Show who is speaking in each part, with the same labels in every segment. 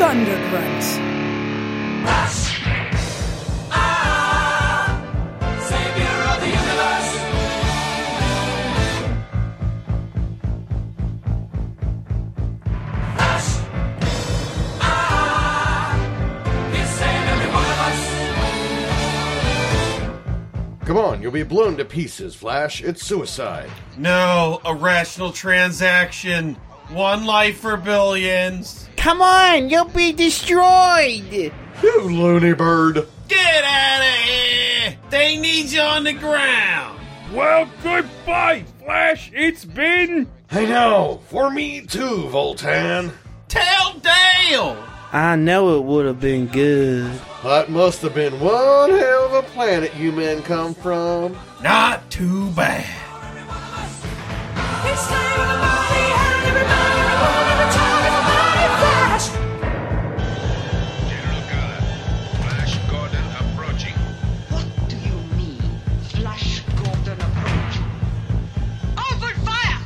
Speaker 1: undergrunts.
Speaker 2: Come on, you'll be blown to pieces, Flash. It's suicide.
Speaker 3: No, a rational transaction. One life for billions.
Speaker 4: Come on, you'll be destroyed.
Speaker 2: You loony bird.
Speaker 3: Get out of here! They need you on the ground.
Speaker 5: Well, goodbye, Flash. It's been.
Speaker 2: I know. For me too, Voltan.
Speaker 3: Tell Dale.
Speaker 4: I know it would have been good.
Speaker 2: That must have been one hell of a planet you men come from.
Speaker 3: Not too bad.
Speaker 6: It's time everybody, everybody, everyone, every time, everybody, flash.
Speaker 7: General Gala, Flash Gordon approaching.
Speaker 8: What do you mean, Flash Gordon approach? Open fire!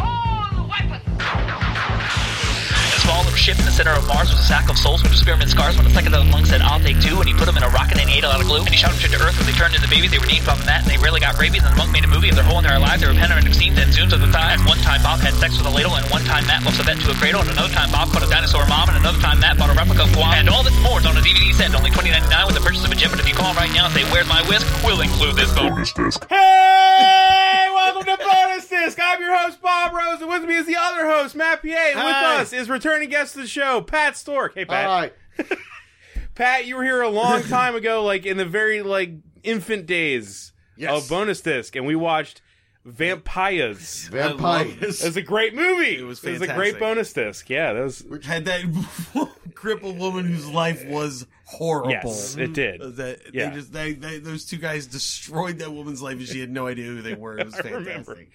Speaker 8: All weapons!
Speaker 9: The small little ship in the center of Mars was a sack of souls with experiment scars when a second of the monk said, I'll take two, and he put them in a rocket and he ate a lot of glue, and he shot them straight to Earth where they turned into babies. They were named from that, and they rarely got rabies, and the monk made a movie of their whole entire lives. They were panoramic scenes and zooms of the time. One time Bob had sex with a ladle, and one time Matt lost a vet to a cradle, and another time Bob caught a dinosaur mom, and another time Matt bought a replica of Guam, and all this and more is on a DVD set, only twenty ninety nine with the purchase of a gem. But if you call right now and say, Where's my whisk? We'll include this bonus disc.
Speaker 3: Hey, welcome to Bonus Disc. I'm your host, Bob Rose, and with me is the other host, Matt PA. And
Speaker 5: Hi.
Speaker 3: with us is returning guest of the show, Pat Stork. Hey, Pat.
Speaker 2: Hi.
Speaker 3: Pat, you were here a long time ago, like in the very like infant days
Speaker 2: Yes.
Speaker 3: of Bonus Disc, and we watched Vampires.
Speaker 2: Vampires.
Speaker 3: It's a great movie. It was It was a great
Speaker 10: fantastic.
Speaker 3: bonus disc. Yeah, that was.
Speaker 10: had that crippled woman whose life was horrible.
Speaker 3: Yes, it did.
Speaker 10: That
Speaker 3: Yeah.
Speaker 10: they just they, they those two guys destroyed that woman's life and she had no idea who they were. It was
Speaker 3: remember.
Speaker 10: fantastic.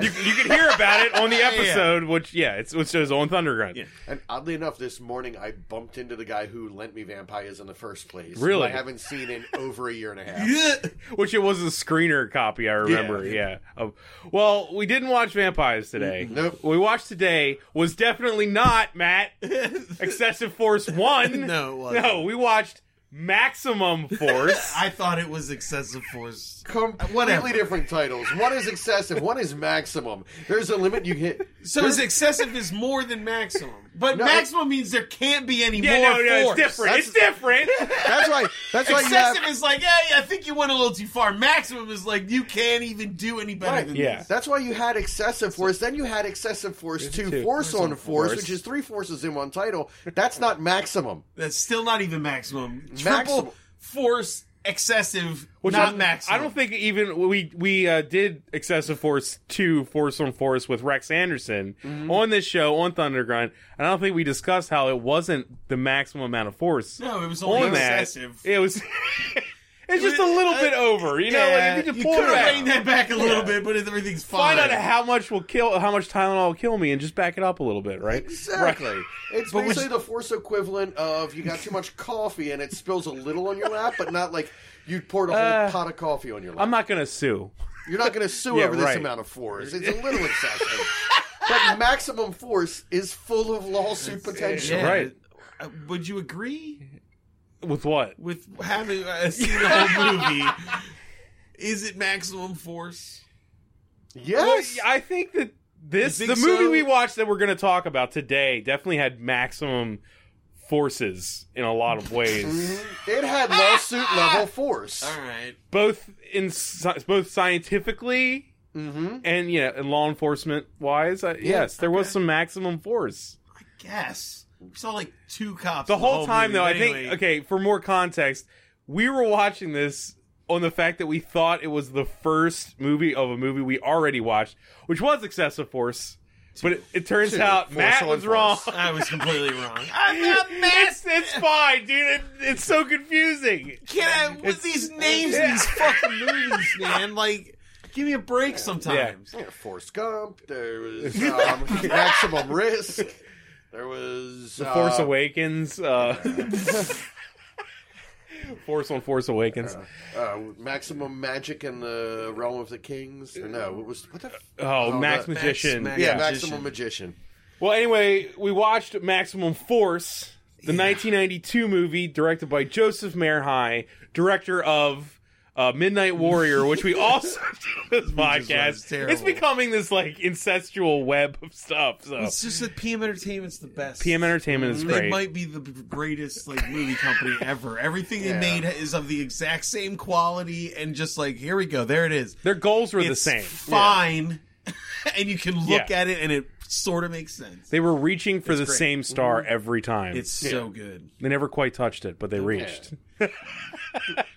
Speaker 3: You, you could hear about it on the
Speaker 10: yeah.
Speaker 3: episode, which yeah, it's which is on Thunderground.
Speaker 10: Yeah.
Speaker 2: And oddly enough, this morning I bumped into the guy who lent me vampires in the first place. who I
Speaker 3: Really?
Speaker 2: haven't seen in over a year and a half.
Speaker 10: Yeah.
Speaker 3: Which it was a screener copy, I remember. Yeah. Of- well, we didn't watch Vampires today.
Speaker 10: Mm,
Speaker 2: Nope.
Speaker 3: We watched today was definitely not Matt Excessive Force One.
Speaker 10: No, it wasn't.
Speaker 3: no, we watched Maximum Force.
Speaker 10: I thought it was excessive force.
Speaker 2: Completely
Speaker 10: Whatever.
Speaker 2: different titles. One is excessive, one is maximum. There's a limit you hit.
Speaker 10: So is excessive is more than maximum, but
Speaker 2: No,
Speaker 10: maximum means there can't be any
Speaker 3: yeah,
Speaker 10: more
Speaker 3: no, no,
Speaker 10: force.
Speaker 3: it's different.
Speaker 2: That's-
Speaker 3: it's different.
Speaker 2: That's why. That's why you have.
Speaker 10: Excessive is like, hey, I think you went a little too far. Maximum is like, you can't even do any better
Speaker 2: Right.
Speaker 10: than
Speaker 3: Yeah.
Speaker 10: this.
Speaker 2: That's why you had excessive force. Then you had excessive force two, force on force, which is three forces in one title. That's not maximum.
Speaker 10: That's still not even maximum.
Speaker 2: Maximum.
Speaker 10: Triple force excessive,
Speaker 3: Which
Speaker 10: not
Speaker 3: I-
Speaker 10: maximum.
Speaker 3: I don't think even we we uh, did excessive force two force on force with Rex Anderson
Speaker 10: Mm-hmm.
Speaker 3: on this show on Thunderground. And I don't think we discussed how it wasn't the maximum amount of force.
Speaker 10: No, it was only
Speaker 3: on that
Speaker 10: excessive.
Speaker 3: it was. it's just a little
Speaker 10: Uh,
Speaker 3: bit over, you know. like, if you just pull
Speaker 10: could
Speaker 3: it
Speaker 10: have
Speaker 3: back,
Speaker 10: reined that back a little bit, but everything's fine.
Speaker 3: find out how much will kill, how much Tylenol will kill me, and just back it up a little bit, right?
Speaker 2: Exactly.
Speaker 3: Right.
Speaker 2: It's
Speaker 10: But
Speaker 2: basically
Speaker 10: which-
Speaker 2: the force equivalent of you got too much coffee and it spills a little on your lap, but not like you poured a whole pot of coffee on your lap.
Speaker 3: I'm not gonna sue.
Speaker 2: You're not going to sue
Speaker 3: Yeah,
Speaker 2: over this
Speaker 3: right.
Speaker 2: amount of force. It's a little excessive. but maximum force is full of lawsuit potential.
Speaker 10: Yeah.
Speaker 3: Right.
Speaker 10: Uh, Would you agree
Speaker 3: With what?
Speaker 10: with having uh, seen the whole movie? Is it maximum force?
Speaker 2: Yes.
Speaker 3: I think that this
Speaker 10: You
Speaker 3: the
Speaker 10: think
Speaker 3: movie
Speaker 10: so?
Speaker 3: we watched that we're going to talk about today definitely had maximum forces in a lot of ways,
Speaker 2: It had lawsuit level force.
Speaker 10: All right.
Speaker 3: both in sci- both scientifically and yeah, and law enforcement wise. I, yes, there was some maximum force.
Speaker 10: Guess. We saw like two cops.
Speaker 3: the
Speaker 10: in
Speaker 3: whole
Speaker 10: movie,
Speaker 3: time though
Speaker 10: but
Speaker 3: i think
Speaker 10: anyway.
Speaker 3: okay for more context we were watching this on the fact that we thought it was the first movie of a movie we already watched which was excessive force but it, it turns out
Speaker 2: Force
Speaker 3: matt
Speaker 2: on
Speaker 3: was wrong
Speaker 2: force.
Speaker 10: I was completely wrong.
Speaker 3: it's, it's fine dude it, it's so confusing
Speaker 10: Can I, with these names in these fucking movies, man? Like, give me a break sometimes.
Speaker 2: Yeah, Force Gump. There was um, Maximum Risk. There was
Speaker 3: the
Speaker 2: uh,
Speaker 3: force awakens uh force on force awakens
Speaker 2: uh, Maximum Magic in the Realm of the Kings. Or no, it was what the f-
Speaker 3: oh, max
Speaker 2: the-
Speaker 3: magician
Speaker 10: Max- Max-
Speaker 2: yeah,
Speaker 10: Magician.
Speaker 2: Maximum Magician.
Speaker 3: Well, anyway, we watched Maximum Force the 1992 movie directed by Joseph Merhai, director of uh, Midnight Warrior, which we also do in this
Speaker 11: was
Speaker 3: podcast.
Speaker 11: terrible.
Speaker 3: It's becoming this like incestual web of stuff. So
Speaker 11: It's just that PM Entertainment's the best.
Speaker 3: PM Entertainment is
Speaker 11: They
Speaker 3: great.
Speaker 11: might be the greatest like movie company ever. Everything
Speaker 2: Yeah.
Speaker 11: they made is of the exact same quality, and just like here we go, there it is.
Speaker 3: Their goals were the
Speaker 11: It's
Speaker 3: same.
Speaker 11: Fine, and you can look
Speaker 3: Yeah.
Speaker 11: at it, and it sort of makes sense.
Speaker 3: They were reaching for the
Speaker 11: great. Mm-hmm.
Speaker 3: same star every time.
Speaker 11: It's so good.
Speaker 3: they never quite touched it, but they reached.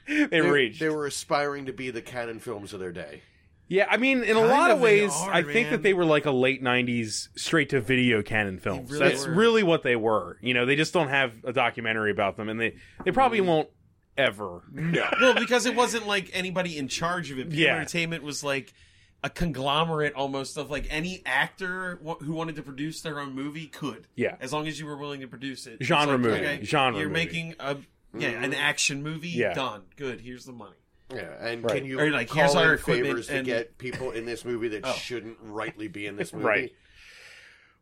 Speaker 3: they
Speaker 2: They-
Speaker 3: reached.
Speaker 2: They were aspiring to be the canon films of their day.
Speaker 3: yeah, I mean, in a
Speaker 11: Kind
Speaker 3: lot
Speaker 11: of
Speaker 3: of
Speaker 11: they
Speaker 3: ways,
Speaker 11: are,
Speaker 3: I think
Speaker 11: man.
Speaker 3: that they were like a late '90s straight to video canon films.
Speaker 11: really
Speaker 3: That's
Speaker 11: were.
Speaker 3: really what they were. You know, they just don't have a documentary about them, and they they probably
Speaker 11: Mm.
Speaker 3: won't ever. No.
Speaker 11: Well, because it wasn't like anybody in charge of it. PM
Speaker 3: Yeah.
Speaker 11: Entertainment was like a conglomerate almost of like any actor wa- who wanted to produce their own movie could.
Speaker 3: Yeah.
Speaker 11: As long as you were willing to produce it.
Speaker 3: Genre
Speaker 11: It's
Speaker 3: movie. Genre
Speaker 11: You're
Speaker 3: movie. Mm-hmm.
Speaker 11: making a yeah, an action movie.
Speaker 3: Yeah.
Speaker 11: Done. Good. Here's the money.
Speaker 2: Yeah, and
Speaker 3: Right.
Speaker 2: can you
Speaker 11: Or, like,
Speaker 2: call
Speaker 11: here's our
Speaker 2: in favors
Speaker 11: equipment
Speaker 2: to
Speaker 11: and-
Speaker 2: get people in this movie that
Speaker 11: Oh.
Speaker 2: shouldn't rightly be in this movie?
Speaker 3: Right.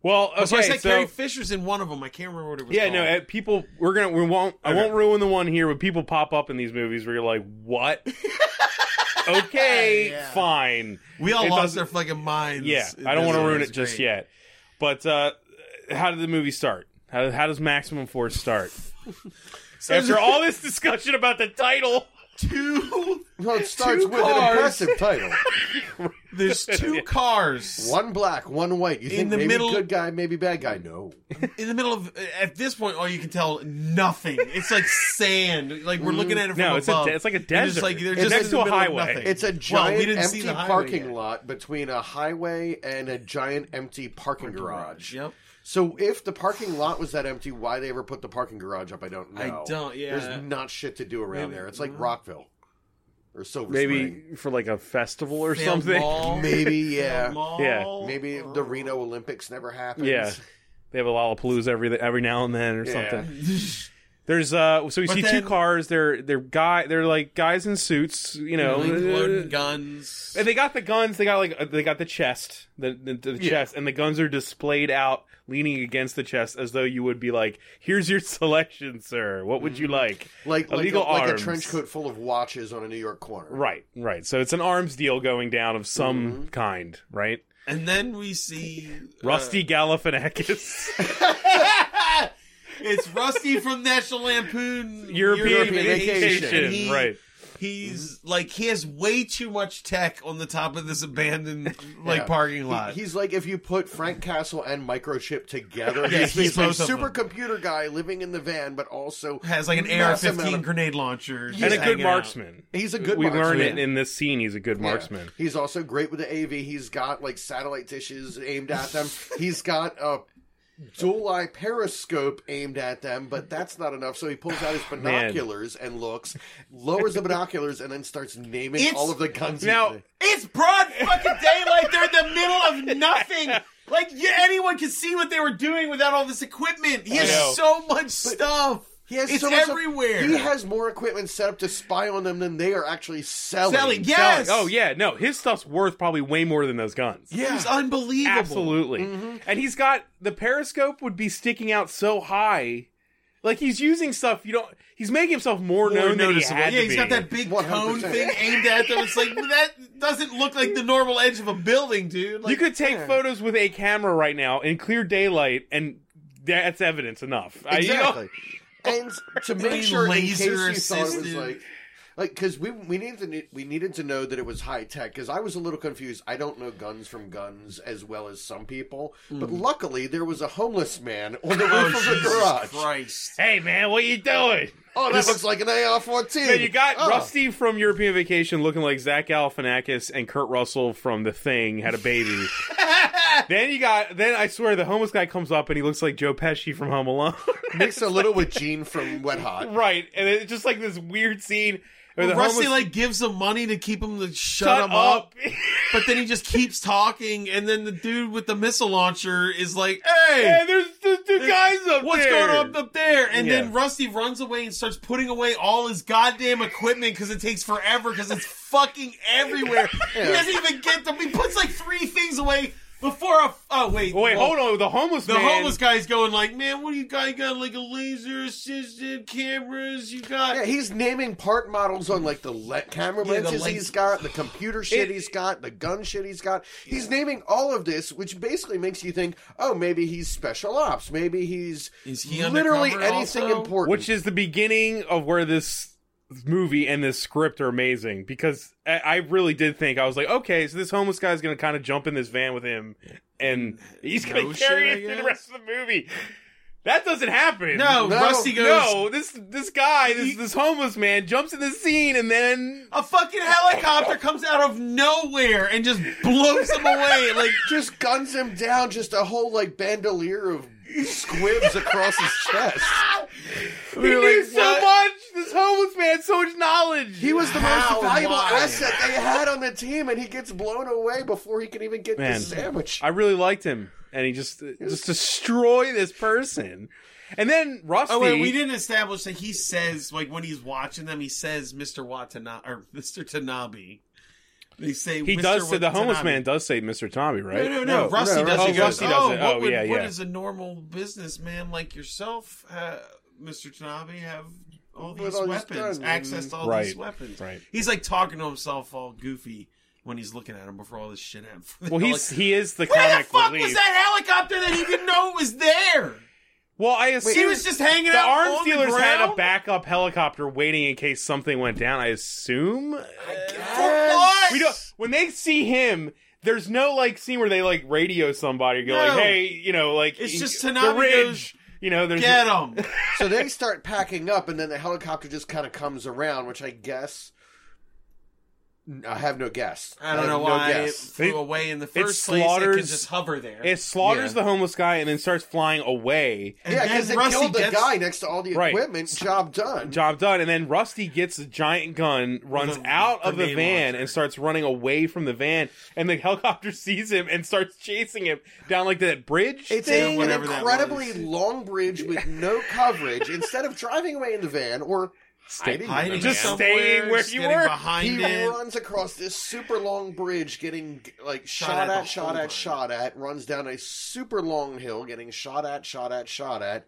Speaker 3: Well, okay,
Speaker 11: so I said
Speaker 3: so-
Speaker 11: Carrie Fisher's in one of them. I can't remember what it was.
Speaker 3: yeah,
Speaker 11: called.
Speaker 3: no, uh, people, we're gonna, we won't, I won't ruin the one here, but people pop up in these movies where you're like, what? okay, fine.
Speaker 11: we all
Speaker 3: it
Speaker 11: lost
Speaker 3: doesn't-
Speaker 11: their fucking minds.
Speaker 3: Yeah,
Speaker 11: in
Speaker 3: I don't
Speaker 11: this
Speaker 3: want to
Speaker 11: one.
Speaker 3: ruin
Speaker 11: was
Speaker 3: it just
Speaker 11: great.
Speaker 3: yet. But uh, how did the movie start? How, how does Maximum Force start? After all this discussion about the title,
Speaker 11: Two.
Speaker 2: Well, it starts with an
Speaker 11: cars.
Speaker 2: impressive title.
Speaker 11: There's two cars.
Speaker 2: One black, one white. You think
Speaker 11: the
Speaker 2: maybe
Speaker 11: middle-
Speaker 2: good guy, maybe bad guy? No.
Speaker 11: in the middle of at this point all you can tell nothing it's like sand like we're looking at it from
Speaker 3: No, it's a
Speaker 11: above.
Speaker 3: de- it's like a
Speaker 11: They're just
Speaker 3: desert.
Speaker 11: like they're
Speaker 3: It's
Speaker 11: just
Speaker 3: next
Speaker 11: in the
Speaker 3: to a
Speaker 11: middle of
Speaker 3: highway.
Speaker 11: nothing.
Speaker 2: It's a
Speaker 11: Well,
Speaker 2: giant
Speaker 11: we didn't
Speaker 2: empty
Speaker 11: see the highway
Speaker 2: parking
Speaker 11: yet.
Speaker 2: lot between a highway and a giant empty parking garage.
Speaker 11: yep
Speaker 2: So if the parking lot was that empty, why they ever put the parking garage up? I don't know.
Speaker 11: I don't- yeah.
Speaker 2: There's not shit to do around
Speaker 11: Maybe-
Speaker 2: there. It's like Rockville or Silver Spring.
Speaker 3: maybe for like a festival or
Speaker 11: Failed
Speaker 3: something.
Speaker 11: mall.
Speaker 2: Maybe
Speaker 11: Failed
Speaker 2: yeah.
Speaker 11: mall. Uh,
Speaker 3: Yeah.
Speaker 2: Maybe the Reno Olympics never happened.
Speaker 3: Yeah, they have a lollapalooza every every now and then or
Speaker 2: Yeah.
Speaker 3: something. There's uh, so we
Speaker 11: But
Speaker 3: see
Speaker 11: then-
Speaker 3: two cars. They're they're guy they're like guys in suits, you know,
Speaker 11: Like loading guns
Speaker 3: And they got the guns. They got like uh, they got the chest, the the, the chest, and the guns are displayed out, leaning against the chest, as though you would be like, "Here's your selection, sir. What would you like?"
Speaker 2: Mm-hmm. Like
Speaker 3: Illegal
Speaker 2: like a, like a
Speaker 3: arms.
Speaker 2: trench coat full of watches on a New York corner.
Speaker 3: Right, right. So it's an arms deal going down of some
Speaker 2: Mm-hmm.
Speaker 3: kind, right?
Speaker 11: and then we see uh,
Speaker 3: Rusty Galifianakis,
Speaker 11: it's rusty from national lampoon
Speaker 3: European,
Speaker 2: Vacation.
Speaker 3: vacation,
Speaker 11: And he-
Speaker 3: right?
Speaker 11: he's like he has way too much tech on the top of this abandoned like
Speaker 2: Yeah.
Speaker 11: parking
Speaker 2: He-
Speaker 11: lot
Speaker 2: he's like if you put Frank Castle and Microchip together,
Speaker 11: Yeah,
Speaker 2: he's,
Speaker 11: he's
Speaker 2: he's a
Speaker 11: both of them.
Speaker 2: supercomputer guy living in the van, but also
Speaker 11: has like an
Speaker 2: massive amount
Speaker 11: AR-15
Speaker 2: of-
Speaker 11: grenade launcher just
Speaker 3: And a good
Speaker 11: hanging out.
Speaker 3: marksman.
Speaker 2: He's a good.
Speaker 3: we
Speaker 2: marksman.
Speaker 3: learn it in this scene. He's a good
Speaker 2: Yeah.
Speaker 3: marksman.
Speaker 2: He's also great with the AV. He's got like satellite dishes aimed at them. He's got a dual eye periscope aimed at them, but that's not enough. So he pulls out his binoculars and looks, lowers the binoculars, and then starts naming
Speaker 11: It's-
Speaker 2: all of the guns. he-
Speaker 3: Now-
Speaker 11: It's broad fucking daylight. They're in the middle of nothing. Like yeah, anyone can see what they were doing without all this equipment. He
Speaker 3: know.
Speaker 11: has so much stuff.
Speaker 2: he has
Speaker 11: it's
Speaker 2: so much-
Speaker 11: everywhere.
Speaker 2: he has more equipment set up to spy on them than they are actually selling.
Speaker 11: Selling, yes.
Speaker 3: Oh yeah, no, his stuff's worth probably way more than those guns.
Speaker 11: It was unbelievable. Mm-hmm.
Speaker 3: Absolutely. And he's got the periscope would be sticking out so high. Like he's using stuff you don't he's making himself more,
Speaker 11: More
Speaker 3: known than he
Speaker 11: noticeable.
Speaker 3: had
Speaker 11: yeah,
Speaker 3: to
Speaker 11: he's
Speaker 3: be.
Speaker 11: got that big cone
Speaker 2: 100%.
Speaker 11: thing aimed at them. It's like that doesn't look like the normal edge of a building, dude. Like,
Speaker 3: you could take photos with a camera right now in clear daylight and that's evidence enough. I- you know-
Speaker 2: Exactly. and to
Speaker 11: Any
Speaker 2: make sure, in case
Speaker 11: laser
Speaker 2: you thought it was
Speaker 11: assisted-
Speaker 2: like, like because we we needed to kn- we needed to know that it was high tech because I was a little confused. I don't know guns from guns as well as some people, but luckily there was a homeless man on the roof
Speaker 11: Hmm. Oh,
Speaker 2: of
Speaker 11: Jesus
Speaker 2: the garage.
Speaker 11: Christ.
Speaker 3: hey man, what you doing?
Speaker 2: Oh, that looks like an AR-14.
Speaker 3: And you got
Speaker 2: Oh.
Speaker 3: Rusty from European Vacation looking like Zach Galifianakis and Kurt Russell from The Thing had a baby. then you got then I swear the homeless guy comes up and he looks like Joe Pesci from Home Alone.
Speaker 2: mixed a little with Gene from Wet Hot.
Speaker 3: right, and it's just like this weird scene. where the
Speaker 11: Rusty
Speaker 3: homeless-
Speaker 11: like gives him money to keep him to shut,
Speaker 3: shut
Speaker 11: him up. but then he just keeps talking, and then the dude with the missile launcher is like, "Hey,
Speaker 3: Yeah, there's, there's two guys up
Speaker 11: what's
Speaker 3: there.
Speaker 11: going on up there?" And
Speaker 3: Yeah.
Speaker 11: then Rusty runs away and starts putting away all his goddamn equipment because it takes forever because it's fucking everywhere. He doesn't even get them. He puts like three things away. Before a oh wait
Speaker 3: Wait,
Speaker 11: well,
Speaker 3: hold on. The homeless
Speaker 11: The
Speaker 3: man.
Speaker 11: homeless guy's going like, man, what do you guys got? Like a laser assisted cameras? You got
Speaker 2: Yeah, he's naming part models on like the le- camera
Speaker 11: Yeah, the
Speaker 2: lenses
Speaker 11: lens-
Speaker 2: he's got, the computer shit he's got, the gun shit he's got. He's naming all of this, which basically makes you think, oh, maybe he's special ops, maybe he's
Speaker 11: Is he
Speaker 2: literally
Speaker 11: undercover
Speaker 2: anything
Speaker 11: also?
Speaker 2: important.
Speaker 3: Which is the beginning of where this movie and this script are amazing because I, I really did think I was like, okay, so this homeless guy's gonna kind of jump in this van with him, and he's gonna
Speaker 11: No
Speaker 3: carry
Speaker 11: shit, I
Speaker 3: it through the
Speaker 11: guess.
Speaker 3: rest of the movie. That doesn't happen.
Speaker 11: no,
Speaker 2: No,
Speaker 11: Rusty goes
Speaker 3: No, this this guy, this
Speaker 11: He-
Speaker 3: this homeless man, jumps in the scene and then
Speaker 11: a fucking helicopter comes out of nowhere and just blows him away. Like
Speaker 2: just guns him down, just a whole like bandolier of squibs across his chest.
Speaker 3: he
Speaker 11: were
Speaker 3: knew
Speaker 11: like,
Speaker 3: so
Speaker 11: "What?"
Speaker 3: much. This homeless man, had so much knowledge.
Speaker 2: He was the
Speaker 11: How?
Speaker 2: most valuable
Speaker 11: Why?
Speaker 2: asset they had on the team, and he gets blown away before he can even get
Speaker 3: Man.
Speaker 2: the sandwich.
Speaker 3: I really liked him, and he just uh, just destroy this person. And then Rusty,
Speaker 11: Oh wait, we didn't establish that he says like when he's watching them, he says Mr. Watanabe or Mr. Tanabe. They say
Speaker 3: he
Speaker 11: Mr.
Speaker 3: does say the
Speaker 11: Watanabe.
Speaker 3: homeless man does say Mr. Tommy,
Speaker 11: No,
Speaker 3: right?
Speaker 11: no, no. Rusty
Speaker 2: no,
Speaker 11: does.
Speaker 3: Rusty-
Speaker 11: he goes,
Speaker 3: Rusty
Speaker 11: oh,
Speaker 3: does it.
Speaker 11: What
Speaker 3: Oh,
Speaker 11: would,
Speaker 3: yeah,
Speaker 11: What
Speaker 3: yeah.
Speaker 11: does a normal businessman like yourself, uh, Mr. Tanabe, have all
Speaker 2: With
Speaker 11: these
Speaker 2: all these
Speaker 11: weapons,
Speaker 2: guns.
Speaker 11: access to all
Speaker 3: Right,
Speaker 11: these weapons?
Speaker 3: right.
Speaker 11: He's like talking to himself all goofy when he's looking at him before all this shit happens.
Speaker 3: Well, he's
Speaker 11: Like,
Speaker 3: he is the
Speaker 11: where the
Speaker 3: comic
Speaker 11: fuck
Speaker 3: relief.
Speaker 11: was that helicopter that he didn't know was there?
Speaker 3: Well, I assume
Speaker 11: he was just hanging
Speaker 3: the
Speaker 11: out.
Speaker 3: arms
Speaker 11: on
Speaker 3: dealers
Speaker 11: the
Speaker 3: had a
Speaker 11: ground?
Speaker 3: backup helicopter waiting in case something went down. I assume
Speaker 11: For what?
Speaker 3: we don't. When they see him. There's no like scene where they like radio somebody go
Speaker 11: No.
Speaker 3: like, hey, you know, like
Speaker 11: It's
Speaker 3: he-
Speaker 11: just
Speaker 3: the
Speaker 11: Tanabe
Speaker 3: ridge,
Speaker 11: goes,
Speaker 3: you know. There's
Speaker 11: Get him.
Speaker 2: so they start packing up, and then the helicopter just kind of comes around, which I guess. I have no guess.
Speaker 11: I don't
Speaker 2: have
Speaker 11: know
Speaker 2: no
Speaker 11: why it
Speaker 2: guess.
Speaker 11: flew
Speaker 3: It-
Speaker 11: away in the first place. It could
Speaker 3: slaughters-
Speaker 11: just hover there.
Speaker 3: It slaughters
Speaker 2: Yeah.
Speaker 3: the homeless guy and then starts flying away.
Speaker 11: And
Speaker 2: yeah,
Speaker 11: then
Speaker 2: because it
Speaker 11: Rusty
Speaker 2: killed the
Speaker 11: gets-
Speaker 2: guy next to all the
Speaker 3: Right.
Speaker 2: equipment. Job done.
Speaker 3: Job done. And then Rusty gets a giant gun, runs
Speaker 11: a
Speaker 3: out of the
Speaker 11: grenade
Speaker 3: van,
Speaker 11: launcher.
Speaker 3: and starts running away from the van. And the helicopter sees him and starts chasing him down like that bridge.
Speaker 2: It's
Speaker 11: Yeah,
Speaker 2: a, an
Speaker 11: whatever that
Speaker 2: incredibly
Speaker 11: was.
Speaker 2: long bridge with no coverage. Instead of driving away in the van or hiding, in the
Speaker 11: hiding
Speaker 3: Just
Speaker 11: somewhere,
Speaker 3: staying where you
Speaker 11: getting
Speaker 3: were.
Speaker 11: Behind
Speaker 2: He
Speaker 11: it.
Speaker 2: runs across this super long bridge, getting like shot,
Speaker 11: at
Speaker 2: at,
Speaker 11: the whole
Speaker 2: shot
Speaker 11: time.
Speaker 2: at, shot at. Runs down a super long hill, getting shot at, shot at, shot at,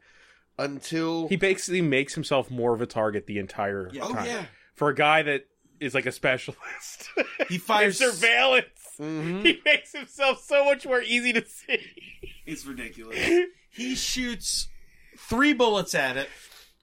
Speaker 2: until
Speaker 3: he basically makes himself more of a target the entire
Speaker 11: Oh,
Speaker 3: time.
Speaker 11: yeah.
Speaker 3: For a guy that is like a specialist
Speaker 11: He
Speaker 3: in
Speaker 11: fires.
Speaker 3: surveillance,
Speaker 2: Mhm.
Speaker 3: he makes himself so much more easy to see.
Speaker 11: It's ridiculous. He shoots three bullets at it,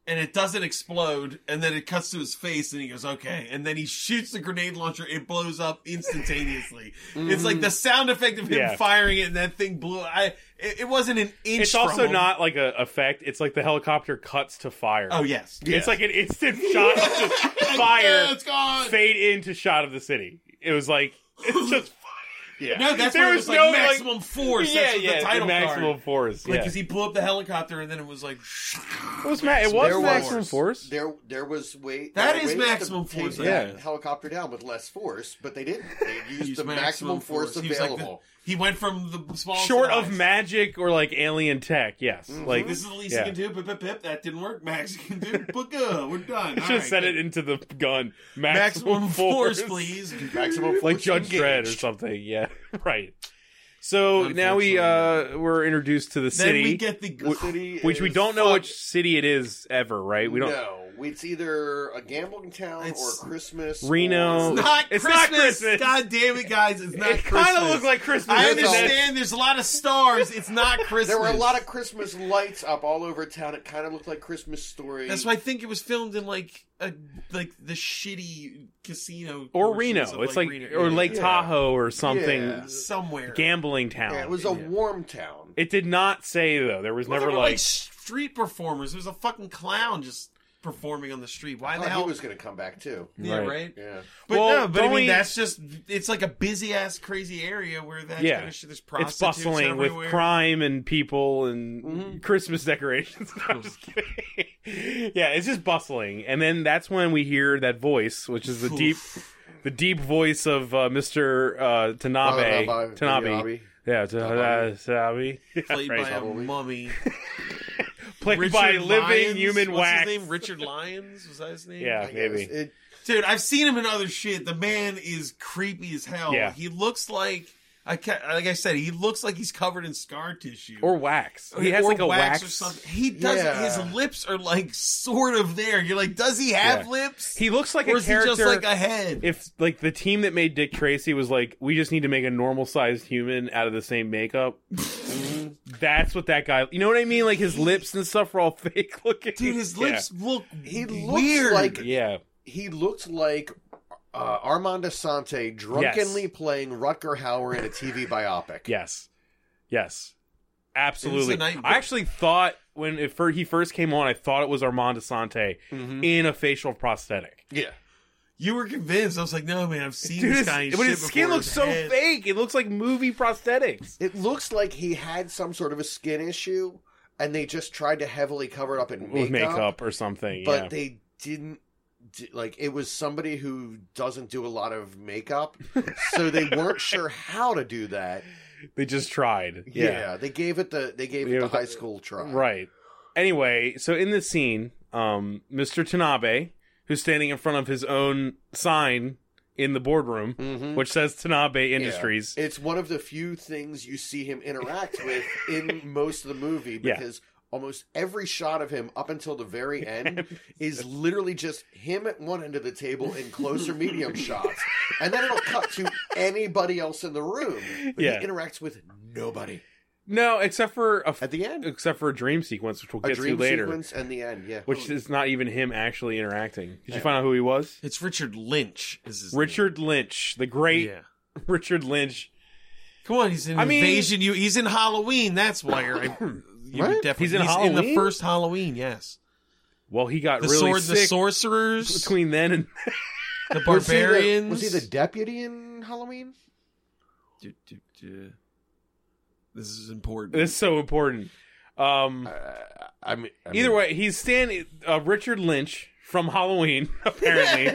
Speaker 11: and it doesn't explode. And then it cuts to his face, and he goes, "Okay." And then he shoots the grenade launcher. It blows up instantaneously. It's like the
Speaker 2: Mm.
Speaker 11: sound effect of him
Speaker 3: Yeah.
Speaker 11: firing it, and that thing blew. I. It, it wasn't an inch.
Speaker 3: It's also
Speaker 11: from him.
Speaker 3: not like a effect. It's like the helicopter cuts to fire.
Speaker 11: Oh yes.
Speaker 3: It's like an instant shot to fire.
Speaker 11: Yeah, it's gone.
Speaker 3: fade into shot of the city. It was like it's just yeah.
Speaker 11: No, that's
Speaker 3: there
Speaker 11: where it
Speaker 3: was
Speaker 11: was like
Speaker 3: no
Speaker 11: maximum force.
Speaker 3: yeah,
Speaker 11: That's what
Speaker 3: yeah,
Speaker 11: the title
Speaker 3: maximum
Speaker 11: card.
Speaker 3: force.
Speaker 11: Like,
Speaker 3: yeah.
Speaker 11: because he blew up the helicopter, and then it was like,
Speaker 3: it was ma- it was
Speaker 2: There was-
Speaker 3: maximum force.
Speaker 2: there there was way
Speaker 11: That
Speaker 2: there were
Speaker 11: is
Speaker 2: ways to
Speaker 11: maximum
Speaker 2: take
Speaker 11: force,
Speaker 2: that
Speaker 3: yeah.
Speaker 2: helicopter down with less force, but they didn't. They used
Speaker 11: Use
Speaker 2: the maximum, force,
Speaker 11: He was like the-
Speaker 2: available.
Speaker 11: He, went from the small
Speaker 3: Short
Speaker 11: to
Speaker 3: of
Speaker 11: large.
Speaker 3: magic or like alien tech, yes. Like
Speaker 11: This is the least
Speaker 3: yeah.
Speaker 11: he can do. Pip, pip, pip. That didn't work. Max can do. But good. We're done.
Speaker 3: Just
Speaker 11: All right,
Speaker 3: set
Speaker 11: good.
Speaker 3: it into the gun. Maximum,
Speaker 11: maximum
Speaker 3: force,
Speaker 11: force, please.
Speaker 2: Maximum force
Speaker 3: Like Judge Dredd or
Speaker 2: engaged.
Speaker 3: something. Yeah, right. So now we uh we're introduced to the
Speaker 11: Then
Speaker 3: city,
Speaker 11: we get the.
Speaker 2: The city
Speaker 3: which we
Speaker 2: is
Speaker 3: don't know
Speaker 2: fucked.
Speaker 3: which city it is ever. Right? We don't.
Speaker 2: No, it's either a gambling town
Speaker 11: It's-
Speaker 2: or Christmas.
Speaker 3: Reno.
Speaker 2: or-
Speaker 11: It's not
Speaker 3: It's
Speaker 11: Christmas.
Speaker 3: not Christmas.
Speaker 11: God damn it, guys! It's not.
Speaker 3: It
Speaker 11: Christmas.
Speaker 3: kind of looked like Christmas.
Speaker 11: I
Speaker 3: and then-
Speaker 11: understand. There's a lot of stars. It's not Christmas.
Speaker 2: There were a lot of Christmas lights up all over town. It kind of looked like Christmas story.
Speaker 11: That's why I think it was filmed in like a like the shitty casino
Speaker 3: or
Speaker 11: portions
Speaker 3: Reno.
Speaker 11: of,
Speaker 3: It's like,
Speaker 11: Reno.
Speaker 3: or
Speaker 11: Yeah.
Speaker 3: Lake
Speaker 2: Yeah.
Speaker 3: Tahoe or something.
Speaker 2: Yeah.
Speaker 11: somewhere.
Speaker 3: Gambling town.
Speaker 2: Yeah,
Speaker 3: it,
Speaker 2: it was a warm town.
Speaker 3: did not say though. There was
Speaker 11: Well, there
Speaker 3: never
Speaker 11: were,
Speaker 3: like.
Speaker 11: street performers. There's a fucking clown just performing on the street. Why
Speaker 2: I
Speaker 11: the
Speaker 2: thought
Speaker 11: hell?
Speaker 2: Oh, he was going to come back too.
Speaker 11: yeah,
Speaker 3: Right.
Speaker 11: right.
Speaker 2: Yeah.
Speaker 11: But
Speaker 3: Well,
Speaker 11: no, but I
Speaker 3: don't
Speaker 11: mean
Speaker 3: we-
Speaker 11: that's just it's like a busy ass crazy area where that
Speaker 3: Yeah.
Speaker 11: kind of shit. There's
Speaker 3: It's
Speaker 11: prostitutes
Speaker 3: bustling with
Speaker 11: everywhere. Mm-hmm.
Speaker 3: crime and people and Christmas decorations. No, I'm just kidding. yeah, it's just bustling, and then that's when we hear that voice, which is the deep, the deep voice of uh, Mister uh, Tanabe.
Speaker 2: Oh, Tanabe.
Speaker 3: Tanabe.
Speaker 2: Tanabe.
Speaker 3: Yeah, Tanabe.
Speaker 11: Played by
Speaker 3: Right.
Speaker 11: a mummy.
Speaker 3: Played
Speaker 11: Richard
Speaker 3: by living
Speaker 11: Lyons?
Speaker 3: human
Speaker 11: What's
Speaker 3: wax.
Speaker 11: His name Richard Lyons was that his name?
Speaker 3: Yeah, maybe.
Speaker 2: Yes, it-
Speaker 11: Dude, I've seen him in other shit. The man is creepy as hell.
Speaker 3: Yeah.
Speaker 11: He looks like I can't, like I said, he looks like he's covered in scar tissue
Speaker 3: or wax. He has
Speaker 11: Or
Speaker 3: like a wax.
Speaker 11: or something. He does.
Speaker 2: Yeah.
Speaker 11: His lips are like sort of there. You're like, does he have
Speaker 3: Yeah.
Speaker 11: lips?
Speaker 3: He looks like
Speaker 11: or
Speaker 3: a
Speaker 11: is he
Speaker 3: character.
Speaker 11: just like a head?
Speaker 3: if like the team that made Dick Tracy was like, we just need to make a normal sized human out of the same makeup.
Speaker 11: Mm-hmm.
Speaker 3: That's what that guy. You know what I mean? Like his lips and stuff were all fake looking.
Speaker 11: Dude, his
Speaker 3: Yeah.
Speaker 11: lips look
Speaker 2: He looks
Speaker 11: weird.
Speaker 2: like
Speaker 3: Yeah.
Speaker 2: he looked like uh, Armand Asante drunkenly playing Rutger Hauer in a TV biopic.
Speaker 3: Yes. Yes. Absolutely.
Speaker 11: It was a night-
Speaker 3: I actually thought when it fir- he first came on, I thought it was Armand Asante
Speaker 11: Mm-hmm.
Speaker 3: in a facial prosthetic.
Speaker 2: Yeah.
Speaker 11: you were convinced. I was like, no man, I've seen
Speaker 3: Dude,
Speaker 11: this
Speaker 3: his,
Speaker 11: guy.
Speaker 3: but his skin looks so fake. It looks like movie prosthetics.
Speaker 2: It looks like he had some sort of a skin issue and they just tried to heavily cover it up in makeup,
Speaker 3: With makeup or something.
Speaker 2: but
Speaker 3: yeah.
Speaker 2: they didn't d- like it was somebody who doesn't do a lot of makeup, so they weren't sure how to do that.
Speaker 3: they just tried.
Speaker 2: Yeah,
Speaker 3: yeah.
Speaker 2: they gave it the they gave it
Speaker 3: Yeah,
Speaker 2: the
Speaker 3: with the-
Speaker 2: high school try.
Speaker 3: Right. Anyway, so in this scene, um, Mr. Tanabe, who's standing in front of his own sign in the boardroom,
Speaker 2: Mhm.
Speaker 3: which says Tanabe
Speaker 2: Yeah.
Speaker 3: Industries.
Speaker 2: It's one of the few things you see him interact with in most of the movie
Speaker 3: Yeah.
Speaker 2: because almost every shot of him up until the very end is literally just him at one end of the table in closer medium shots. And then it'll cut to anybody else in the room. But
Speaker 3: Yeah.
Speaker 2: he interacts with nobody.
Speaker 3: No, except for a
Speaker 2: At the end.
Speaker 3: except for a dream sequence, which we'll
Speaker 2: A
Speaker 3: get to
Speaker 2: dream
Speaker 3: later,
Speaker 2: sequence and the end, yeah.
Speaker 3: which is not even him actually interacting. Did you find out who he was?
Speaker 11: It's Richard Lynch. Is his
Speaker 3: Richard Lynch, the
Speaker 11: Name.
Speaker 3: great
Speaker 11: Yeah.
Speaker 3: Richard Lynch.
Speaker 11: Come on, he's in
Speaker 3: I mean-
Speaker 11: Invasion. You. He's in Halloween. That's why you're. I, you
Speaker 2: What?
Speaker 11: would definitely.
Speaker 3: He's in
Speaker 11: the
Speaker 3: Halloween?
Speaker 11: first Halloween. Yes.
Speaker 3: Well, he got
Speaker 11: The
Speaker 3: really
Speaker 11: sword,
Speaker 3: sick
Speaker 11: the sorcerers,
Speaker 3: between then and
Speaker 11: the
Speaker 2: Was he the-
Speaker 11: barbarians.
Speaker 2: Was he, the, deputy in Halloween?
Speaker 11: Du- du- du. This is important.
Speaker 3: this is so important. Um,
Speaker 2: I mean, I
Speaker 3: Either
Speaker 2: mean-
Speaker 3: way, he's standing. Uh, Richard Lynch from Halloween apparently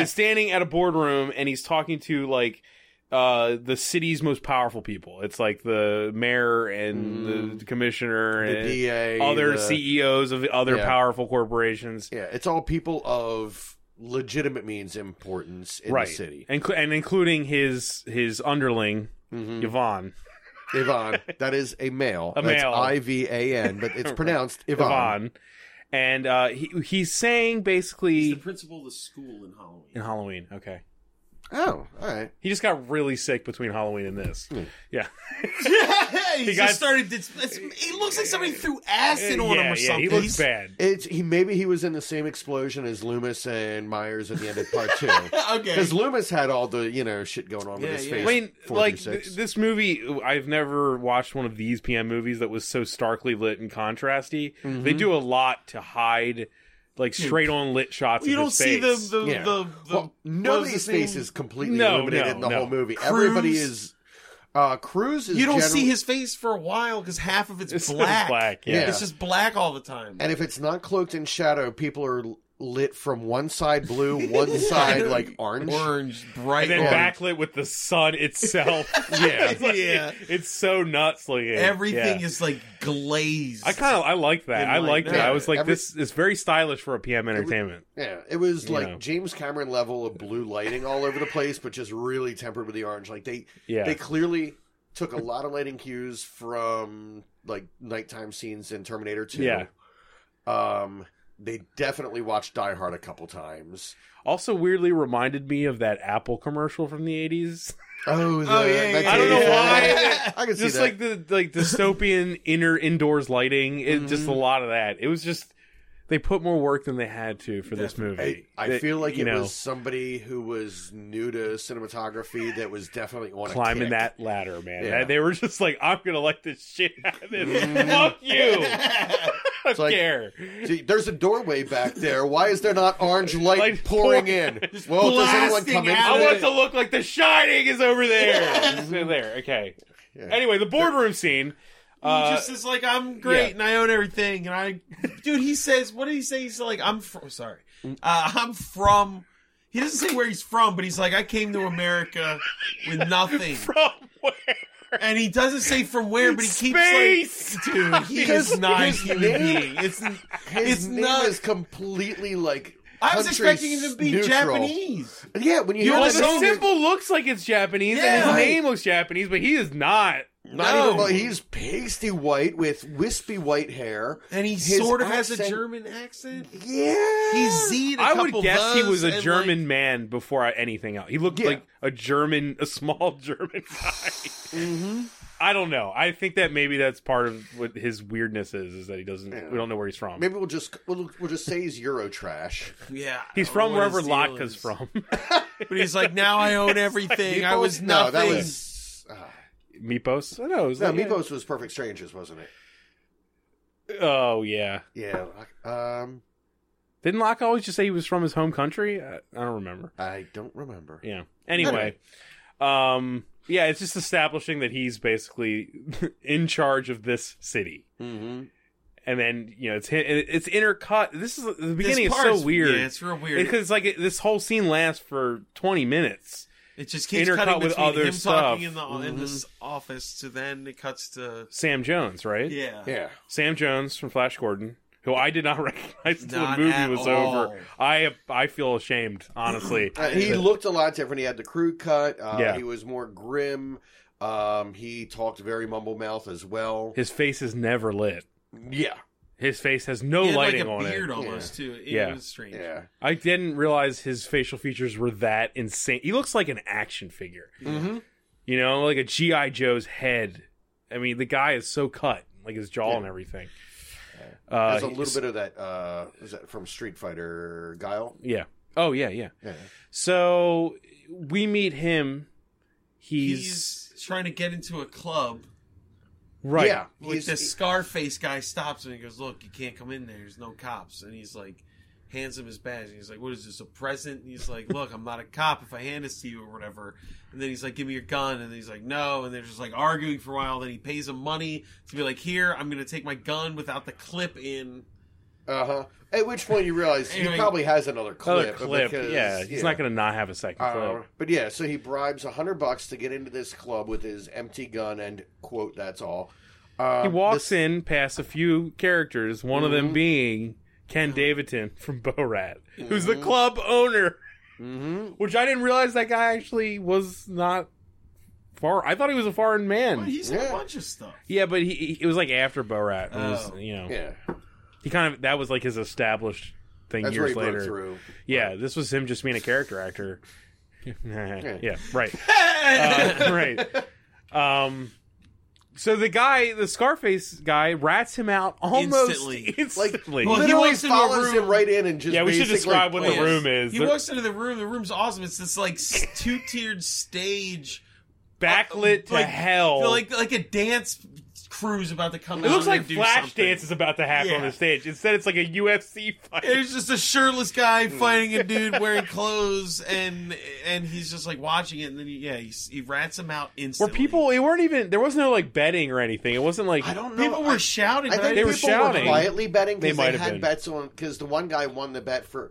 Speaker 3: is standing at a boardroom and he's talking to like uh, the city's most powerful people. It's like the mayor and the commissioner
Speaker 2: Mm. The
Speaker 3: and
Speaker 2: DA,
Speaker 3: other
Speaker 2: the-
Speaker 3: CEOs of the other
Speaker 2: Yeah.
Speaker 3: powerful corporations.
Speaker 2: Yeah, it's all people of legitimate means importance in
Speaker 3: right,
Speaker 2: the city.
Speaker 3: and and including his his underling
Speaker 2: Mm.
Speaker 3: Yvonne.
Speaker 2: Mm-hmm. Ivan, that is a male.
Speaker 3: A
Speaker 2: That's
Speaker 3: male.
Speaker 2: I V A N, but it's pronounced Ivan.
Speaker 3: Yvonne. And uh, he he's saying basically
Speaker 11: principal of the school in Halloween.
Speaker 3: in Halloween. Okay,
Speaker 2: Oh, all right.
Speaker 3: he just got really sick between Halloween and this.
Speaker 2: Hmm.
Speaker 3: Yeah.
Speaker 11: he,
Speaker 3: got-
Speaker 11: just started. It's, it's- he looks like somebody threw acid on him or something.
Speaker 3: He looks
Speaker 11: He's-
Speaker 3: bad.
Speaker 2: It's he. Maybe he was in the same explosion as Loomis and Myers at the end of part two.
Speaker 11: Okay.
Speaker 2: Because Loomis had all the you know shit going on
Speaker 11: Yeah,
Speaker 2: with his
Speaker 11: yeah.
Speaker 3: I
Speaker 2: face.
Speaker 3: mean,
Speaker 2: four
Speaker 3: like
Speaker 2: through six.
Speaker 3: th- this movie, I've never watched one of these PM movies that was so starkly lit and contrasty. They
Speaker 11: Mm-hmm.
Speaker 3: do a lot to hide, like straight on lit shots.
Speaker 11: you
Speaker 3: of
Speaker 11: don't
Speaker 3: his
Speaker 11: see the
Speaker 3: face.
Speaker 11: the,
Speaker 2: yeah.
Speaker 11: the, the
Speaker 2: well, nobody's face is completely
Speaker 3: No,
Speaker 2: illuminated
Speaker 3: no,
Speaker 2: in the
Speaker 3: no.
Speaker 2: whole movie.
Speaker 11: Cruz-
Speaker 2: Everybody is. Uh, Cruz is.
Speaker 11: You don't see
Speaker 2: generally-
Speaker 11: his face for a while because half of it's,
Speaker 3: It's
Speaker 11: black.
Speaker 3: black, yeah.
Speaker 2: Yeah.
Speaker 11: It's just black all the time.
Speaker 2: And if it's not cloaked in shadow, people are lit from one side blue, one side like orange.
Speaker 11: orange, bright.
Speaker 3: and then
Speaker 11: orange.
Speaker 3: backlit with the sun itself. yeah, it's like-
Speaker 11: Yeah.
Speaker 3: it's so nuts looking.
Speaker 11: Everything
Speaker 3: Yeah.
Speaker 11: is like glazed.
Speaker 3: I kind of I like that.
Speaker 11: In
Speaker 3: I
Speaker 11: like
Speaker 3: liked it.
Speaker 2: that.
Speaker 3: I was like,
Speaker 2: Every-
Speaker 3: this is very stylish for a PM entertainment.
Speaker 2: Yeah, it was
Speaker 3: You
Speaker 2: like
Speaker 3: know.
Speaker 2: James Cameron level of blue lighting all over the place, but just really tempered with the orange. Like they,
Speaker 3: Yeah.
Speaker 2: they clearly took a lot of lighting cues from like nighttime scenes in Terminator Two.
Speaker 3: Yeah.
Speaker 2: Um, they definitely watched Die Hard a couple times.
Speaker 3: Also, weirdly reminded me of that Apple commercial from the eighties.
Speaker 2: Oh, the,
Speaker 11: Oh, yeah, yeah,
Speaker 2: that's-
Speaker 11: yeah, I don't know
Speaker 3: why.
Speaker 2: I can see
Speaker 3: just
Speaker 2: that.
Speaker 3: like the like dystopian inner indoors lighting it, just a
Speaker 2: Mm-hmm.
Speaker 3: lot of that it was just they put more work than they had to for this
Speaker 2: I,
Speaker 3: movie
Speaker 2: I
Speaker 3: That,
Speaker 2: feel like
Speaker 3: you
Speaker 2: it
Speaker 3: know
Speaker 2: was somebody who was new to cinematography that was definitely on a
Speaker 3: climbing
Speaker 2: kick.
Speaker 3: that ladder man
Speaker 2: Yeah. Mm.
Speaker 3: they were just like i'm gonna like this shit out of this fuck you I don't
Speaker 2: like-
Speaker 3: care
Speaker 2: See, there's a doorway back there. Why is there not orange light
Speaker 3: Like,
Speaker 2: pouring
Speaker 3: pour-
Speaker 2: in? Well, does anyone
Speaker 11: blasting
Speaker 2: come in?
Speaker 11: out
Speaker 3: i
Speaker 2: today?
Speaker 3: want to look like the shining is over there It's over there okay
Speaker 2: Yeah.
Speaker 3: anyway the boardroom scene uh,
Speaker 11: he just is like, I'm great
Speaker 3: yeah.
Speaker 11: and I own everything. And I, dude, he says, what did he say? He's like, I'm from, sorry, uh, I'm from. He doesn't say where he's from, but he's like, I came to America with nothing,
Speaker 3: from where
Speaker 11: and he doesn't say from where, but he
Speaker 3: Space!
Speaker 11: keeps like, dude, he
Speaker 2: His-
Speaker 11: is not a
Speaker 2: his
Speaker 11: human
Speaker 2: name-
Speaker 11: being. It's,
Speaker 2: His
Speaker 11: it's
Speaker 2: name
Speaker 11: not.
Speaker 2: is completely like
Speaker 11: I was
Speaker 2: country
Speaker 11: expecting it to be
Speaker 2: neutral.
Speaker 11: Japanese.
Speaker 2: Yeah, when you,
Speaker 11: You
Speaker 2: hear
Speaker 3: Well,
Speaker 11: Well,
Speaker 2: the
Speaker 11: the
Speaker 3: the
Speaker 11: song
Speaker 2: song,
Speaker 3: symbol looks like it's Japanese, and his
Speaker 11: Yeah.
Speaker 3: name looks Japanese, but he is not.
Speaker 2: not
Speaker 11: No.
Speaker 2: even, well, he's pasty white with wispy white hair,
Speaker 11: And he
Speaker 2: His
Speaker 11: sort of has a
Speaker 2: accent-
Speaker 11: German accent.
Speaker 2: Yeah,
Speaker 11: He's Z'd a
Speaker 3: I would
Speaker 11: couple
Speaker 3: guess he
Speaker 11: those
Speaker 3: was
Speaker 11: and,
Speaker 3: a
Speaker 11: like,
Speaker 3: German man before I, anything else. He looked
Speaker 2: Yeah.
Speaker 3: like a German, a small German guy.
Speaker 11: Mm-hmm.
Speaker 3: I don't know. I think that maybe that's part of what his weirdness is, is that he doesn't. We don't know where he's from.
Speaker 2: Maybe we'll just we'll, we'll just say he's Euro trash.
Speaker 11: yeah. I
Speaker 3: he's
Speaker 11: don't
Speaker 3: from
Speaker 11: know what
Speaker 3: wherever
Speaker 11: his deal
Speaker 3: Latka's
Speaker 11: is.
Speaker 3: from.
Speaker 11: But he's like, now I own everything. I was
Speaker 2: no,
Speaker 11: nothing.
Speaker 2: that was uh,
Speaker 3: Meepos? I know. It was
Speaker 2: no.
Speaker 3: like, yeah.
Speaker 2: Migos was Perfect Strangers, wasn't it?
Speaker 3: Oh yeah.
Speaker 2: Yeah. Um,
Speaker 3: Didn't Locke always just say he was from his home country? I, I don't remember.
Speaker 2: I don't remember.
Speaker 3: Yeah. Anyway, um, yeah, it's just establishing that he's basically in charge of this city,
Speaker 2: Mm-hmm.
Speaker 3: and then you know it's hi- it's intercut. This is the
Speaker 11: This
Speaker 3: beginning is so
Speaker 11: part's-
Speaker 3: weird.
Speaker 11: Yeah, it's real weird.
Speaker 3: because like it, this whole scene lasts for 20 minutes
Speaker 11: It just keeps
Speaker 3: Intercut
Speaker 11: cutting
Speaker 3: with
Speaker 11: between
Speaker 3: other
Speaker 11: him
Speaker 3: stuff. Mm-hmm.
Speaker 11: talking in the in this office to then it cuts to
Speaker 3: sam jones right
Speaker 11: yeah.
Speaker 2: Yeah.
Speaker 3: sam jones from flash gordon who i did not recognize until the
Speaker 11: Not
Speaker 3: movie
Speaker 11: at
Speaker 3: was
Speaker 11: all.
Speaker 3: over i i feel ashamed honestly
Speaker 2: Uh, he
Speaker 3: But-
Speaker 2: looked a lot different. He had the crew cut. Uh,
Speaker 3: Yeah.
Speaker 2: He was more grim. Um, he talked very mumble mouth as well.
Speaker 3: his face is never lit
Speaker 2: Yeah.
Speaker 3: his face has no
Speaker 11: He had like
Speaker 3: lighting
Speaker 11: a
Speaker 3: on it
Speaker 11: beard almost too. It
Speaker 3: Yeah.
Speaker 11: was strange.
Speaker 2: Yeah.
Speaker 3: I didn't realize his facial features were that insane. He looks like an action figure.
Speaker 2: Mm-hmm.
Speaker 3: You know, like a G.I. Joe's head. I mean, the guy is so cut, like his jaw
Speaker 2: Yeah.
Speaker 3: and everything. Uh,
Speaker 2: There's a
Speaker 3: he's-
Speaker 2: little bit of that. Uh, is that from Street Fighter Guile?
Speaker 3: Yeah. Oh, yeah, yeah.
Speaker 2: Yeah.
Speaker 3: So we meet him. He's,
Speaker 11: He's trying to get into a club.
Speaker 3: right.
Speaker 2: Yeah.
Speaker 11: Like
Speaker 2: He's,
Speaker 11: this Scarface guy stops him and he goes, "Look, you can't come in there. There's no cops." And he's like, hands him his badge. And he's like, "What is this? A present?" And he's like, "Look, I'm not a cop. If I hand this to you or whatever." And then he's like, "Give me your gun." And then he's like, "No." And they're just like arguing for a while. Then he pays him money to be like, "Here, I'm gonna take my gun without the clip in."
Speaker 2: uh huh. At which point you realize he
Speaker 11: Anyway.
Speaker 2: probably has another clip.
Speaker 3: Another clip.
Speaker 2: because-
Speaker 3: yeah. He's not going to not have a second
Speaker 2: Uh,
Speaker 3: clip.
Speaker 2: but yeah, so he bribes a hundred bucks to get into this club with his empty gun and quote, "That's all." Uh, Mm-hmm.
Speaker 3: He walks in past a few characters, one of them being Ken Davidson from Bo Rat, who's
Speaker 2: Mm-hmm.
Speaker 3: the club owner. Which I didn't realize that guy actually was not far. I thought he was a foreign man.
Speaker 11: But he's in
Speaker 2: Yeah.
Speaker 11: a bunch of stuff.
Speaker 3: yeah, but he, he it was like after Bo Rat. It was,
Speaker 11: Oh.
Speaker 3: you know,
Speaker 2: Yeah,
Speaker 3: he kind of that was like his established thing
Speaker 2: that's where he
Speaker 3: years
Speaker 2: broke
Speaker 3: later.
Speaker 2: through.
Speaker 3: Yeah, this was him just being a character actor. yeah, right, Uh, right. Um, so the guy, the Scarface guy, rats him out almost instantly.
Speaker 11: Instantly.
Speaker 3: instantly.
Speaker 11: Well, he
Speaker 2: Literally
Speaker 11: walks into a
Speaker 2: follows him
Speaker 11: room-
Speaker 2: right in and just
Speaker 3: yeah, we should
Speaker 2: basically-
Speaker 3: describe what
Speaker 11: Oh,
Speaker 3: the
Speaker 11: yes.
Speaker 3: room is.
Speaker 11: He
Speaker 3: The
Speaker 11: walks into the room. The room's awesome. It's this like two tiered stage.
Speaker 3: backlit to
Speaker 11: uh, like-
Speaker 3: hell.
Speaker 11: Like like a dance crew's about to come.
Speaker 3: it looks like
Speaker 11: flash
Speaker 3: Flashdance is about to happen on
Speaker 11: Yeah.
Speaker 3: the stage. Instead, it's like a UFC fight.
Speaker 11: There's just a shirtless guy fighting a dude wearing clothes, and and he's just like watching it, and then he, yeah, he, he rats him out
Speaker 3: Where
Speaker 11: instantly.
Speaker 3: people, it weren't even there was no like betting or anything. It wasn't like
Speaker 2: I don't know.
Speaker 11: people were shouting.
Speaker 2: I, I think
Speaker 11: right?
Speaker 3: They were
Speaker 2: people
Speaker 3: shouting.
Speaker 2: were quietly betting
Speaker 3: They
Speaker 2: because
Speaker 3: might
Speaker 2: they,
Speaker 3: have
Speaker 2: had
Speaker 3: been.
Speaker 2: bets on because the one guy won the bet for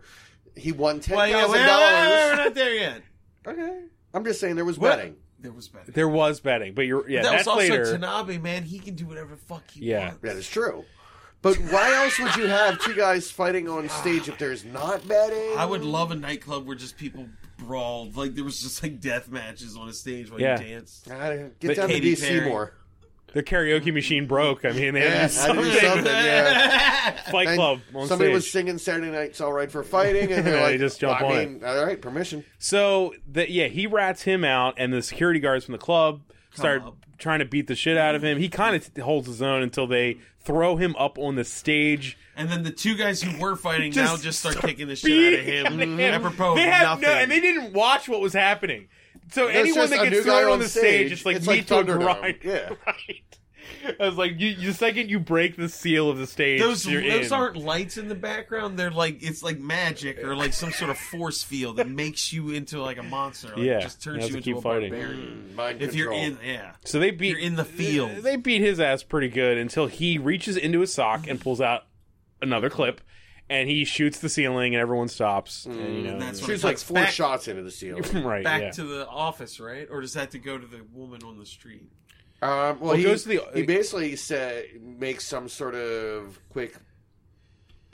Speaker 2: he won ten
Speaker 11: Well, yeah,
Speaker 2: thousand
Speaker 11: well, yeah, we're
Speaker 2: dollars.
Speaker 11: not there yet.
Speaker 2: Okay, I'm just saying there was
Speaker 11: Well,
Speaker 2: betting.
Speaker 11: There was betting.
Speaker 3: there was betting, but you're yeah.
Speaker 11: that
Speaker 3: that's
Speaker 11: was also
Speaker 3: later.
Speaker 11: Tanabe, man. He can do whatever the fuck he
Speaker 3: Yeah.
Speaker 11: wants.
Speaker 2: That is true. But why else would you have two guys fighting on stage if there's not betting?
Speaker 11: I would love a nightclub where just people brawled. Like there was just like death matches on a stage while
Speaker 3: Yeah.
Speaker 11: you danced.
Speaker 2: I-
Speaker 3: But
Speaker 2: get down to
Speaker 11: Katy
Speaker 2: DC
Speaker 11: Perry.
Speaker 2: more.
Speaker 3: The karaoke machine broke. I mean, they
Speaker 2: Yeah,
Speaker 3: had
Speaker 2: I
Speaker 3: to do
Speaker 2: do
Speaker 3: something.
Speaker 2: something. Yeah.
Speaker 3: Fight
Speaker 2: And
Speaker 3: Club on
Speaker 2: somebody
Speaker 3: stage.
Speaker 2: was singing Saturday Night's All Right for Fighting, and they're
Speaker 3: Yeah,
Speaker 2: like,
Speaker 3: they just jump
Speaker 2: well, I
Speaker 3: on
Speaker 2: mean, all right, permission.
Speaker 3: So that yeah, he rats him out, and the security guards from the club start
Speaker 11: up.
Speaker 3: trying to beat the shit out of him. He kind of holds his own until they throw him up on the stage.
Speaker 11: And then the two guys who were fighting
Speaker 3: Just
Speaker 11: now just start, kicking the shit out of him. Mm-hmm.
Speaker 3: beating
Speaker 11: Apropos
Speaker 3: they
Speaker 11: of
Speaker 3: had
Speaker 11: nothing.
Speaker 3: no, and they didn't watch what was happening. So
Speaker 2: There's
Speaker 3: anyone
Speaker 2: just
Speaker 3: that
Speaker 2: a
Speaker 3: gets
Speaker 2: new
Speaker 3: thrown
Speaker 2: guy
Speaker 3: on the stage, it's like meat to a
Speaker 2: Thunderdome.
Speaker 3: grind.
Speaker 2: Yeah.
Speaker 3: Right. I was like, you, the second you break the seal of the stage,
Speaker 11: those
Speaker 3: you're
Speaker 11: those
Speaker 3: in.
Speaker 11: aren't lights in the background. They're like it's like magic or like some sort of force field that makes you into like a monster. Like,
Speaker 3: Yeah,
Speaker 11: it just turns
Speaker 3: you have
Speaker 11: you,
Speaker 3: to
Speaker 11: into
Speaker 3: keep
Speaker 11: a
Speaker 3: fighting.
Speaker 11: barbarian.
Speaker 2: Mind
Speaker 11: Hmm, If you're
Speaker 2: control.
Speaker 11: in, yeah,
Speaker 3: So they beat
Speaker 11: you're in the field.
Speaker 3: They beat his ass pretty good until he reaches into his sock and pulls out another clip, and he shoots the ceiling, and everyone stops. And, you
Speaker 2: Mm,
Speaker 3: know,
Speaker 11: That's what
Speaker 2: Shoots
Speaker 11: it's
Speaker 2: like four
Speaker 11: back,
Speaker 2: shots into the ceiling.
Speaker 3: right.
Speaker 11: Back
Speaker 3: yeah.
Speaker 11: to the office, right? Or does that to go to the woman on the street?
Speaker 2: Um, well, he,
Speaker 3: goes to the-
Speaker 2: he basically said, makes some sort of quick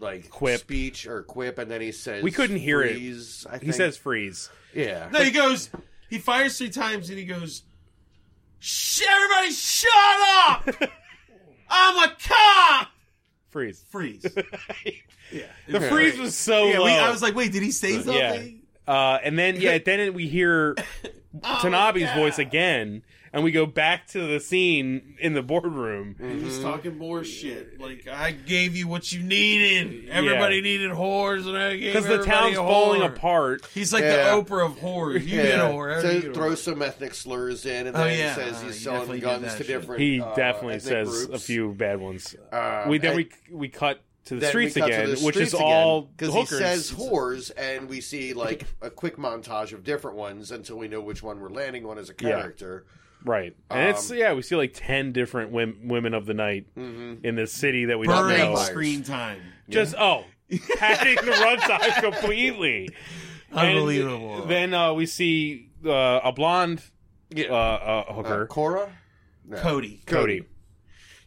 Speaker 2: like
Speaker 3: Quip.
Speaker 2: speech or quip, and then he says
Speaker 3: We couldn't hear it.
Speaker 2: freeze, I
Speaker 3: He
Speaker 2: think.
Speaker 3: says freeze.
Speaker 2: yeah.
Speaker 11: No, he goes. He fires three times and he goes. "Sh- Everybody, shut up! I'm a cop.
Speaker 3: Freeze.
Speaker 11: Freeze. yeah.
Speaker 3: The freeze was so
Speaker 11: Yeah,
Speaker 3: low.
Speaker 11: we, I was like, wait, did he say something?
Speaker 3: yeah. Uh, and then yeah, then we hear
Speaker 2: Oh,
Speaker 11: Oh,
Speaker 3: Tanabe's voice again, and we go back to the scene in the boardroom.
Speaker 2: Mm. Mm-hmm.
Speaker 11: He's talking more shit. Like I gave you what you needed. Everybody
Speaker 3: Yeah.
Speaker 11: needed whores, and I gave
Speaker 3: because the
Speaker 11: everybody
Speaker 3: town's
Speaker 11: a whore.
Speaker 3: falling apart.
Speaker 11: He's like
Speaker 2: Yeah.
Speaker 11: the Oprah of whores. You get a
Speaker 2: Yeah.
Speaker 11: whore.
Speaker 2: So
Speaker 11: everybody get a
Speaker 2: throw
Speaker 11: whore.
Speaker 2: some ethnic slurs in, and
Speaker 11: Oh,
Speaker 2: then he
Speaker 11: yeah.
Speaker 2: says
Speaker 11: Uh,
Speaker 2: he's
Speaker 11: he
Speaker 2: selling
Speaker 11: definitely did
Speaker 2: guns
Speaker 11: that
Speaker 2: to
Speaker 11: shit.
Speaker 2: different.
Speaker 3: He
Speaker 2: uh,
Speaker 3: definitely
Speaker 2: ethnic
Speaker 3: says a
Speaker 2: groups.
Speaker 3: few bad ones.
Speaker 2: Uh,
Speaker 3: we then
Speaker 2: and-
Speaker 3: we we cut to the
Speaker 2: then we
Speaker 3: streets
Speaker 2: cut to
Speaker 3: again,
Speaker 2: the
Speaker 3: which
Speaker 2: streets
Speaker 3: is all
Speaker 2: because he
Speaker 3: hookers.
Speaker 2: says whores, and we see like a quick montage of different ones until we know which one we're landing on as a
Speaker 3: Yeah.
Speaker 2: character.
Speaker 3: right, and
Speaker 2: Um,
Speaker 3: it's yeah, we see like ten different women, women of the night
Speaker 2: Mm-hmm.
Speaker 3: in this city that we don't
Speaker 11: burning
Speaker 3: know.
Speaker 2: vampires.
Speaker 11: screen time.
Speaker 3: Just oh, padding the runtime completely. And
Speaker 11: Unbelievable.
Speaker 3: then uh, we see uh, a blonde uh,
Speaker 2: Yeah,
Speaker 3: uh, hooker,
Speaker 2: uh, Cora, No.
Speaker 11: Cody.
Speaker 3: Cody.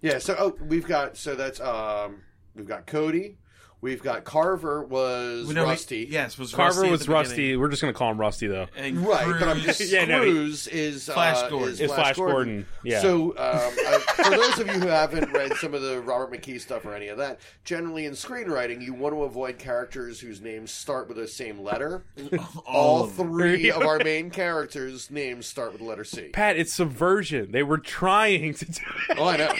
Speaker 2: Yeah, so oh, we've got so that's um, we've got Cody, we've got Carver was
Speaker 11: No, wait,
Speaker 2: Rusty.
Speaker 11: yes, was
Speaker 3: Carver
Speaker 11: Rusty at
Speaker 3: was
Speaker 11: the
Speaker 3: Rusty.
Speaker 11: beginning.
Speaker 3: We're just gonna call him Rusty though.
Speaker 11: And
Speaker 2: Right, but I'm
Speaker 11: Cruz-
Speaker 3: Yeah, no, he-
Speaker 2: Cruz is uh,
Speaker 11: Flash Gordon.
Speaker 2: Is
Speaker 3: Is
Speaker 2: Flash,
Speaker 3: Flash
Speaker 2: Gordon.
Speaker 3: Gordon, yeah.
Speaker 2: So um, uh, for those of you who haven't read some of the Robert McKee stuff or any of that, generally in screenwriting, you want to avoid characters whose names start with the same letter. All,
Speaker 11: of them.
Speaker 2: three of our main characters' names start with the letter C.
Speaker 3: Pat, it's subversion. They were trying to do it.
Speaker 2: Oh, I know.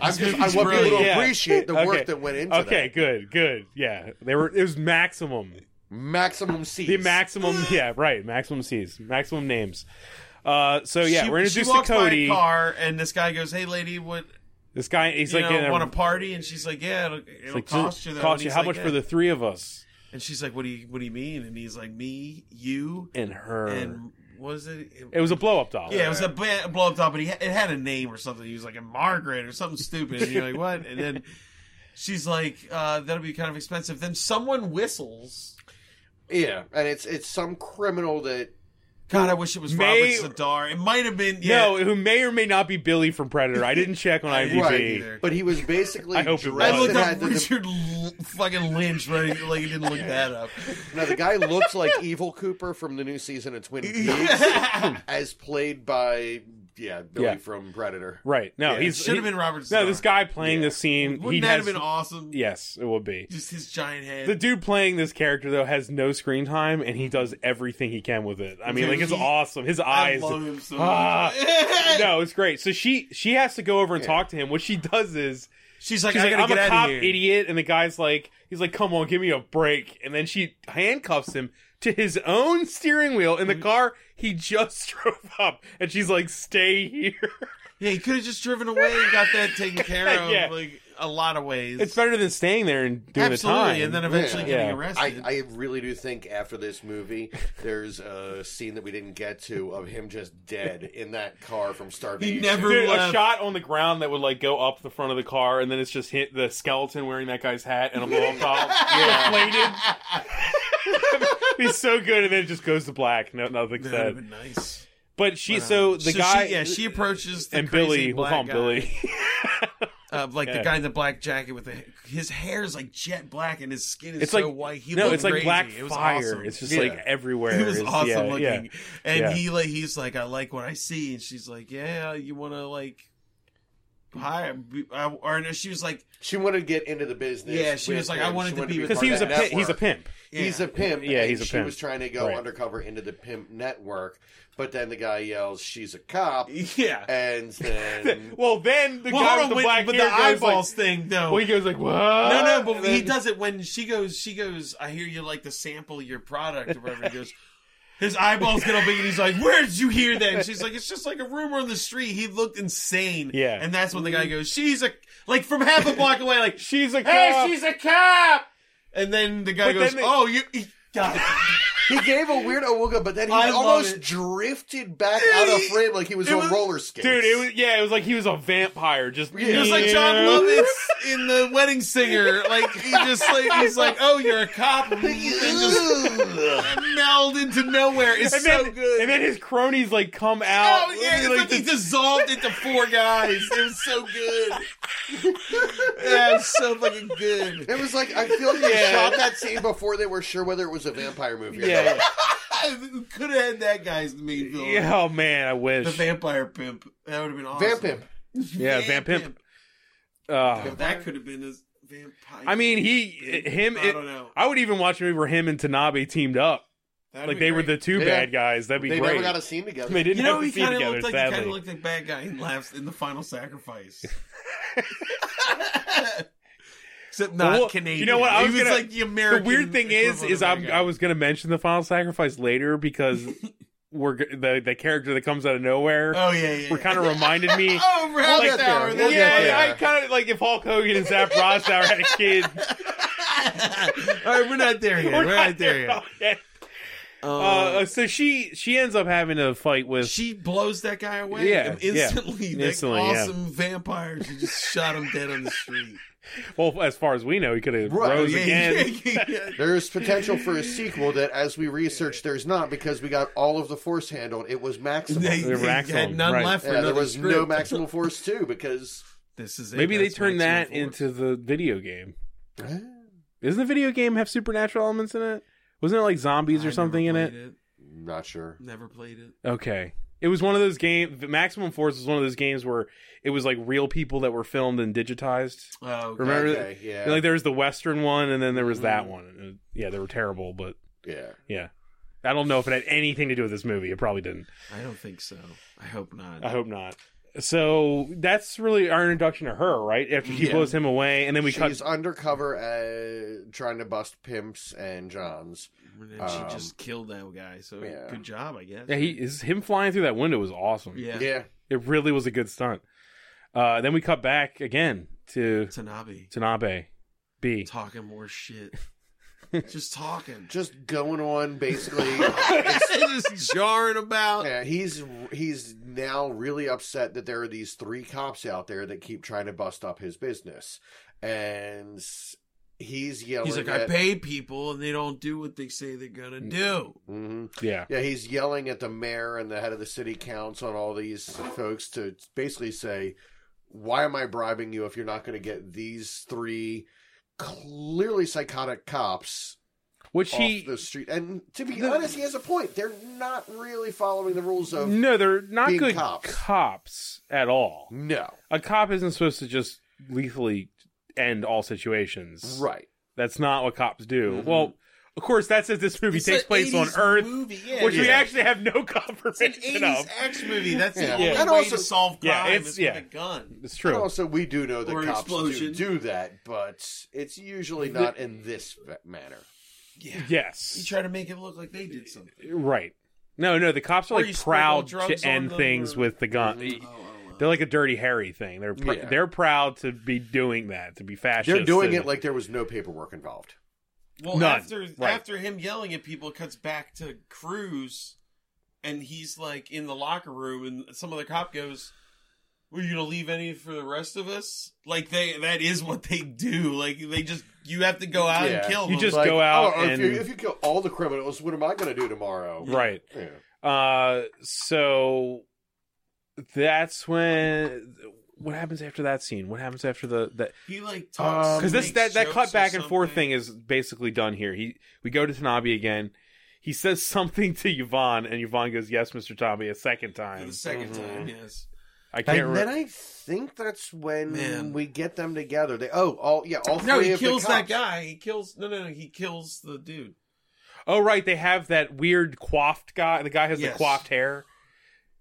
Speaker 2: I'm just, I want
Speaker 11: movie's
Speaker 2: people to
Speaker 11: brilliant.
Speaker 2: Oh, appreciate the
Speaker 3: Okay.
Speaker 2: work that went into
Speaker 3: okay,
Speaker 2: that.
Speaker 3: good, good. Yeah, they were. It was maximum.
Speaker 2: Maximum C.
Speaker 3: The maximum. Yeah, right. Maximum C's. Maximum names. Uh, so yeah,
Speaker 11: she,
Speaker 3: we're introduced
Speaker 11: she
Speaker 3: to
Speaker 11: walks
Speaker 3: Cody.
Speaker 11: By a car, and this guy goes, "Hey, lady, what?
Speaker 3: This guy, he's
Speaker 11: you
Speaker 3: like, in
Speaker 11: know,
Speaker 3: a-
Speaker 11: want a party?" And she's like, "Yeah, it'll, it'll
Speaker 3: like,
Speaker 11: cost you. Though.
Speaker 3: cost
Speaker 11: And
Speaker 3: you
Speaker 11: he's
Speaker 3: how
Speaker 11: like,
Speaker 3: much
Speaker 11: yeah.
Speaker 3: for the three of us
Speaker 11: And she's like, "What do you What do you mean?" And he's like, "Me, you,
Speaker 3: and her.
Speaker 11: and was it?"
Speaker 3: it was a blow up doll.
Speaker 11: yeah, it was a ba- blow up top, but he, it had a name or something. He was like a Margaret or something stupid. And you're like, "What?" And then she's like, uh, "That'll be kind of expensive." Then someone whistles.
Speaker 2: Yeah, and it's it's some criminal that
Speaker 11: God, I wish it was
Speaker 3: May-
Speaker 11: Robert Sadar. It might have been. Yeah,
Speaker 3: No, who may or may not be Billy from Predator. I didn't check on IMDb.
Speaker 11: Right. either.
Speaker 2: But he was basically
Speaker 3: I hope it
Speaker 11: I
Speaker 3: was.
Speaker 2: dressed
Speaker 11: looked
Speaker 2: and
Speaker 11: up
Speaker 2: had the,
Speaker 11: Richard L- fucking Lynch, but I, like, I didn't look that up.
Speaker 2: now the guy looks like Evil Cooper from the new season of Twin Peaks, as played by yeah Billy
Speaker 3: Yeah.
Speaker 2: from Predator.
Speaker 3: Right. No,
Speaker 2: Yeah,
Speaker 3: he's
Speaker 11: Should have
Speaker 3: he-
Speaker 11: been Robert.
Speaker 3: No,
Speaker 11: Starr.
Speaker 3: this guy playing this scene.
Speaker 11: Wouldn't
Speaker 3: he
Speaker 11: that
Speaker 3: has,
Speaker 11: have been awesome?
Speaker 3: Yes, it would be.
Speaker 11: Just his giant head.
Speaker 3: The dude playing this character though has no screen time, and he does everything he can with it. I mean,
Speaker 11: Dude,
Speaker 3: like it's
Speaker 11: he-
Speaker 3: awesome. His
Speaker 11: I
Speaker 3: eyes.
Speaker 11: love him so
Speaker 3: Ah.
Speaker 11: much.
Speaker 3: No, it's great. So she she has to go over and talk to him. What she does is
Speaker 11: She's like,
Speaker 3: she's
Speaker 11: I
Speaker 3: like,
Speaker 11: gotta
Speaker 3: "I'm
Speaker 11: get
Speaker 3: a
Speaker 11: out
Speaker 3: cop
Speaker 11: of here.
Speaker 3: idiot," and the guy's like, "He's like, come on, give me a break." And then she handcuffs him to his own steering wheel in the car he just drove up, and she's like, "Stay here."
Speaker 11: Yeah, he could have just driven away and got that taken care of.
Speaker 3: Yeah.
Speaker 11: Like a lot of ways.
Speaker 3: It's better than staying there and doing
Speaker 11: absolutely,
Speaker 3: the time.
Speaker 11: and then eventually
Speaker 2: Yeah.
Speaker 11: getting
Speaker 3: Yeah.
Speaker 2: I,
Speaker 11: arrested.
Speaker 2: I really do think after this movie, there's a scene that we didn't get to of him just dead in that car from starvation.
Speaker 11: he never
Speaker 3: Dude,
Speaker 11: left.
Speaker 3: a shot on the ground that would like go up the front of the car, and then it's just hit the skeleton wearing that guy's hat and a blow up doll deflated. He's so good, and then it just goes to black. No, nothing
Speaker 11: That would have
Speaker 3: said.
Speaker 11: been nice. Um,
Speaker 3: But she, so the guy,
Speaker 11: she, yeah, she approaches the
Speaker 3: and
Speaker 11: crazy
Speaker 3: Billy, we'll
Speaker 11: black
Speaker 3: call him
Speaker 11: guy,
Speaker 3: Billy.
Speaker 11: uh, like
Speaker 3: Yeah.
Speaker 11: the guy in the black jacket with the his hair is like jet black and his skin is
Speaker 3: It's
Speaker 11: so
Speaker 3: like
Speaker 11: white. He
Speaker 3: no,
Speaker 11: looked
Speaker 3: it's like
Speaker 11: crazy.
Speaker 3: black
Speaker 11: it was
Speaker 3: fire.
Speaker 11: Awesome.
Speaker 3: It's just
Speaker 11: Yeah.
Speaker 3: like everywhere.
Speaker 11: He was
Speaker 3: It's-
Speaker 11: awesome
Speaker 3: yeah,
Speaker 11: looking,
Speaker 3: yeah.
Speaker 11: and
Speaker 3: Yeah.
Speaker 11: he like he's like, I like what I see, and she's like, Yeah, you want to like hire? be- I- Or no, she was like,
Speaker 2: She wanted to get into the business.
Speaker 11: Yeah, she
Speaker 2: with
Speaker 11: was like,
Speaker 2: him.
Speaker 11: I wanted
Speaker 2: She
Speaker 11: to be with
Speaker 3: because he was a
Speaker 11: Part of
Speaker 3: pi-
Speaker 11: that
Speaker 3: he's a
Speaker 2: network.
Speaker 3: pimp.
Speaker 2: He's a pimp.
Speaker 3: Yeah,
Speaker 2: and
Speaker 3: he's a
Speaker 2: she
Speaker 3: pimp.
Speaker 2: was trying to go
Speaker 3: Right.
Speaker 2: undercover into the pimp network, but then the guy yells, "She's a cop,"
Speaker 11: yeah.
Speaker 2: and then
Speaker 3: Well, then the
Speaker 11: Well,
Speaker 3: guy
Speaker 11: hold
Speaker 3: with
Speaker 11: on,
Speaker 3: the
Speaker 11: wait,
Speaker 3: black
Speaker 11: but
Speaker 3: hair
Speaker 11: the
Speaker 3: goes like-
Speaker 11: eyeballs thing though.
Speaker 3: well, he goes like, "What?"
Speaker 11: no, no, but he does it when she goes. She goes. I hear you like to sample your product or whatever. He goes. His eyeballs get all big, and he's like, "Where did you hear that?" And she's like, "It's just like a rumor on the street." He looked insane.
Speaker 3: Yeah.
Speaker 11: and that's when the guy goes, "She's a like from half a block away, like
Speaker 3: She's "Oh." a
Speaker 11: Hey,
Speaker 3: cop.
Speaker 11: she's a cop. And then the guy
Speaker 3: But
Speaker 11: goes,
Speaker 3: then they-
Speaker 11: "Oh, you." he- God.
Speaker 2: He gave a weird awoga, but then he
Speaker 11: I love
Speaker 2: almost
Speaker 11: it.
Speaker 2: drifted back
Speaker 11: Yeah,
Speaker 2: out of
Speaker 11: he-
Speaker 2: frame like he was
Speaker 11: it
Speaker 2: on
Speaker 11: was-
Speaker 2: roller skates.
Speaker 3: Dude, it was yeah, it was like he was a vampire. Just
Speaker 11: It was like John Lovitz in the Wedding Singer. Like he just like he's like, "Oh, you're a cop." And just meld into nowhere. It's
Speaker 3: And
Speaker 11: so
Speaker 3: then,
Speaker 11: good.
Speaker 3: and then his cronies like come out.
Speaker 11: Oh yeah, it's
Speaker 3: Like
Speaker 11: like he
Speaker 3: this-
Speaker 11: dissolved into four guys. It was so good. Yeah, was so fucking good.
Speaker 2: It was like I feel like they shot that scene before they were sure whether it was a vampire movie. or
Speaker 3: Yeah.
Speaker 2: not.
Speaker 11: Could have had that guy's the main villain.
Speaker 3: yeah. Oh man, I
Speaker 11: The
Speaker 3: wish.
Speaker 11: vampire pimp. That would have been awesome.
Speaker 2: Vamp Pimp.
Speaker 3: yeah, Vamp Pimp. Uh,
Speaker 11: That could have been his vampire.
Speaker 3: I mean, he, him.
Speaker 11: I
Speaker 3: It,
Speaker 11: don't know.
Speaker 3: I would even watch a movie where him and Tanabe teamed up.
Speaker 11: That'd
Speaker 3: like
Speaker 11: be
Speaker 3: they were the
Speaker 11: great.
Speaker 3: two
Speaker 2: Yeah.
Speaker 3: bad guys. That'd be
Speaker 2: They
Speaker 3: great.
Speaker 2: never got a scene together.
Speaker 3: they didn't
Speaker 11: You know,
Speaker 3: have
Speaker 11: he
Speaker 3: to feed
Speaker 11: kind of
Speaker 3: together.
Speaker 11: looked like he kind
Speaker 3: sadly,
Speaker 11: of looked like bad guy in last in the final sacrifice. Except not
Speaker 3: Well,
Speaker 11: Canadian.
Speaker 3: you know what? I
Speaker 11: He
Speaker 3: was gonna-
Speaker 11: like the American.
Speaker 3: the weird thing is,
Speaker 11: equivalent
Speaker 3: is
Speaker 11: of
Speaker 3: I'm,
Speaker 11: bad guy.
Speaker 3: I was going to mention the final sacrifice later because we're g- the the character that comes out of nowhere.
Speaker 11: Oh yeah, yeah.
Speaker 3: We're kind of reminded me.
Speaker 11: Oh, we're having
Speaker 2: get
Speaker 11: that
Speaker 2: there.
Speaker 11: hour.
Speaker 2: We'll
Speaker 11: That's
Speaker 2: get
Speaker 11: it.
Speaker 2: there.
Speaker 3: yeah, I kind of like if Hulk Hogan and Zap Rossauer had a kid.
Speaker 11: All right, we're not there yet. We're, not, there yet.
Speaker 3: yet.
Speaker 11: Uh,
Speaker 3: Uh, so she she ends up having to fight with.
Speaker 11: she blows that guy away
Speaker 3: Yeah, yeah.
Speaker 11: instantly. That
Speaker 3: Instantly, yeah.
Speaker 11: awesome vampire. She just shot him dead on the street.
Speaker 3: well, as far as we know, he could have
Speaker 2: Right,
Speaker 3: rose
Speaker 11: Yeah,
Speaker 3: again.
Speaker 11: yeah, yeah.
Speaker 2: There's potential for a sequel that, as we researched, there's not because we got all of the force handled. It was maximum.
Speaker 11: They,
Speaker 3: They're
Speaker 11: they had
Speaker 3: Maximum,
Speaker 11: none
Speaker 3: right.
Speaker 11: left for
Speaker 2: yeah, there
Speaker 11: another
Speaker 2: was
Speaker 11: script.
Speaker 2: no maximal force too because
Speaker 11: This is it.
Speaker 3: Maybe they
Speaker 11: That's
Speaker 3: turn
Speaker 11: Maximum
Speaker 3: that
Speaker 11: Force.
Speaker 3: into the video game. Doesn't the video game have supernatural elements in it? Wasn't it like zombies
Speaker 11: I
Speaker 3: or something in
Speaker 11: never
Speaker 3: it?
Speaker 11: played
Speaker 2: not sure.
Speaker 11: Never played it.
Speaker 3: Okay. It was one of those games. Maximum Force was one of those games where it was like real people that were filmed and digitized.
Speaker 11: Oh, okay.
Speaker 3: Remember?
Speaker 2: Okay, yeah,
Speaker 3: Like there was the Western one, and then there was that one. And, uh, Yeah, they were terrible, but
Speaker 2: yeah.
Speaker 3: yeah. I don't know if it had anything to do with this movie. It probably didn't.
Speaker 11: I don't think so. I hope not.
Speaker 3: I hope not. So that's really our introduction to her, right? After she
Speaker 11: Yeah.
Speaker 3: blows him away, and then we
Speaker 2: She's
Speaker 3: cut.
Speaker 2: undercover, uh, trying to bust pimps and Johns.
Speaker 11: And then
Speaker 2: Um,
Speaker 11: she just killed that guy. So
Speaker 2: yeah.
Speaker 11: good job, I guess.
Speaker 3: Yeah, he his, him flying through that window was awesome.
Speaker 11: Yeah.
Speaker 2: Yeah,
Speaker 3: It really was a good stunt. Uh, then we cut back again to
Speaker 11: Tanabe
Speaker 3: Tanabe B.
Speaker 11: talking more shit. just talking.
Speaker 2: just going on basically.
Speaker 11: just jarring about.
Speaker 2: yeah, he's he's now really upset that there are these three cops out there that keep trying to bust up his business, and he's yelling.
Speaker 11: He's like, I
Speaker 2: at,
Speaker 11: pay people and they don't do what they say they're gonna do.
Speaker 2: Mhm.
Speaker 3: Yeah.
Speaker 2: Yeah, he's yelling at the mayor and the head of the city council and all these folks to basically say, "Why am I bribing you if you're not going to get these three clearly psychotic cops
Speaker 3: Which
Speaker 2: off
Speaker 3: he
Speaker 2: the street?" And to be honest, he has a point. They're not really following the rules of
Speaker 3: no, they're not
Speaker 2: being
Speaker 3: good
Speaker 2: cops.
Speaker 3: cops. at all.
Speaker 2: no,
Speaker 3: A cop isn't supposed to just lethally end all situations.
Speaker 2: right?
Speaker 3: That's not what cops do. Well, of course, that's as this movie
Speaker 11: Mm-hmm.
Speaker 3: takes
Speaker 11: It's an
Speaker 3: place on
Speaker 11: 80s
Speaker 3: Earth,
Speaker 11: movie, yeah,
Speaker 3: which we
Speaker 11: yeah.
Speaker 3: actually have no
Speaker 11: It's an
Speaker 3: confirmation
Speaker 11: eighties
Speaker 3: of.
Speaker 11: action movie. That's
Speaker 2: Yeah.
Speaker 11: the only
Speaker 2: Yeah. And
Speaker 11: way
Speaker 2: also-
Speaker 11: to solve crime
Speaker 3: Yeah, it's-
Speaker 11: is
Speaker 3: yeah.
Speaker 11: with a gun.
Speaker 3: It's
Speaker 2: And
Speaker 3: true.
Speaker 2: also, we do know that
Speaker 11: Or an
Speaker 2: cops do,
Speaker 11: explosion.
Speaker 2: do that, but it's usually not in this va- manner.
Speaker 11: Yeah. You
Speaker 3: Yes.
Speaker 11: try to make it look like they did something.
Speaker 3: Right. No, no. The cops are
Speaker 11: Or
Speaker 3: like
Speaker 11: you
Speaker 3: proud
Speaker 11: sprinkle
Speaker 3: to
Speaker 11: drugs on
Speaker 3: end
Speaker 11: them
Speaker 3: things
Speaker 11: or-
Speaker 3: with the gun.
Speaker 11: Oh, oh, oh.
Speaker 3: They're like a dirty Harry thing. They're pr-
Speaker 2: Yeah.
Speaker 3: they're proud to be doing that, to be fascist.
Speaker 2: They're doing
Speaker 3: and-
Speaker 2: it like there was no paperwork involved.
Speaker 11: Well,
Speaker 3: None.
Speaker 11: after
Speaker 3: Right.
Speaker 11: after him yelling at people, it cuts back to Cruz, and he's like in the locker room, and some other cop goes, "Were you gonna leave any for the rest of us?" Like they that is what they do. Like they just you have to go out
Speaker 2: Yeah.
Speaker 11: and kill
Speaker 3: You
Speaker 11: them.
Speaker 3: just-
Speaker 2: Like,
Speaker 3: go out
Speaker 2: oh, if, you,
Speaker 3: and-
Speaker 2: if you kill all the criminals, what am I going to do tomorrow?
Speaker 3: right.
Speaker 2: Yeah.
Speaker 3: Uh, so that's when. What happens after that scene? What happens after the that?
Speaker 11: he like
Speaker 2: Um,
Speaker 11: talks
Speaker 3: Because this
Speaker 11: makes
Speaker 3: that that
Speaker 11: jokes
Speaker 3: cut
Speaker 11: or
Speaker 3: back and forth
Speaker 11: something.
Speaker 3: thing is basically done here. He we go to Tanabe again. He says something to Yvonne, and Yvonne goes, "Yes, Mister Tanabe," a second
Speaker 11: for
Speaker 3: time.
Speaker 11: the 2nd
Speaker 2: Mm-hmm.
Speaker 11: time. Yes,
Speaker 3: I can't
Speaker 2: And then
Speaker 3: remember.
Speaker 2: I think that's when
Speaker 11: Man.
Speaker 2: we get them together. They oh all yeah all three
Speaker 11: no, he
Speaker 2: of
Speaker 11: kills
Speaker 2: the cops.
Speaker 11: that guy. He kills no, no, no, he kills the dude.
Speaker 3: Oh, right, they have that weird coiffed guy. The guy has
Speaker 11: Yes.
Speaker 3: the coiffed hair.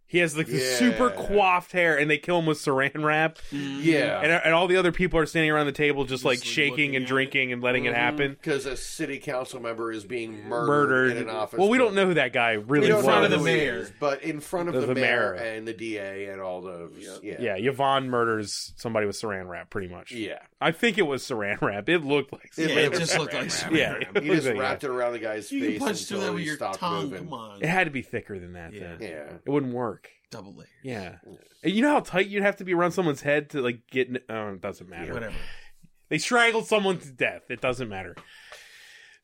Speaker 3: He has like the super
Speaker 2: Yeah.
Speaker 3: coiffed hair, and they kill him with Saran wrap.
Speaker 2: Yeah,
Speaker 3: Mm-hmm. and, and all the other people are standing around the table just, like
Speaker 11: like,
Speaker 3: shaking
Speaker 11: looking
Speaker 3: and
Speaker 11: at
Speaker 3: drinking and letting
Speaker 2: Mm-hmm.
Speaker 3: it happen.
Speaker 2: because a city council member is being murdered,
Speaker 3: Murdered.
Speaker 2: in an office.
Speaker 3: well, we don't
Speaker 2: building.
Speaker 3: know who that guy really
Speaker 2: We don't
Speaker 3: was.
Speaker 11: In front
Speaker 2: know
Speaker 11: of the
Speaker 2: who he
Speaker 11: mayor.
Speaker 2: is, but in front of
Speaker 3: The-
Speaker 2: the,
Speaker 3: the
Speaker 2: mayor
Speaker 3: mayor.
Speaker 2: and the DA and all those. Yeah,
Speaker 3: yeah, Yvonne murders somebody with Saran wrap, pretty much.
Speaker 2: yeah.
Speaker 3: I think it was Saran wrap. It looked like
Speaker 2: It
Speaker 3: Saran
Speaker 11: Yeah, it
Speaker 3: wrap.
Speaker 11: just looked like
Speaker 3: Yeah, it
Speaker 11: Spider-Man.
Speaker 2: He
Speaker 3: looked
Speaker 2: just
Speaker 3: like-
Speaker 2: wrapped it around the guy's
Speaker 11: You
Speaker 2: face
Speaker 11: can punch through
Speaker 2: until
Speaker 11: that with
Speaker 2: he
Speaker 11: your
Speaker 2: stopped
Speaker 11: tongue.
Speaker 2: moving.
Speaker 11: Come on,
Speaker 3: It had to be thicker than that.
Speaker 11: Yeah.
Speaker 3: Then.
Speaker 2: Yeah,
Speaker 3: It wouldn't work.
Speaker 11: double layer.
Speaker 3: Yeah. And you know how tight you'd have to be around someone's head to like get. n- Oh, it doesn't matter.
Speaker 11: Whatever.
Speaker 3: They strangled someone to death. It doesn't matter.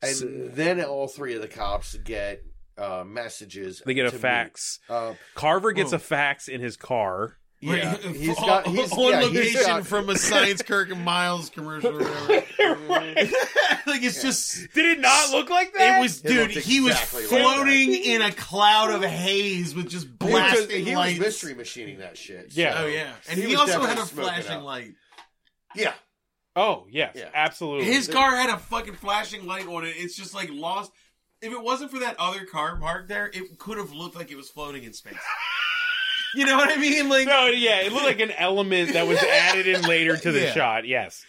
Speaker 2: and then all three of the cops get uh, messages.
Speaker 3: They get a
Speaker 2: to meet.
Speaker 3: fax.
Speaker 2: Uh,
Speaker 11: Oh.
Speaker 3: Carver gets
Speaker 11: Whoa.
Speaker 3: a fax in his car.
Speaker 2: Yeah,
Speaker 11: Like,
Speaker 2: he's
Speaker 11: on-
Speaker 2: got- he's-
Speaker 11: on
Speaker 2: yeah, he's
Speaker 11: location
Speaker 2: got-
Speaker 11: from a Science Kirk and Miles commercial or whatever. like it's just
Speaker 3: Did it not look like that?
Speaker 11: it was
Speaker 2: It
Speaker 11: dude,
Speaker 2: looked
Speaker 11: he was
Speaker 2: exactly like
Speaker 11: floating in a cloud of haze with just
Speaker 2: He was just-
Speaker 11: blasting
Speaker 2: he was
Speaker 11: lights.
Speaker 2: mystery machining that shit. so-
Speaker 3: Yeah.
Speaker 11: Oh yeah. And
Speaker 2: He
Speaker 11: he,
Speaker 2: was
Speaker 11: also had
Speaker 2: definitely
Speaker 11: a
Speaker 2: smoking
Speaker 11: flashing
Speaker 2: out.
Speaker 11: light.
Speaker 2: yeah.
Speaker 3: Oh yes,
Speaker 2: Yeah.
Speaker 3: absolutely.
Speaker 11: His car had a fucking flashing light on it. It's just like lost. If it wasn't for that other car parked there, it could have looked like it was floating in space. you know what I mean? Like
Speaker 3: no, yeah, it looked like an element that was added in later to the
Speaker 11: Yeah.
Speaker 3: shot. Yes,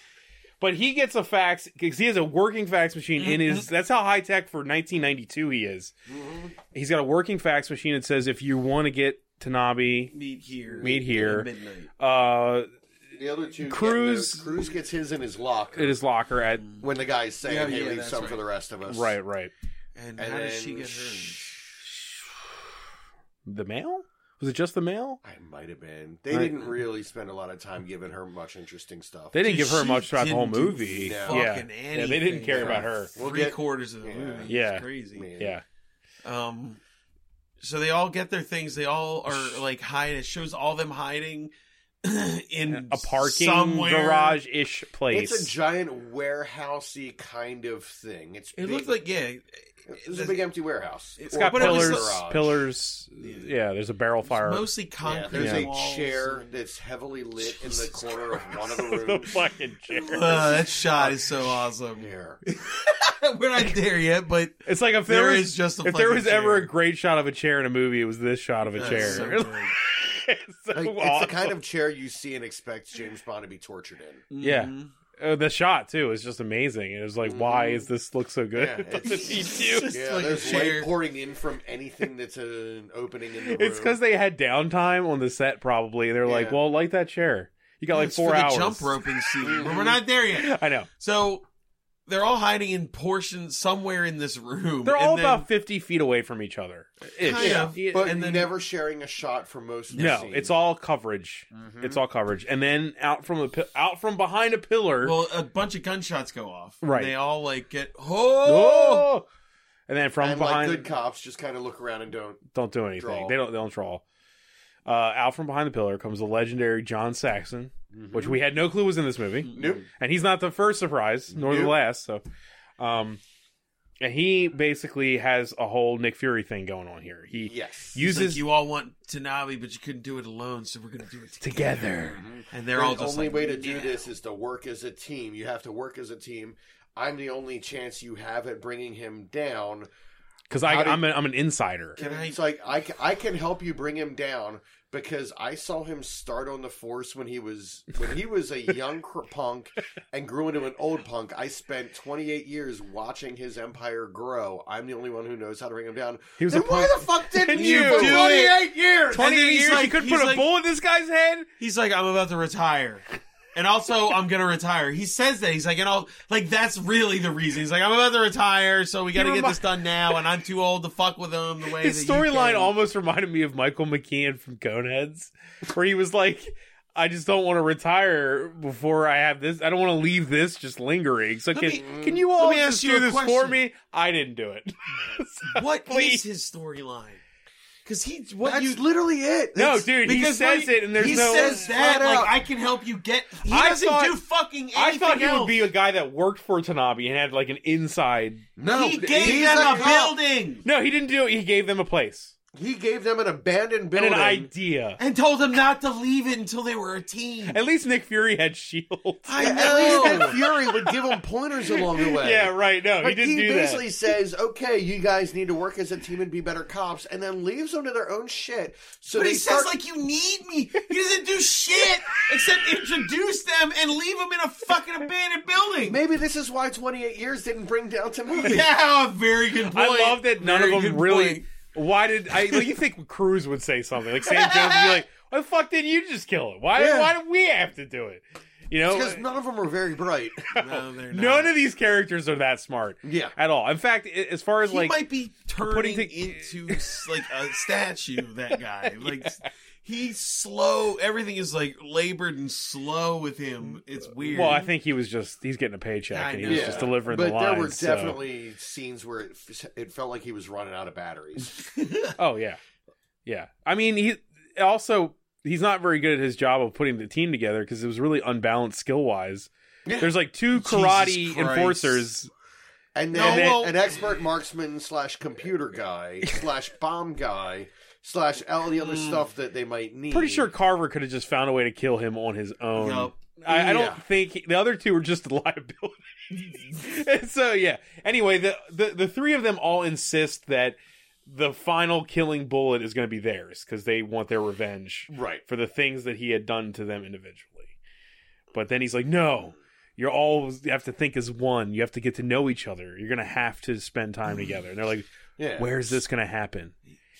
Speaker 3: but he gets a fax because he has a working fax machine in his. That's how high tech for 1992 he is.
Speaker 11: Mm-hmm.
Speaker 3: He's got a working fax machine that says if you want to get Tanabe,
Speaker 11: meet here.
Speaker 3: Meet here.
Speaker 11: at midnight.
Speaker 3: uh,
Speaker 2: The other two. get
Speaker 3: Cruz-
Speaker 2: those. Cruz gets his in his locker
Speaker 3: it is locker at
Speaker 2: when the guy's saying,
Speaker 11: Yeah,
Speaker 2: "Hey,
Speaker 11: yeah,
Speaker 2: leave
Speaker 11: that's
Speaker 2: some for
Speaker 11: right.
Speaker 2: the rest of us."
Speaker 3: right, right.
Speaker 11: And,
Speaker 2: And
Speaker 11: how does
Speaker 2: then-
Speaker 11: she get hers?
Speaker 3: The mail was it just the mail?
Speaker 2: I might have been. They
Speaker 3: Right.
Speaker 2: didn't really spend a lot of time giving her much interesting stuff.
Speaker 3: They didn't
Speaker 11: Dude,
Speaker 3: give her
Speaker 11: she
Speaker 3: much throughout the whole
Speaker 11: didn't do
Speaker 3: movie.
Speaker 2: fucking
Speaker 3: yeah. yeah, they didn't care about her.
Speaker 11: Three
Speaker 2: We'll get-
Speaker 11: quarters of the
Speaker 2: Yeah.
Speaker 11: movie.
Speaker 3: Yeah.
Speaker 11: It's crazy.
Speaker 2: Man.
Speaker 3: Yeah,
Speaker 11: Um, so they all get their things. They all are like hide. It shows all them hiding in
Speaker 3: a parking
Speaker 11: somewhere.
Speaker 3: garage ish place.
Speaker 2: It's a giant warehousey kind of thing. It's
Speaker 11: It
Speaker 2: big,
Speaker 11: looked like yeah.
Speaker 2: it's a big empty warehouse.
Speaker 11: It's
Speaker 3: It's got
Speaker 11: But it was
Speaker 3: pillars,
Speaker 2: garage.
Speaker 3: pillars. Yeah, there's a barrel fire.
Speaker 11: Mostly
Speaker 2: Yeah,
Speaker 11: concrete.
Speaker 2: there's
Speaker 11: walls.
Speaker 2: a chair that's heavily lit in the corner of one of the
Speaker 3: the
Speaker 2: rooms.
Speaker 3: fucking chair.
Speaker 11: Uh, that shot is so awesome.
Speaker 2: Here.
Speaker 11: We're not there yet, but
Speaker 3: It's like if there,
Speaker 11: there
Speaker 3: was,
Speaker 11: is just a
Speaker 3: if there
Speaker 11: fucking
Speaker 3: was ever
Speaker 11: chair.
Speaker 3: a great shot of a chair in a movie, it was this shot of a
Speaker 11: that's
Speaker 3: chair.
Speaker 11: so
Speaker 3: It's
Speaker 11: good.
Speaker 3: so
Speaker 2: Like, it's the
Speaker 3: awesome.
Speaker 2: kind of chair you see and expect James Bond to be tortured in.
Speaker 3: Yeah.
Speaker 11: Mhm.
Speaker 3: Uh, the shot too is just amazing. It was like, why is this look so good?
Speaker 2: Yeah,
Speaker 3: What
Speaker 2: it's-
Speaker 3: did he do?
Speaker 11: Mm-hmm. It's
Speaker 2: Yeah,
Speaker 11: like a
Speaker 2: there's
Speaker 11: chair.
Speaker 2: light pouring in from anything that's an opening in the room.
Speaker 3: It's because they had downtime on the set, probably. They're like,
Speaker 2: Yeah.
Speaker 3: well, light that chair. You got like
Speaker 11: It's
Speaker 3: four
Speaker 11: for
Speaker 3: hours.
Speaker 11: The jump roping scene. but we're not there yet.
Speaker 3: I know.
Speaker 11: So they're all hiding in portions somewhere in this room.
Speaker 3: They're
Speaker 11: and
Speaker 3: all
Speaker 11: then-
Speaker 3: about fifty feet away from each other. Ish.
Speaker 11: Kind of,
Speaker 3: Yeah.
Speaker 2: but
Speaker 11: and then-
Speaker 2: never sharing a shot for most of the
Speaker 3: No,
Speaker 2: scene.
Speaker 3: it's all coverage.
Speaker 2: Mm-hmm.
Speaker 3: It's all coverage, and then out from the pi- out from behind a pillar.
Speaker 11: Well, a bunch of gunshots go off. and
Speaker 3: Right.
Speaker 11: They all like get oh,
Speaker 3: Oh! And then from
Speaker 2: and
Speaker 3: behind,
Speaker 2: like good cops just kind of look around and don't.
Speaker 3: don't do anything.
Speaker 2: Draw.
Speaker 3: They don't. They don't draw. Uh, out from behind the pillar comes the legendary John Saxon, which we had no clue was in this movie,
Speaker 2: Mm-hmm. Nope.
Speaker 3: and he's not the first surprise nor the
Speaker 2: Nope.
Speaker 3: last. So, um, and he basically has a whole Nick Fury thing going on here. He
Speaker 2: Yes.
Speaker 11: It's
Speaker 3: uses
Speaker 11: like you all want Tanabe, but you couldn't do it alone, so we're gonna do it together.
Speaker 3: together.
Speaker 2: Mm-hmm.
Speaker 11: And they're all
Speaker 2: the
Speaker 11: just
Speaker 2: only
Speaker 11: like,
Speaker 2: way to do this is to work as a team. You have to work as a team. I'm the only chance you have at bringing him down.
Speaker 3: Because I
Speaker 2: How do-
Speaker 3: I'm, a, I'm an insider.
Speaker 11: Can I?
Speaker 2: It's like I, ca- I can help you bring him down because I saw him start on the force when he was when he was a young cr- punk and grew into an old punk. I spent 28 years watching his empire grow. I'm the only one who knows how to bring him down.
Speaker 3: He was
Speaker 2: then
Speaker 3: a
Speaker 2: why
Speaker 3: punk-
Speaker 2: the fuck didn't
Speaker 3: Didn't
Speaker 2: you
Speaker 3: you
Speaker 2: for
Speaker 3: do it?
Speaker 2: 28 years?
Speaker 3: Twenty
Speaker 11: then he's
Speaker 3: years,
Speaker 11: like-
Speaker 3: you could
Speaker 11: he's
Speaker 3: put a
Speaker 11: like-
Speaker 3: bullet in this guy's head.
Speaker 11: He's like, I'm about to retire. And also, I'm gonna retire. He says that he's like, and all like that's really the reason. He's like, I'm about to retire, so we got to
Speaker 3: He
Speaker 11: get
Speaker 3: remi-
Speaker 11: this done now. And I'm too old to fuck with him. The way
Speaker 3: His
Speaker 11: that you
Speaker 3: storyline
Speaker 11: can.
Speaker 3: almost reminded me of Michael McKean from Coneheads, where he was like, I just don't want to retire before I have this. I don't want to leave this just lingering. So can,
Speaker 11: Let me-
Speaker 3: can you all
Speaker 11: me
Speaker 3: just
Speaker 11: ask you
Speaker 3: do
Speaker 11: a
Speaker 3: this for
Speaker 11: question.
Speaker 3: me? I didn't do it. So,
Speaker 11: What is
Speaker 3: please.
Speaker 11: his storyline? Because he, what
Speaker 2: That's
Speaker 11: you
Speaker 2: literally it.
Speaker 3: No,
Speaker 2: That's-
Speaker 3: dude, he
Speaker 11: because,
Speaker 3: says
Speaker 11: like,
Speaker 3: it and there's
Speaker 11: he
Speaker 3: no.
Speaker 11: says that
Speaker 2: Flat
Speaker 11: like
Speaker 2: out.
Speaker 11: I can help you get. He
Speaker 3: I
Speaker 11: doesn't
Speaker 3: thought-
Speaker 11: do fucking anything
Speaker 3: I thought he
Speaker 11: else.
Speaker 3: would be a guy that worked for Tanabe and had like an inside.
Speaker 2: no,
Speaker 11: He gave
Speaker 2: he's
Speaker 11: them a
Speaker 2: a cop.
Speaker 11: building
Speaker 3: No, he didn't do it. He gave them a place
Speaker 2: He gave them an abandoned
Speaker 3: and
Speaker 2: building.
Speaker 3: an idea.
Speaker 11: and told them not to leave it until they were a team.
Speaker 3: At least Nick Fury had shield.
Speaker 11: I
Speaker 2: At least
Speaker 11: know.
Speaker 2: Nick Fury would give him pointers along the way.
Speaker 3: yeah, right. No, he
Speaker 2: Like,
Speaker 3: didn't do
Speaker 2: basically
Speaker 3: that.
Speaker 2: says, "Okay, you guys need to work as a team and be better cops," and then leaves them to their own shit. So
Speaker 11: But
Speaker 2: they
Speaker 11: he
Speaker 2: start,
Speaker 11: says like you need me. He doesn't do shit except introduce them and leave them in a fucking abandoned building.
Speaker 2: maybe this is why 28 years didn't bring down to movie.
Speaker 11: Yeah, very good point.
Speaker 3: I love that none
Speaker 11: Very
Speaker 3: of
Speaker 11: good
Speaker 3: them really.
Speaker 11: point.
Speaker 3: Why did I? Like, you think Cruz would say something like Sam Jones would be like, "Why the fuck didn't you just kill him? Why?
Speaker 2: Yeah.
Speaker 3: Why did we have to do it? You know, uh,
Speaker 2: Because none of them are very bright.
Speaker 11: No, they're not.
Speaker 3: none of these characters are that smart.
Speaker 2: Yeah.
Speaker 3: at all. In fact, i- as far as
Speaker 11: he
Speaker 3: like,
Speaker 11: might be turning
Speaker 3: putting the-
Speaker 11: into like a statue. That guy, like he's slow. Everything is like labored and slow with him. It's weird.
Speaker 3: well, I think he was just—he's getting a paycheck
Speaker 11: I
Speaker 3: and he
Speaker 11: know.
Speaker 3: was
Speaker 11: Yeah.
Speaker 3: just delivering
Speaker 2: but
Speaker 3: the lines.
Speaker 2: there were
Speaker 3: so-
Speaker 2: definitely scenes where it, f- it felt like he was running out of batteries.
Speaker 3: Oh yeah, yeah. I mean, he also he's not very good at his job of putting the team together because it was really unbalanced skill wise. There's like two karate
Speaker 11: Christ.
Speaker 3: enforcers.
Speaker 2: And
Speaker 11: No,
Speaker 2: then
Speaker 11: well-
Speaker 2: an expert marksman slash computer guy slash bomb guy slash all the
Speaker 11: Mm.
Speaker 2: other stuff that they might need.
Speaker 3: Pretty sure Carver could have just found a way to kill him on his own.
Speaker 11: Nope.
Speaker 3: I, I
Speaker 2: Yeah.
Speaker 3: don't think the other two were just a liability. and so yeah. Anyway, the, the the three of them all insist that the final killing bullet is going to be theirs because they want their revenge
Speaker 2: Right.
Speaker 3: for the things that he had done to them individually. But then he's like, "No, you're all you have to think as one. You have to get to know each other. You're going to have to spend time together." And they're like,
Speaker 2: Yeah.
Speaker 3: "Where's this going to happen?"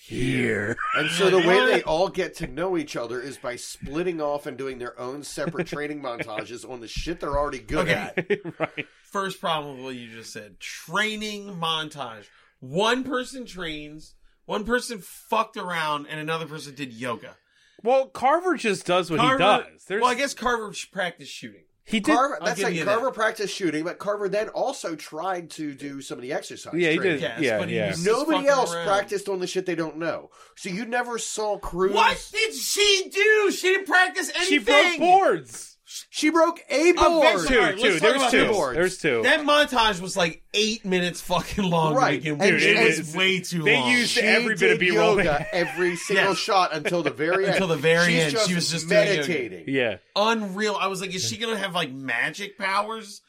Speaker 3: Here.
Speaker 2: And so the way they all get to know each other is by splitting off and doing their own separate training montages on the shit they're already good
Speaker 11: Okay.
Speaker 2: at.
Speaker 3: right.
Speaker 11: First problem of what you just said. Training montage. One person trains, one person fucked around, and another person did yoga.
Speaker 3: Well, Carver just does what
Speaker 11: Carver-
Speaker 3: he does. There's,
Speaker 11: Well, I guess Carver sh- practiced shooting.
Speaker 3: he did.
Speaker 2: Carver,
Speaker 11: I'll
Speaker 2: that's
Speaker 11: give
Speaker 2: like
Speaker 11: you
Speaker 2: Carver
Speaker 11: that.
Speaker 2: practiced shooting, but Carver then also tried to do some of the exercise.
Speaker 3: Yeah, he
Speaker 2: training.
Speaker 3: did.
Speaker 11: Yes,
Speaker 3: Yeah,
Speaker 11: but he
Speaker 3: yeah.
Speaker 11: was just
Speaker 2: Nobody
Speaker 11: fucking
Speaker 2: else
Speaker 11: around.
Speaker 2: practiced on the shit they don't know. So you never saw Cruz.
Speaker 11: What did she do? She didn't practice
Speaker 3: she
Speaker 11: anything.
Speaker 3: broke boards.
Speaker 2: She broke a board.
Speaker 11: bet you-
Speaker 3: Two,
Speaker 11: All right,
Speaker 3: two.
Speaker 11: let's talk
Speaker 3: There's
Speaker 11: about
Speaker 3: two.
Speaker 11: the
Speaker 2: boards.
Speaker 3: There's two.
Speaker 11: That montage was like eight minutes fucking long.
Speaker 2: Right.
Speaker 11: Dude,
Speaker 2: And-
Speaker 11: it
Speaker 2: and-
Speaker 11: was way too
Speaker 3: they
Speaker 11: long.
Speaker 3: used
Speaker 2: She
Speaker 3: every bit of
Speaker 2: did
Speaker 3: B-roll they
Speaker 2: yoga every single
Speaker 11: Yes.
Speaker 2: shot until the very end.
Speaker 11: Until the very
Speaker 2: She's
Speaker 11: end,
Speaker 2: Just
Speaker 11: she was just doing yoga.
Speaker 2: meditating.
Speaker 3: yeah.
Speaker 11: Unreal. I was like, is she gonna have like magic powers?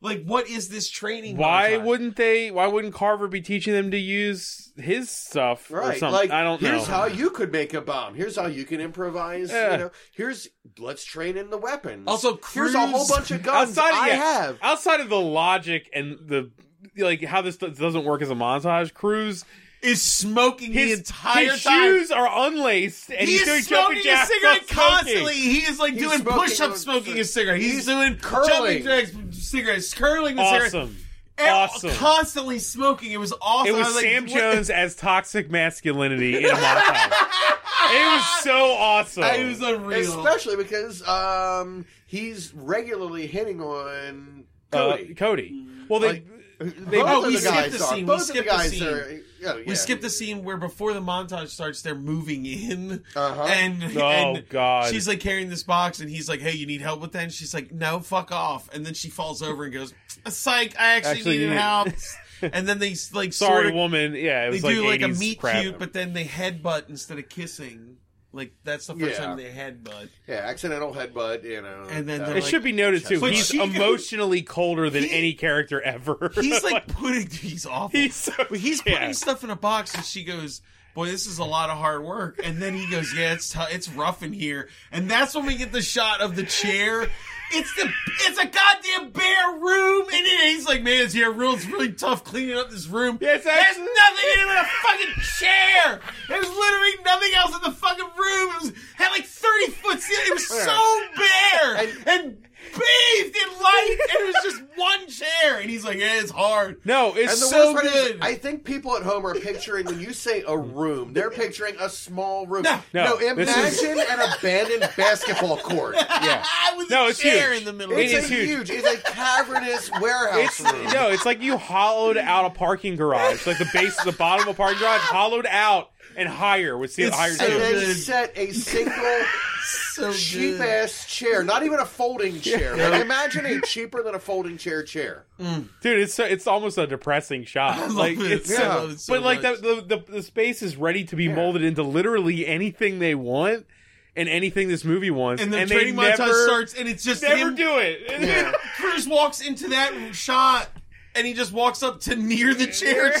Speaker 11: Like, what is this training?
Speaker 3: Why
Speaker 11: montage?
Speaker 3: wouldn't they? Why wouldn't Carver be teaching them to use his stuff or
Speaker 2: Right,
Speaker 3: something?
Speaker 2: like
Speaker 3: I don't know.
Speaker 2: here's how you could make a bomb. Here's how you can improvise.
Speaker 3: Yeah.
Speaker 2: You know, here's let's train in the weapons.
Speaker 11: Also,
Speaker 2: here's a whole
Speaker 11: Cruz-
Speaker 2: bunch of guns
Speaker 3: outside of,
Speaker 2: I
Speaker 3: yeah,
Speaker 2: have.
Speaker 3: outside of the logic and the like, how this does- doesn't work as a montage. Cruz,
Speaker 11: is smoking
Speaker 3: his,
Speaker 11: the entire
Speaker 3: his
Speaker 11: time?
Speaker 3: shoes are unlaced and
Speaker 11: he
Speaker 3: he's doing
Speaker 11: is
Speaker 3: jumping
Speaker 11: smoking a
Speaker 3: jacks while
Speaker 11: cigarette
Speaker 3: smoking.
Speaker 11: constantly. He is like
Speaker 2: He's
Speaker 11: doing
Speaker 2: smoking
Speaker 11: push-ups,
Speaker 2: on-
Speaker 11: smoking a cigarette. He's,
Speaker 2: He's
Speaker 11: doing
Speaker 2: curling.
Speaker 11: jumping jacks, cigarettes, curling the cigarette,
Speaker 3: Awesome.
Speaker 11: And
Speaker 3: Awesome.
Speaker 11: constantly smoking. It was
Speaker 3: It
Speaker 11: awesome. I
Speaker 3: was
Speaker 11: like,
Speaker 3: Sam
Speaker 11: what-
Speaker 3: Jones as toxic masculinity in a montage. it was so awesome.
Speaker 11: It was unreal.
Speaker 2: Especially because um, he's regularly hitting on
Speaker 3: Uh,
Speaker 2: Cody.
Speaker 3: Cody. Well, they.
Speaker 2: Like,
Speaker 3: they
Speaker 2: both
Speaker 11: oh,
Speaker 2: of
Speaker 11: we
Speaker 2: the
Speaker 11: skipped
Speaker 2: guys
Speaker 11: the
Speaker 2: are.
Speaker 11: scene. We
Speaker 2: Both of the
Speaker 11: skipped the
Speaker 2: guys
Speaker 11: scene.
Speaker 2: are. oh, yeah.
Speaker 11: We skipped the scene where before the montage starts, they're moving in,
Speaker 2: Uh-huh.
Speaker 11: and
Speaker 3: Oh,
Speaker 11: and
Speaker 3: God.
Speaker 11: she's like carrying this box, and he's like, "Hey, you need help with that?" And she's like, "No, fuck off!" And then she falls over and goes, "Psych, I actually,
Speaker 3: Actually,
Speaker 11: needed
Speaker 3: you-
Speaker 11: help." and then they like
Speaker 3: sorry,
Speaker 11: sorta-
Speaker 3: woman. Yeah, it
Speaker 11: they
Speaker 3: was
Speaker 11: do
Speaker 3: like
Speaker 11: like a
Speaker 3: 80s
Speaker 11: meet
Speaker 3: crap.
Speaker 11: cute, but then they headbutt instead of kissing. Like that's the first
Speaker 2: Yeah.
Speaker 11: time they headbutt.
Speaker 2: yeah, accidental headbutt. You know,
Speaker 11: And then
Speaker 2: uh,
Speaker 11: they're
Speaker 3: it
Speaker 11: like-
Speaker 3: should be noted too.
Speaker 11: But
Speaker 3: He's
Speaker 11: she-
Speaker 3: emotionally colder than
Speaker 11: He-
Speaker 3: any character ever.
Speaker 11: He's like putting he's awful.
Speaker 3: He's so-
Speaker 11: But he's putting
Speaker 3: yeah.
Speaker 11: stuff in a box, and she goes, "Boy, this is a lot of hard work." And then he goes, "Yeah, it's tou- it's rough in here." And that's when we get the shot of the chair. It's the it's a goddamn bare room, and it, he's like, "Man, it's here real. It's really tough cleaning up this room."
Speaker 3: Yeah, it's
Speaker 11: There's
Speaker 3: actually-
Speaker 11: nothing in it but a fucking chair. There's literally nothing else in the fucking room. It was had like thirty foot ceiling. It was so bare and, bathed in light, and it was just one chair. And he's like, "Yeah, it's hard."
Speaker 3: no,
Speaker 2: And
Speaker 3: it's
Speaker 2: the
Speaker 3: so
Speaker 2: worst part is,
Speaker 11: good.
Speaker 2: I think people at home are picturing when you say a room, they're picturing a small room.
Speaker 11: No.
Speaker 3: No, this is-
Speaker 2: imagine an abandoned basketball court.
Speaker 3: yeah.
Speaker 11: With
Speaker 3: No,
Speaker 11: a
Speaker 3: it's
Speaker 11: chair
Speaker 3: huge.
Speaker 11: in the middle.
Speaker 2: It's
Speaker 3: It
Speaker 2: a
Speaker 3: is
Speaker 2: huge.
Speaker 3: huge.
Speaker 2: It's a cavernous warehouse
Speaker 3: It's,
Speaker 2: room.
Speaker 3: no, it's like you hollowed out a parking garage, like the base, the bottom of a parking garage, hollowed out and higher with see
Speaker 11: It's
Speaker 3: higher.
Speaker 11: so
Speaker 2: and then
Speaker 11: good.
Speaker 2: set a single
Speaker 11: so
Speaker 2: cheap
Speaker 11: good.
Speaker 2: ass chair, not even a folding chair. Like, imagine a cheaper than a folding chair chair.
Speaker 3: dude it's so, it's almost a depressing shot
Speaker 11: I love
Speaker 3: like
Speaker 11: it.
Speaker 3: it's
Speaker 11: I
Speaker 3: so-
Speaker 11: love it so
Speaker 3: but like
Speaker 11: much.
Speaker 3: the, the the the space is ready to be molded into literally anything they want and anything this movie wants
Speaker 11: And the
Speaker 3: and they
Speaker 11: training montage
Speaker 3: never
Speaker 11: starts, and it's just
Speaker 3: never
Speaker 11: him.
Speaker 3: do it
Speaker 11: Cruz walks into that shot, and he just walks up to near the chair, and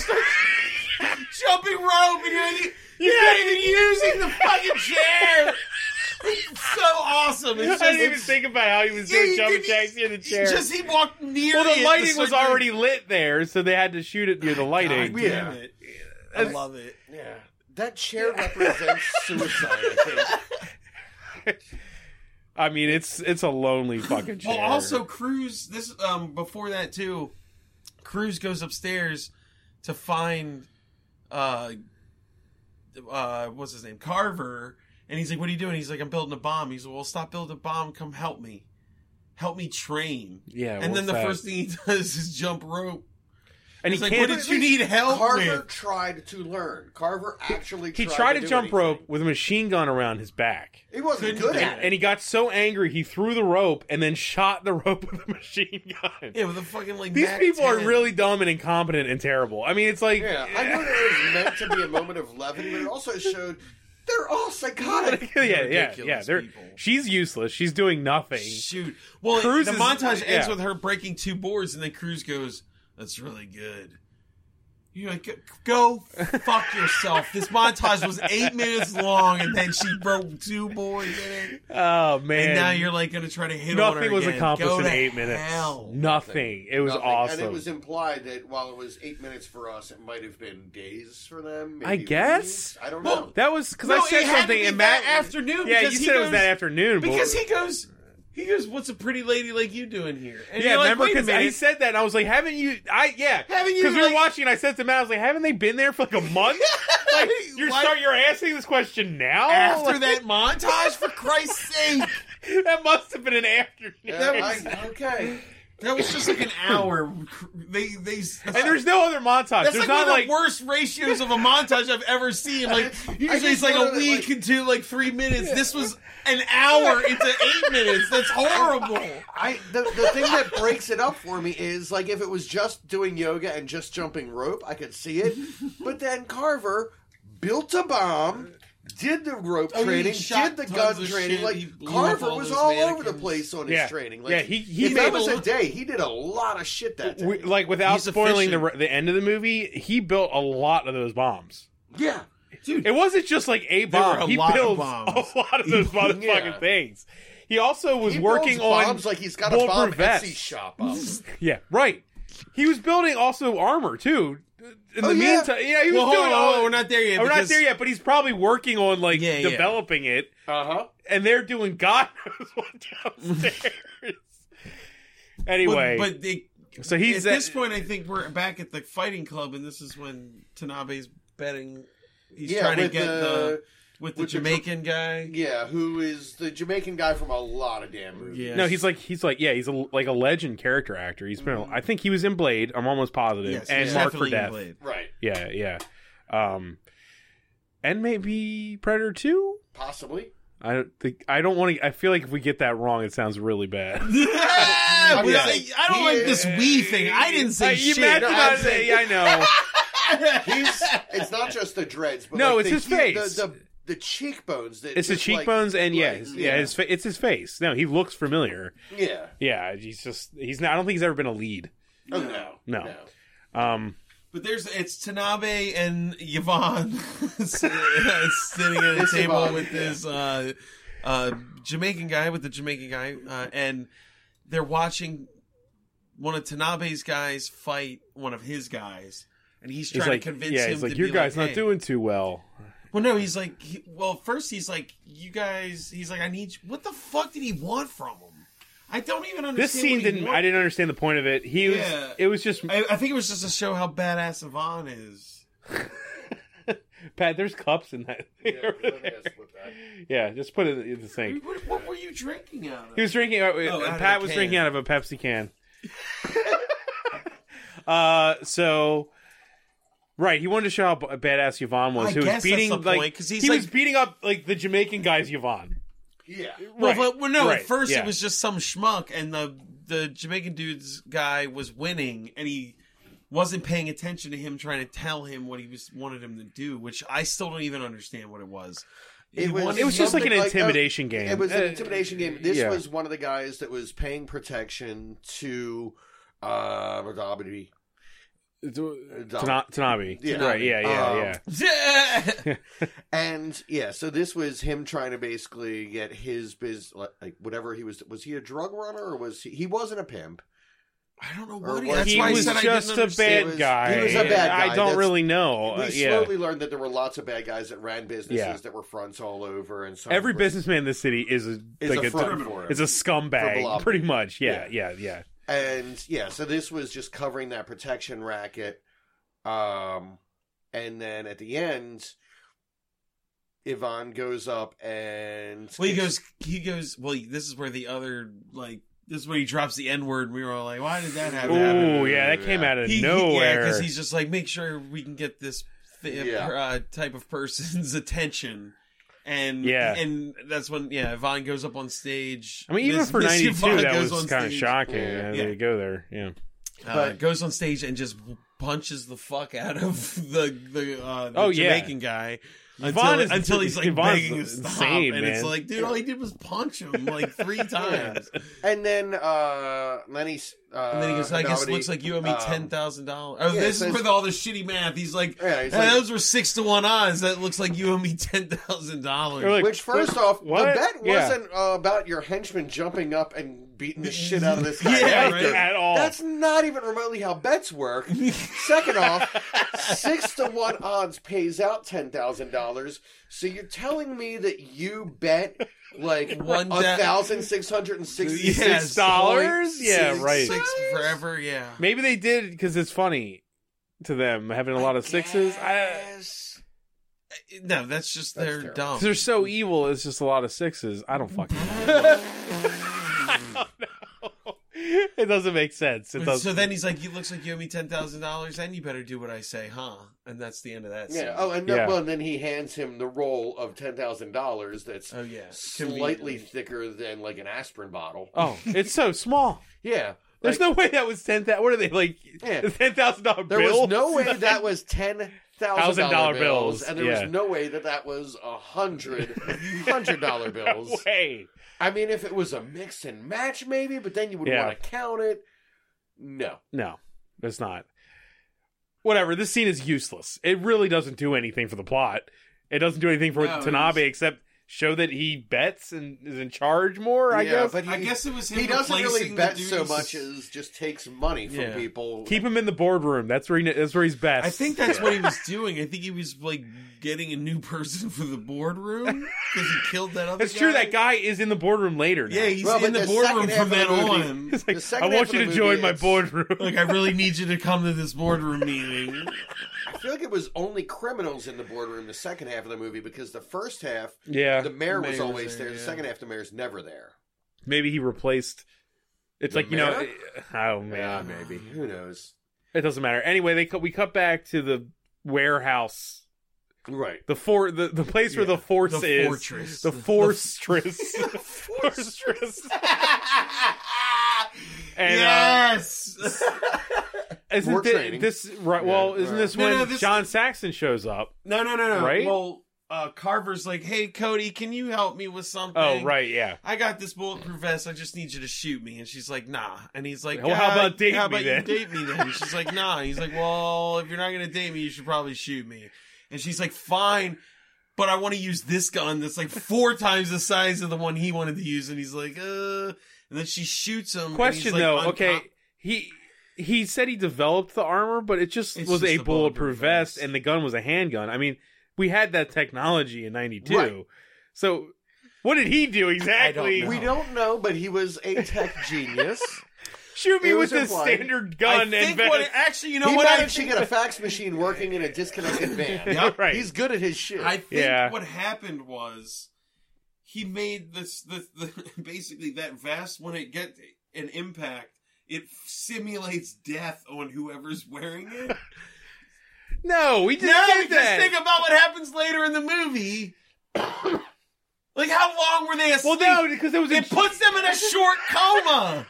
Speaker 11: starts jumping rope, and you're, like, you're not even using the fucking chair. It's so awesome. It's just,
Speaker 3: I didn't even think about how he was
Speaker 11: Yeah,
Speaker 3: doing
Speaker 11: you
Speaker 3: jumping
Speaker 11: didn't-
Speaker 3: jacks in the
Speaker 11: he
Speaker 3: chair.
Speaker 11: Just he walked near.
Speaker 3: well,
Speaker 11: it,
Speaker 3: the lighting was
Speaker 11: circular-
Speaker 3: already lit there, so they had to shoot it near the lighting.
Speaker 11: God
Speaker 2: Yeah.
Speaker 11: damn it. I love it.
Speaker 2: That chair represents suicide. I think.
Speaker 3: I mean, it's it's a lonely fucking chair.
Speaker 11: Well, Oh, also Cruz. This um before that too, Cruz goes upstairs to find uh uh what's his name Carver, and he's like, "What are you doing?" He's like, "I'm building a bomb." He's like, "Well, stop building a bomb. Come help me, help me train."
Speaker 3: yeah.
Speaker 11: and
Speaker 3: what's
Speaker 11: then the
Speaker 3: that?
Speaker 11: first thing he does is jump rope.
Speaker 3: and he
Speaker 11: He's like,
Speaker 3: can't.
Speaker 11: what did you need help
Speaker 2: Carver
Speaker 11: with?
Speaker 2: tried to learn. Carver actually
Speaker 3: he
Speaker 2: tried,
Speaker 3: tried to
Speaker 2: do
Speaker 3: jump
Speaker 2: anything.
Speaker 3: rope with a machine gun around his back.
Speaker 2: He wasn't
Speaker 11: Couldn't
Speaker 2: good
Speaker 11: do
Speaker 2: at it.
Speaker 3: And he got so angry he threw the rope and then shot the rope with a machine gun.
Speaker 11: Yeah, with a fucking like.
Speaker 3: These
Speaker 11: Mac
Speaker 3: people
Speaker 11: 10.
Speaker 3: are really dumb and incompetent and terrible. I mean, it's like
Speaker 2: Yeah, I know that it was meant to be a moment of levin, but it also showed they're all psychotic.
Speaker 3: yeah, yeah, yeah.
Speaker 11: ridiculous
Speaker 3: They're,
Speaker 11: people.
Speaker 3: she's useless. She's doing nothing.
Speaker 11: Shoot. Well,
Speaker 3: Cruz
Speaker 11: the
Speaker 3: is-
Speaker 11: montage ends
Speaker 3: yeah.
Speaker 11: with her breaking two boards, and then Cruz goes, "That's really good." You're like, "Go fuck yourself." This montage was eight minutes long, and then she broke two boards in it,
Speaker 3: Oh man!
Speaker 11: and now you're like gonna try to hit on her
Speaker 3: nothing was
Speaker 11: again.
Speaker 3: accomplished
Speaker 11: Go
Speaker 3: in
Speaker 11: to
Speaker 3: eight minutes.
Speaker 11: hell.
Speaker 3: Nothing. It was
Speaker 2: Nothing.
Speaker 3: awesome.
Speaker 2: And it was implied that while it was eight minutes for us, it might have been days for them. maybe
Speaker 3: I guess.
Speaker 2: weeks. I don't know.
Speaker 3: that was because
Speaker 11: No,
Speaker 3: I said
Speaker 11: it had to
Speaker 3: something
Speaker 11: be
Speaker 3: and Matt.
Speaker 11: that afternoon.
Speaker 3: yeah, you
Speaker 11: because
Speaker 3: said
Speaker 11: he
Speaker 3: it was
Speaker 11: goes-
Speaker 3: that afternoon but-
Speaker 11: because he goes. He goes, "What's a pretty lady like you doing here?" And
Speaker 3: Yeah,
Speaker 11: you're like,
Speaker 3: remember
Speaker 11: "Wait a
Speaker 3: because I
Speaker 11: minute."
Speaker 3: said that and I was like, haven't you? I yeah,
Speaker 11: Haven't you,
Speaker 3: Because we were
Speaker 11: like-
Speaker 3: watching, and I said to Matt, I was like, haven't they been there for like a month? like you're
Speaker 11: Like-
Speaker 3: start you're asking this question now Like,
Speaker 11: after that montage, for Christ's sake.
Speaker 3: that must have been an afternoon.
Speaker 2: Yeah, I- okay.
Speaker 11: That was just like an hour. They they and
Speaker 3: and there's no other montage.
Speaker 11: that's
Speaker 3: There's
Speaker 11: like
Speaker 3: not
Speaker 11: one
Speaker 3: like
Speaker 11: of the worst ratios of a montage I've ever seen. Like
Speaker 2: I
Speaker 11: usually
Speaker 2: just
Speaker 11: it's like
Speaker 2: wanted
Speaker 11: a
Speaker 2: to,
Speaker 11: week
Speaker 2: like-
Speaker 11: into like three minutes. This was an hour into eight minutes. That's horrible.
Speaker 2: I the, the thing that breaks it up for me is like if it was just doing yoga and just jumping rope, I could see it. But then Carver built a bomb, did the rope
Speaker 11: Oh, yeah, he
Speaker 2: training,
Speaker 11: shot
Speaker 2: did the
Speaker 11: tons
Speaker 2: gun
Speaker 11: of
Speaker 2: training.
Speaker 11: shit. He
Speaker 2: Like
Speaker 11: blew
Speaker 2: Carver
Speaker 11: up all
Speaker 2: was
Speaker 11: those
Speaker 2: all over
Speaker 11: mannequins.
Speaker 2: the place on
Speaker 3: Yeah.
Speaker 2: his training. Like,
Speaker 3: Yeah, he- he
Speaker 2: if
Speaker 3: made
Speaker 2: that
Speaker 3: a
Speaker 2: was
Speaker 3: lo-
Speaker 2: a day. He did a lot of shit that day.
Speaker 3: we, like without
Speaker 11: He's
Speaker 3: spoiling the,
Speaker 11: efficient.
Speaker 3: the end of the movie, he built a lot of those bombs.
Speaker 2: yeah,
Speaker 3: It wasn't just like a
Speaker 11: There were
Speaker 3: bomb.
Speaker 11: a
Speaker 3: He
Speaker 11: lot of
Speaker 3: builds
Speaker 11: bombs.
Speaker 3: a lot of those motherfucking
Speaker 2: Yeah.
Speaker 3: things. He also was
Speaker 2: he
Speaker 3: working
Speaker 2: builds
Speaker 3: on
Speaker 2: bombs like he's got a bomb
Speaker 3: bulletproof vests.
Speaker 2: Etsy shop up.
Speaker 3: Yeah, right. He was building also armor too. In
Speaker 2: Oh,
Speaker 3: the
Speaker 2: yeah.
Speaker 3: meantime, yeah, he was
Speaker 11: Well, hold
Speaker 3: doing
Speaker 11: on,
Speaker 3: all. Oh,
Speaker 11: hold on, we're not there yet.
Speaker 3: we're not
Speaker 11: because-
Speaker 3: there yet, but he's probably working on like
Speaker 11: Yeah, yeah.
Speaker 3: developing it,
Speaker 2: Uh huh.
Speaker 3: and they're doing God knows what downstairs. anyway,
Speaker 11: but, but they,
Speaker 3: so he's
Speaker 11: at this point, I think we're back at the fighting club, and this is when Tanabe's betting. He's
Speaker 2: Yeah,
Speaker 11: trying to
Speaker 2: with the-
Speaker 11: get the with the
Speaker 2: with the-
Speaker 11: Jamaican guy.
Speaker 2: Yeah, who is the Jamaican guy from a lot of damn movies?
Speaker 11: Yeah.
Speaker 3: No, he's like he's like yeah, he's a, like a legend character actor. He's been I think he was in Blade. I'm almost positive,
Speaker 11: Yes,
Speaker 3: and
Speaker 11: he's
Speaker 3: Mark for
Speaker 11: definitely in
Speaker 3: Death.
Speaker 11: Blade.
Speaker 2: Right.
Speaker 3: Yeah, yeah, um, and maybe Predator Two.
Speaker 2: Possibly.
Speaker 3: I don't think I don't want to. I feel like if we get that wrong, it sounds really bad.
Speaker 11: Ah,
Speaker 2: Yeah.
Speaker 11: I was like, I don't
Speaker 2: He
Speaker 11: like
Speaker 2: is-
Speaker 11: this wee thing. I didn't say
Speaker 3: you
Speaker 11: shit.
Speaker 3: imagine
Speaker 2: No,
Speaker 3: I
Speaker 2: I'm saying-
Speaker 3: yeah, I know.
Speaker 2: He's, it's not just the dreads, but
Speaker 3: No,
Speaker 2: like
Speaker 3: it's
Speaker 2: the,
Speaker 3: his
Speaker 2: he-
Speaker 3: face.
Speaker 2: The, the, the cheekbones. That
Speaker 3: It's the
Speaker 2: just, like,
Speaker 3: cheekbones and yeah,
Speaker 2: like,
Speaker 3: his, yeah, his fa- it's his face. No, he looks familiar.
Speaker 2: yeah.
Speaker 3: Yeah, he's just he's not. I don't think he's ever been a lead.
Speaker 2: Oh no,
Speaker 3: No. Um,
Speaker 11: But there's it's Tanabe and Yvonne uh, sitting at a
Speaker 2: It's
Speaker 11: table
Speaker 2: Yvonne,
Speaker 11: with
Speaker 2: yeah.
Speaker 11: this uh, uh, Jamaican guy with the Jamaican guy, uh, and they're watching one of Tanabe's guys fight one of his guys, and he's
Speaker 3: he's
Speaker 11: trying
Speaker 3: like,
Speaker 11: to convince
Speaker 3: yeah,
Speaker 11: him.
Speaker 3: he's like,
Speaker 11: to
Speaker 3: your
Speaker 11: be
Speaker 3: guy's
Speaker 11: like,
Speaker 3: not
Speaker 11: "Hey."
Speaker 3: doing too well.
Speaker 11: Well, no, he's like, he, well, first he's like, you guys. He's like, I need. you- What the fuck did he want from him? I don't even understand.
Speaker 3: This scene
Speaker 11: what he
Speaker 3: didn't.
Speaker 11: want-
Speaker 3: I didn't understand the point of it. He was.
Speaker 11: Yeah.
Speaker 3: It was just
Speaker 11: I, I think it was just to show how badass Yvonne is.
Speaker 3: Pat. There's cups in that. Yeah, just put it in the sink.
Speaker 11: What, what were you drinking out of?
Speaker 3: He was drinking. Uh,
Speaker 11: Oh, out of
Speaker 3: Pat
Speaker 11: a
Speaker 3: was
Speaker 11: can.
Speaker 3: drinking out of a Pepsi can. uh, so right, he wanted to show how b- badass Yvonne was.
Speaker 11: I
Speaker 3: who was
Speaker 11: guess that's
Speaker 3: beating
Speaker 11: the
Speaker 3: like
Speaker 11: point, 'cause he's
Speaker 3: he
Speaker 11: like-
Speaker 3: was beating up like the Jamaican guys Yvonne.
Speaker 2: yeah.
Speaker 11: well,
Speaker 3: Right,
Speaker 11: but- well, no.
Speaker 3: right,
Speaker 11: at first,
Speaker 3: yeah.
Speaker 11: it was just some schmuck, and the the Jamaican dude's guy was winning, and he wasn't paying attention to him trying to tell him what he was wanted him to do, which I still don't even understand what it was. He wanted
Speaker 3: It was just
Speaker 11: him-
Speaker 3: like an
Speaker 2: something
Speaker 3: intimidation game.
Speaker 2: uh, It was an
Speaker 3: Uh,
Speaker 2: intimidation game. This
Speaker 3: yeah.
Speaker 2: was one of the guys that was paying protection to uh, Radabi.
Speaker 3: Tana- Tanabe.
Speaker 2: Yeah.
Speaker 3: Right, yeah, yeah,
Speaker 2: Um,
Speaker 3: yeah.
Speaker 2: And yeah, so this was him trying to basically get his biz, like, like whatever he was. Was he a drug runner or was he? He wasn't a pimp.
Speaker 11: I don't know
Speaker 2: Or
Speaker 11: what he,
Speaker 2: what-
Speaker 11: that's
Speaker 3: he
Speaker 11: why
Speaker 3: was
Speaker 11: I said
Speaker 3: just
Speaker 11: I
Speaker 3: a
Speaker 11: didn't understand.
Speaker 3: bad
Speaker 2: He was-
Speaker 3: guy.
Speaker 2: he was a bad
Speaker 3: I
Speaker 2: guy.
Speaker 3: don't
Speaker 2: That's-
Speaker 3: really know.
Speaker 2: we
Speaker 3: Uh, yeah.
Speaker 2: slowly learned that there were lots of bad guys that ran businesses
Speaker 3: Yeah.
Speaker 2: that were fronts all over, and some
Speaker 3: Every
Speaker 2: were-
Speaker 3: businessman in the city is a
Speaker 2: Is
Speaker 3: like
Speaker 2: a
Speaker 3: a,
Speaker 2: front for him.
Speaker 3: is a scumbag,
Speaker 2: blob.
Speaker 3: pretty much. yeah, yeah. yeah.
Speaker 2: and yeah, so this was just covering that protection racket. Um, and then at the end, Yvonne goes up and
Speaker 11: Well, he goes. He goes. Well, this is where the other like This is when he drops the N word. We were all like, "Why did that happen?"
Speaker 3: Oh yeah, that came out of
Speaker 11: He- he- yeah,
Speaker 3: nowhere.
Speaker 11: because he's just like, make sure we can get this th-
Speaker 2: Yeah.
Speaker 11: uh, type of person's attention. And
Speaker 3: Yeah.
Speaker 11: and that's when yeah, Yvonne goes up on stage.
Speaker 3: I mean, even
Speaker 11: Miss-
Speaker 3: for
Speaker 11: Miss
Speaker 3: ninety two,
Speaker 11: Yvonne
Speaker 3: that
Speaker 11: goes
Speaker 3: was
Speaker 11: on
Speaker 3: kind of
Speaker 11: stage,
Speaker 3: shocking. Yeah,
Speaker 11: Yeah.
Speaker 3: They go there. Yeah,
Speaker 11: uh,
Speaker 2: But-
Speaker 11: goes on stage and just punches the fuck out of the the, uh, the
Speaker 3: Oh, yeah.
Speaker 11: Jamaican guy until,
Speaker 3: Yvonne is-
Speaker 11: until he's like
Speaker 3: Yvonne's
Speaker 11: begging to stop.
Speaker 3: insane,
Speaker 11: and it's
Speaker 3: man.
Speaker 11: like, dude, all he did was punch him like three times.
Speaker 2: And then uh, Lenny. s- Uh,
Speaker 11: And then he goes, I guess it
Speaker 2: Hidalgo,
Speaker 11: looks like you owe me
Speaker 2: um,
Speaker 11: ten thousand dollars. Oh,
Speaker 2: yeah,
Speaker 11: this
Speaker 2: so
Speaker 11: is
Speaker 2: it's-
Speaker 11: with all the shitty math. He's like,
Speaker 2: Yeah, he's
Speaker 11: "Hey,
Speaker 2: like-
Speaker 11: those were six to one odds. That looks like you owe me ten thousand
Speaker 3: They're
Speaker 11: dollars.
Speaker 3: like,
Speaker 2: Which, first off, the
Speaker 3: what?
Speaker 2: bet
Speaker 3: Yeah.
Speaker 2: wasn't uh, about your henchman jumping up and beating the shit out of this guy.
Speaker 11: Yeah,
Speaker 2: Like,
Speaker 11: right.
Speaker 3: at all.
Speaker 2: That's not even remotely how bets work. Second off, six to one odds pays out ten thousand dollars. So you're telling me that you bet like one
Speaker 11: One da-
Speaker 2: thousand six hundred and sixty
Speaker 11: Yes,
Speaker 2: six
Speaker 3: dollars? Yeah,
Speaker 11: six-
Speaker 3: right.
Speaker 11: Six forever. Yeah.
Speaker 3: Maybe they did because it's funny to them having a lot of sixes. I,
Speaker 11: Yes. No, that's just they're
Speaker 2: terrible.
Speaker 11: dumb.
Speaker 3: 'cause they're so evil. It's just a lot of sixes. I don't fucking. know. It doesn't make sense. It doesn't.
Speaker 11: so then he's like, "You looks like you owe me ten thousand dollars, and you better do what I say, huh?" And that's the end of that. scene.
Speaker 2: Yeah. Oh, and then,
Speaker 3: Yeah.
Speaker 2: well, and then he hands him the roll of ten thousand dollars. That's
Speaker 11: Oh, yeah.
Speaker 2: slightly
Speaker 11: Conveniently.
Speaker 2: thicker than like an aspirin bottle.
Speaker 3: oh, it's so small.
Speaker 2: yeah.
Speaker 3: There's no way that was ten thousand. What are they like?
Speaker 2: Yeah.
Speaker 3: Ten thousand dollar bill.
Speaker 2: There was no way that, that was ten thousand
Speaker 3: $1,000
Speaker 2: dollar
Speaker 3: bills,
Speaker 2: bills, and there
Speaker 3: yeah.
Speaker 2: was no way that that was a hundred hundred dollar bills.
Speaker 3: way.
Speaker 2: I mean, if it was a mix and match, maybe, but then you would
Speaker 3: Yeah.
Speaker 2: want to count it. No,
Speaker 3: No, it's not. Whatever. This scene is useless. It really doesn't do anything for the plot. It doesn't do anything for
Speaker 11: No, it
Speaker 3: Tanabe
Speaker 11: was-
Speaker 3: except show that he bets and is in charge more. I guess.
Speaker 2: but he,
Speaker 11: I guess it was him
Speaker 2: he doesn't
Speaker 11: replacing
Speaker 2: really
Speaker 11: the
Speaker 2: bet
Speaker 11: dude's-
Speaker 2: so much as just takes money from
Speaker 11: Yeah.
Speaker 2: people.
Speaker 3: Keep him in the boardroom. That's where he, that's where he's best.
Speaker 11: I think that's what he was doing. I think he was like getting a new person for the boardroom because he killed that other.
Speaker 3: it's true. That guy is in the boardroom later. Now.
Speaker 11: Yeah, he's
Speaker 2: Well, but
Speaker 11: in the
Speaker 2: the
Speaker 11: boardroom
Speaker 2: second
Speaker 11: from
Speaker 2: half
Speaker 11: then
Speaker 2: of the movie-
Speaker 11: on.
Speaker 3: It's like,
Speaker 2: The second
Speaker 3: I want
Speaker 2: half
Speaker 3: you
Speaker 2: of
Speaker 3: to
Speaker 2: the
Speaker 3: join
Speaker 2: movie,
Speaker 3: my
Speaker 2: it's-
Speaker 3: boardroom.
Speaker 11: Like, I really need you to come to this boardroom meeting.
Speaker 2: I feel like it was only criminals in the boardroom the second half of the movie because the first half
Speaker 3: yeah,
Speaker 2: the mayor was
Speaker 11: Mayor's
Speaker 2: always
Speaker 11: there,
Speaker 2: there.
Speaker 11: yeah.
Speaker 2: The second half the mayor's never there.
Speaker 3: maybe he replaced. It's
Speaker 2: The
Speaker 3: like you know.
Speaker 2: mayor?
Speaker 3: Oh man,
Speaker 2: maybe Ah, who knows?
Speaker 3: it doesn't matter. Anyway, they cut, we cut back to the warehouse
Speaker 2: Right.
Speaker 3: The for the, the place where the force
Speaker 11: The
Speaker 3: is
Speaker 11: fortress.
Speaker 3: the
Speaker 11: The-
Speaker 3: fortress fortress and uh,
Speaker 11: yes.
Speaker 3: isn't
Speaker 2: More
Speaker 3: thi-
Speaker 2: training.
Speaker 3: this right well
Speaker 2: Yeah,
Speaker 3: isn't this
Speaker 11: right.
Speaker 3: when
Speaker 11: No, no, this-
Speaker 3: John Saxon shows up
Speaker 11: no, no, no, no.
Speaker 3: Right?
Speaker 11: Well, uh, Carver's like, "Hey, Cody, can you help me with something?"
Speaker 3: oh right yeah
Speaker 11: I got this bulletproof vest. I just need you to shoot me. And she's like, nah. And he's like,
Speaker 3: Well, how
Speaker 11: "Ah,
Speaker 3: about date
Speaker 11: how
Speaker 3: me
Speaker 11: about
Speaker 3: then?"
Speaker 11: you date me then? And she's like, nah. And he's like, well, if you're not gonna date me, you should probably shoot me. And she's like, fine, but I want to use this gun that's like four times the size of the one he wanted to use. And he's like, uh. And then she shoots him. and he's
Speaker 3: question
Speaker 11: like,
Speaker 3: though
Speaker 11: uncon-
Speaker 3: okay he he said he developed the armor but it just
Speaker 11: It's
Speaker 3: was
Speaker 11: just
Speaker 3: a
Speaker 11: a
Speaker 3: bulletproof,
Speaker 11: bulletproof
Speaker 3: vest
Speaker 11: vest.
Speaker 3: and the gun was a handgun I mean we had that technology in '92
Speaker 2: Right.
Speaker 3: so what did he do exactly
Speaker 11: know.
Speaker 2: We don't know, but he was a tech genius.
Speaker 3: shoot me
Speaker 2: It
Speaker 3: with
Speaker 2: was
Speaker 3: this
Speaker 2: implied.
Speaker 3: standard
Speaker 11: I
Speaker 3: gun
Speaker 11: think
Speaker 3: and vest.
Speaker 11: what it- actually, you know
Speaker 2: he
Speaker 11: what? I
Speaker 2: managed to
Speaker 11: think-
Speaker 2: get a fax machine working in a disconnected van.
Speaker 11: Yep.
Speaker 3: right
Speaker 2: He's good at his shit.
Speaker 11: I think
Speaker 3: Yeah.
Speaker 11: what happened was he made this the, the basically that vest when it get an impact, it simulates death on whoever's wearing it. no,
Speaker 3: no we didn't
Speaker 11: because
Speaker 3: get that
Speaker 11: think about what happens later in the movie. like how long were they
Speaker 3: Well,
Speaker 11: asleep?
Speaker 3: no, because it was a.
Speaker 11: it puts them in a short coma.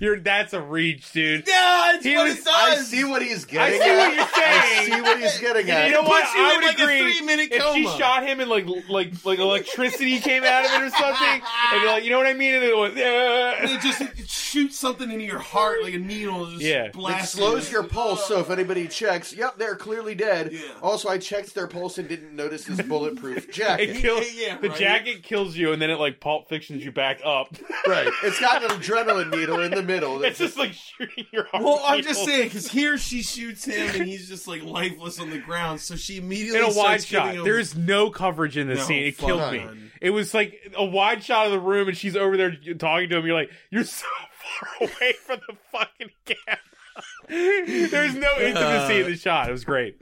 Speaker 3: You're that's a reach, dude.
Speaker 11: Yeah, that's
Speaker 3: He
Speaker 11: what
Speaker 3: was-
Speaker 11: it
Speaker 2: I
Speaker 11: does.
Speaker 2: see what he's
Speaker 3: I
Speaker 2: getting.
Speaker 3: see
Speaker 2: at.
Speaker 3: what you're
Speaker 2: I
Speaker 3: saying.
Speaker 2: see what he's getting at.
Speaker 3: you know what?
Speaker 11: puts you
Speaker 3: I
Speaker 11: in,
Speaker 3: would
Speaker 11: like, a
Speaker 3: agree.
Speaker 11: three-minute
Speaker 3: if she
Speaker 11: coma.
Speaker 3: shot him and like like like electricity came out of it or something, and like you know what I mean, and it was uh,
Speaker 11: It just it shoots something into your heart like a needle. and Just
Speaker 3: Yeah.
Speaker 2: It
Speaker 11: blasts
Speaker 2: slows
Speaker 11: you.
Speaker 2: your pulse, so if anybody checks, yep, they're clearly dead.
Speaker 11: Yeah.
Speaker 2: Also, I checked their pulse and didn't notice his bulletproof
Speaker 3: it
Speaker 2: jacket.
Speaker 3: kills.
Speaker 11: yeah,
Speaker 3: the
Speaker 11: right.
Speaker 3: jacket kills you, and then it like pulp fictions you back up.
Speaker 2: right. It's got an adrenaline needle in the middle.
Speaker 3: it's just like shooting your heart.
Speaker 11: Well, I'm just
Speaker 3: people.
Speaker 11: saying because here she shoots him and he's just like lifeless on the ground. So she immediately
Speaker 3: In a wide
Speaker 11: starts giving
Speaker 3: shot,
Speaker 11: him-
Speaker 3: there is no coverage in this
Speaker 11: No,
Speaker 3: scene. It
Speaker 11: fuck
Speaker 3: killed me.
Speaker 11: none.
Speaker 3: It was like a wide shot of the room, and she's over there talking to him. You're like, you're so far away from the fucking camera. There's no intimacy in the shot. It was great.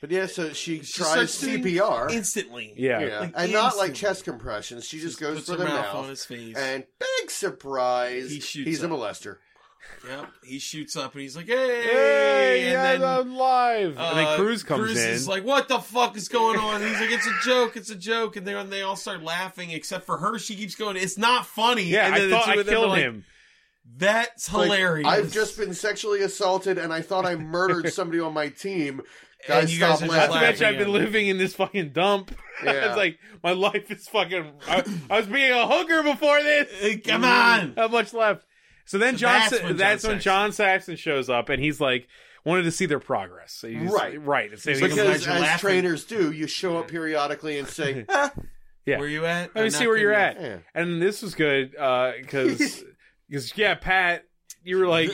Speaker 2: But yeah, so she,
Speaker 11: She
Speaker 2: tries
Speaker 11: starts doing
Speaker 2: CPR.
Speaker 11: instantly.
Speaker 3: Yeah.
Speaker 2: yeah.
Speaker 11: Like,
Speaker 2: and not
Speaker 11: instantly.
Speaker 2: like chest compressions. She just goes
Speaker 11: puts
Speaker 2: for the
Speaker 11: her mouth
Speaker 2: mouth.
Speaker 11: on his face.
Speaker 2: And big surprise,
Speaker 11: He shoots
Speaker 2: he's
Speaker 11: up.
Speaker 2: a molester.
Speaker 11: Yep. He shoots up and he's like, "Hey!"
Speaker 3: Hey,
Speaker 11: and
Speaker 3: guys,
Speaker 11: then,
Speaker 3: I'm live. and
Speaker 11: uh,
Speaker 3: then Cruz comes
Speaker 11: Cruz
Speaker 3: in.
Speaker 11: is like, "What the fuck is going on?" He's like, "It's a joke. It's a joke." And then they all start laughing, except for her. She keeps going, "It's not funny."
Speaker 3: yeah,
Speaker 11: and then
Speaker 3: I thought
Speaker 11: the two
Speaker 3: I
Speaker 11: of them are
Speaker 3: killed
Speaker 11: like,
Speaker 3: him.
Speaker 11: That's
Speaker 2: Like,
Speaker 11: hilarious.
Speaker 2: I've just been sexually assaulted, and I thought I murdered somebody on my team. Guys,
Speaker 11: you guys
Speaker 2: stop
Speaker 11: are just
Speaker 3: Not to
Speaker 2: laughing.
Speaker 11: laughing.
Speaker 3: mention, I've been
Speaker 11: at him.
Speaker 3: living in this fucking dump.
Speaker 2: Yeah.
Speaker 3: it's like my life is fucking. I, I was being a hooker before this.
Speaker 11: Hey, come on.
Speaker 3: How much left? So then
Speaker 11: So
Speaker 3: John.
Speaker 11: that's
Speaker 3: Sa-
Speaker 11: when John
Speaker 3: That's when
Speaker 11: Saxon-
Speaker 3: John Saxon shows up, and he's like wanted to see their progress. So he's-
Speaker 2: Right.
Speaker 3: right. It's
Speaker 11: He's like,
Speaker 3: he's-
Speaker 11: "Guys,
Speaker 2: Because
Speaker 11: you're
Speaker 2: as
Speaker 11: laughing."
Speaker 2: trainers do, you show up periodically and say, "Ah,
Speaker 3: yeah.
Speaker 11: Where you
Speaker 3: Let
Speaker 11: at?
Speaker 3: me
Speaker 11: I'm
Speaker 3: see
Speaker 11: not
Speaker 3: where
Speaker 11: good
Speaker 3: you're
Speaker 11: enough.
Speaker 3: at.
Speaker 2: Yeah.
Speaker 3: And this was good because because yeah, Pat, you were like,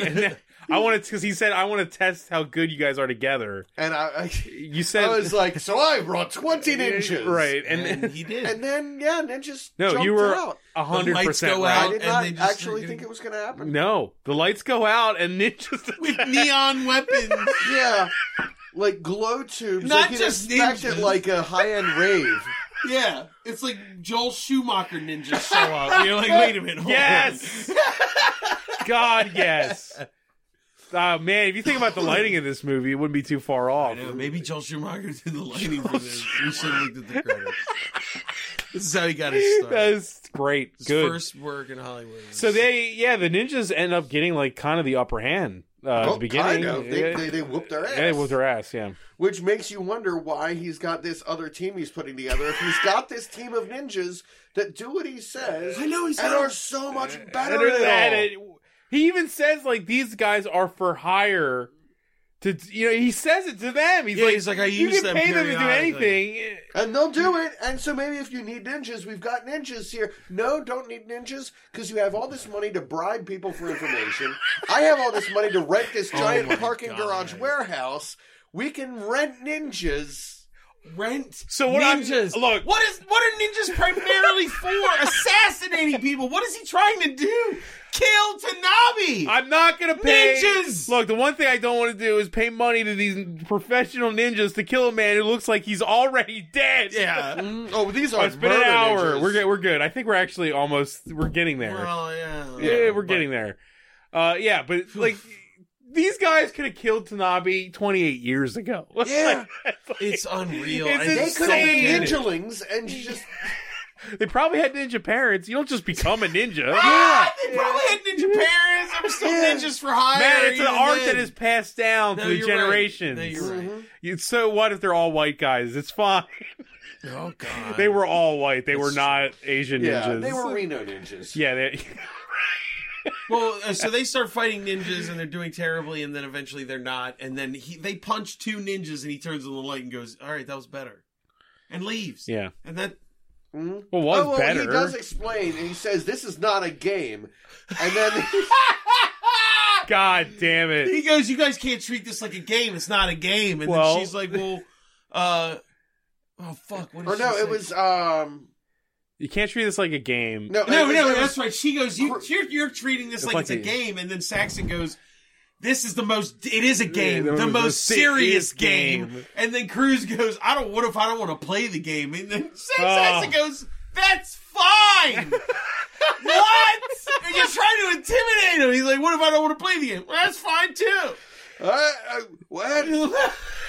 Speaker 3: I want to because he said I want to test how good you guys are together.
Speaker 2: and I,
Speaker 3: You
Speaker 2: I,
Speaker 3: said
Speaker 2: I was like, so I brought 20 ninjas.
Speaker 3: right, and
Speaker 11: And he did.
Speaker 2: And then, yeah, ninjas
Speaker 3: no,
Speaker 2: jumped
Speaker 3: you were
Speaker 2: out.
Speaker 3: hundred
Speaker 11: lights
Speaker 3: percent
Speaker 11: go
Speaker 2: I
Speaker 3: right.
Speaker 11: out.
Speaker 2: did
Speaker 11: and
Speaker 2: not
Speaker 11: they just
Speaker 2: actually
Speaker 11: started
Speaker 2: think it was going to happen.
Speaker 3: No, the lights go out and ninjas
Speaker 11: with neon weapons.
Speaker 2: Yeah. Like glow tubes.
Speaker 11: Not
Speaker 2: like you'd
Speaker 11: just
Speaker 2: expect
Speaker 11: ninjas.
Speaker 2: it like a high end rave.
Speaker 11: yeah, it's like Joel Schumacher ninjas show up. You're like, wait a minute, hold
Speaker 3: Yes, God, yes. Oh man, if you think about the lighting in this movie, it wouldn't be too far off.
Speaker 11: on. You know, maybe Joel Schumacher did the lighting for this. We should have looked at the credits. This is how he got his start.
Speaker 3: That's great.
Speaker 11: his
Speaker 3: Good.
Speaker 11: first work in Hollywood.
Speaker 3: So they, yeah, the ninjas end up getting like kind of the upper hand uh, at the
Speaker 2: Well,
Speaker 3: beginning.
Speaker 2: Oh, kind of. They,
Speaker 3: yeah,
Speaker 2: they, they whooped their ass.
Speaker 3: Yeah, with their ass. Yeah,
Speaker 2: Which makes you wonder why he's got this other team he's putting together. If he's got this team of ninjas that do what he says
Speaker 11: I know, he's
Speaker 2: and
Speaker 11: not-
Speaker 2: are so much better
Speaker 3: Better
Speaker 2: at
Speaker 3: than
Speaker 2: all.
Speaker 3: it. He even says like these guys are for hire. To you know, he says it to them. He's
Speaker 11: Yeah,
Speaker 3: like,
Speaker 11: he's like, I
Speaker 3: you
Speaker 11: use
Speaker 3: can
Speaker 11: them
Speaker 3: pay them to do
Speaker 11: periodically."
Speaker 3: anything.
Speaker 2: And they'll do it. And so maybe if you need ninjas, we've got ninjas here. No, don't need ninjas because you have all this money to bribe people for information. I have all this money to rent this
Speaker 3: Oh
Speaker 2: giant
Speaker 11: my
Speaker 2: parking
Speaker 11: God.
Speaker 2: garage warehouse. We can rent ninjas.
Speaker 11: rent.
Speaker 3: So what I'm-
Speaker 11: ninjas?
Speaker 3: look-
Speaker 11: what is what are ninjas primarily for? Assassinating people. What is he trying to do? Kill Tanabe.
Speaker 3: I'm not gonna pay
Speaker 11: Ninjas!
Speaker 3: Look, the one thing I don't want to do is pay money to these professional ninjas to kill a man who looks like he's already dead.
Speaker 11: yeah.
Speaker 2: Oh, these
Speaker 3: Oh,
Speaker 2: are
Speaker 3: it's been an hour. We're good. We're good. I think we're actually almost. We're getting there.
Speaker 11: Well, yeah.
Speaker 3: yeah, we're getting there. Uh, yeah, but like these guys could have killed Tanabe 28 years ago.
Speaker 2: Yeah.
Speaker 11: It's unreal.
Speaker 3: It's
Speaker 11: And
Speaker 2: They could have
Speaker 3: Insane.
Speaker 2: been ninjalings and you just
Speaker 3: they probably had ninja parents. You don't just become a ninja.
Speaker 11: Ah, they probably had ninja parents. There were still
Speaker 2: Yeah.
Speaker 11: ninjas for hire.
Speaker 3: Man, it's an
Speaker 11: even
Speaker 3: art
Speaker 11: then.
Speaker 3: that is passed down
Speaker 11: No,
Speaker 3: through
Speaker 11: you're right.
Speaker 3: generations.
Speaker 11: No, you're right.
Speaker 3: You- So what if they're all white guys? It's fine.
Speaker 11: Oh god,
Speaker 3: They were all white. They were not Asian
Speaker 2: yeah,
Speaker 3: ninjas.
Speaker 2: they were Reno ninjas.
Speaker 3: Yeah, they,
Speaker 11: well. uh, So they start fighting ninjas, and they're doing terribly, and then eventually they're not, and then he, they punch two ninjas, and he turns on the light and goes, "All right, that was better," and leaves.
Speaker 3: yeah.
Speaker 11: and that
Speaker 3: Well, was
Speaker 2: oh, well,
Speaker 3: better.
Speaker 2: he does explain, and he says, "This is not a game." And then
Speaker 3: God damn it!
Speaker 11: he goes, "You guys can't treat this like a game. It's not a game." And
Speaker 3: Well-
Speaker 11: then she's like, "Well, uh, oh fuck." What did
Speaker 2: or
Speaker 11: she
Speaker 2: no,
Speaker 11: say?
Speaker 2: it was um
Speaker 3: You can't treat this like a game.
Speaker 2: no, it
Speaker 11: No,
Speaker 2: was-
Speaker 11: no,
Speaker 2: it was-
Speaker 11: that's right. She goes, you, you're, you're treating this
Speaker 3: It's
Speaker 11: like,
Speaker 3: like
Speaker 11: it's a
Speaker 3: a-
Speaker 11: game, and then Saxon goes, "This is the most. It is a game,
Speaker 3: Yeah,
Speaker 11: the
Speaker 3: the
Speaker 11: most
Speaker 3: most
Speaker 11: serious
Speaker 3: serious
Speaker 11: game.
Speaker 3: game.
Speaker 11: And then Cruz goes, "I don't. What if I don't want to play the game?" And then Sa-
Speaker 3: Oh.
Speaker 11: Saxon goes, "That's fine." what? And you're trying to intimidate him. He's like, "What if I don't want to play the game?" Well, that's fine too.
Speaker 2: Uh, uh, what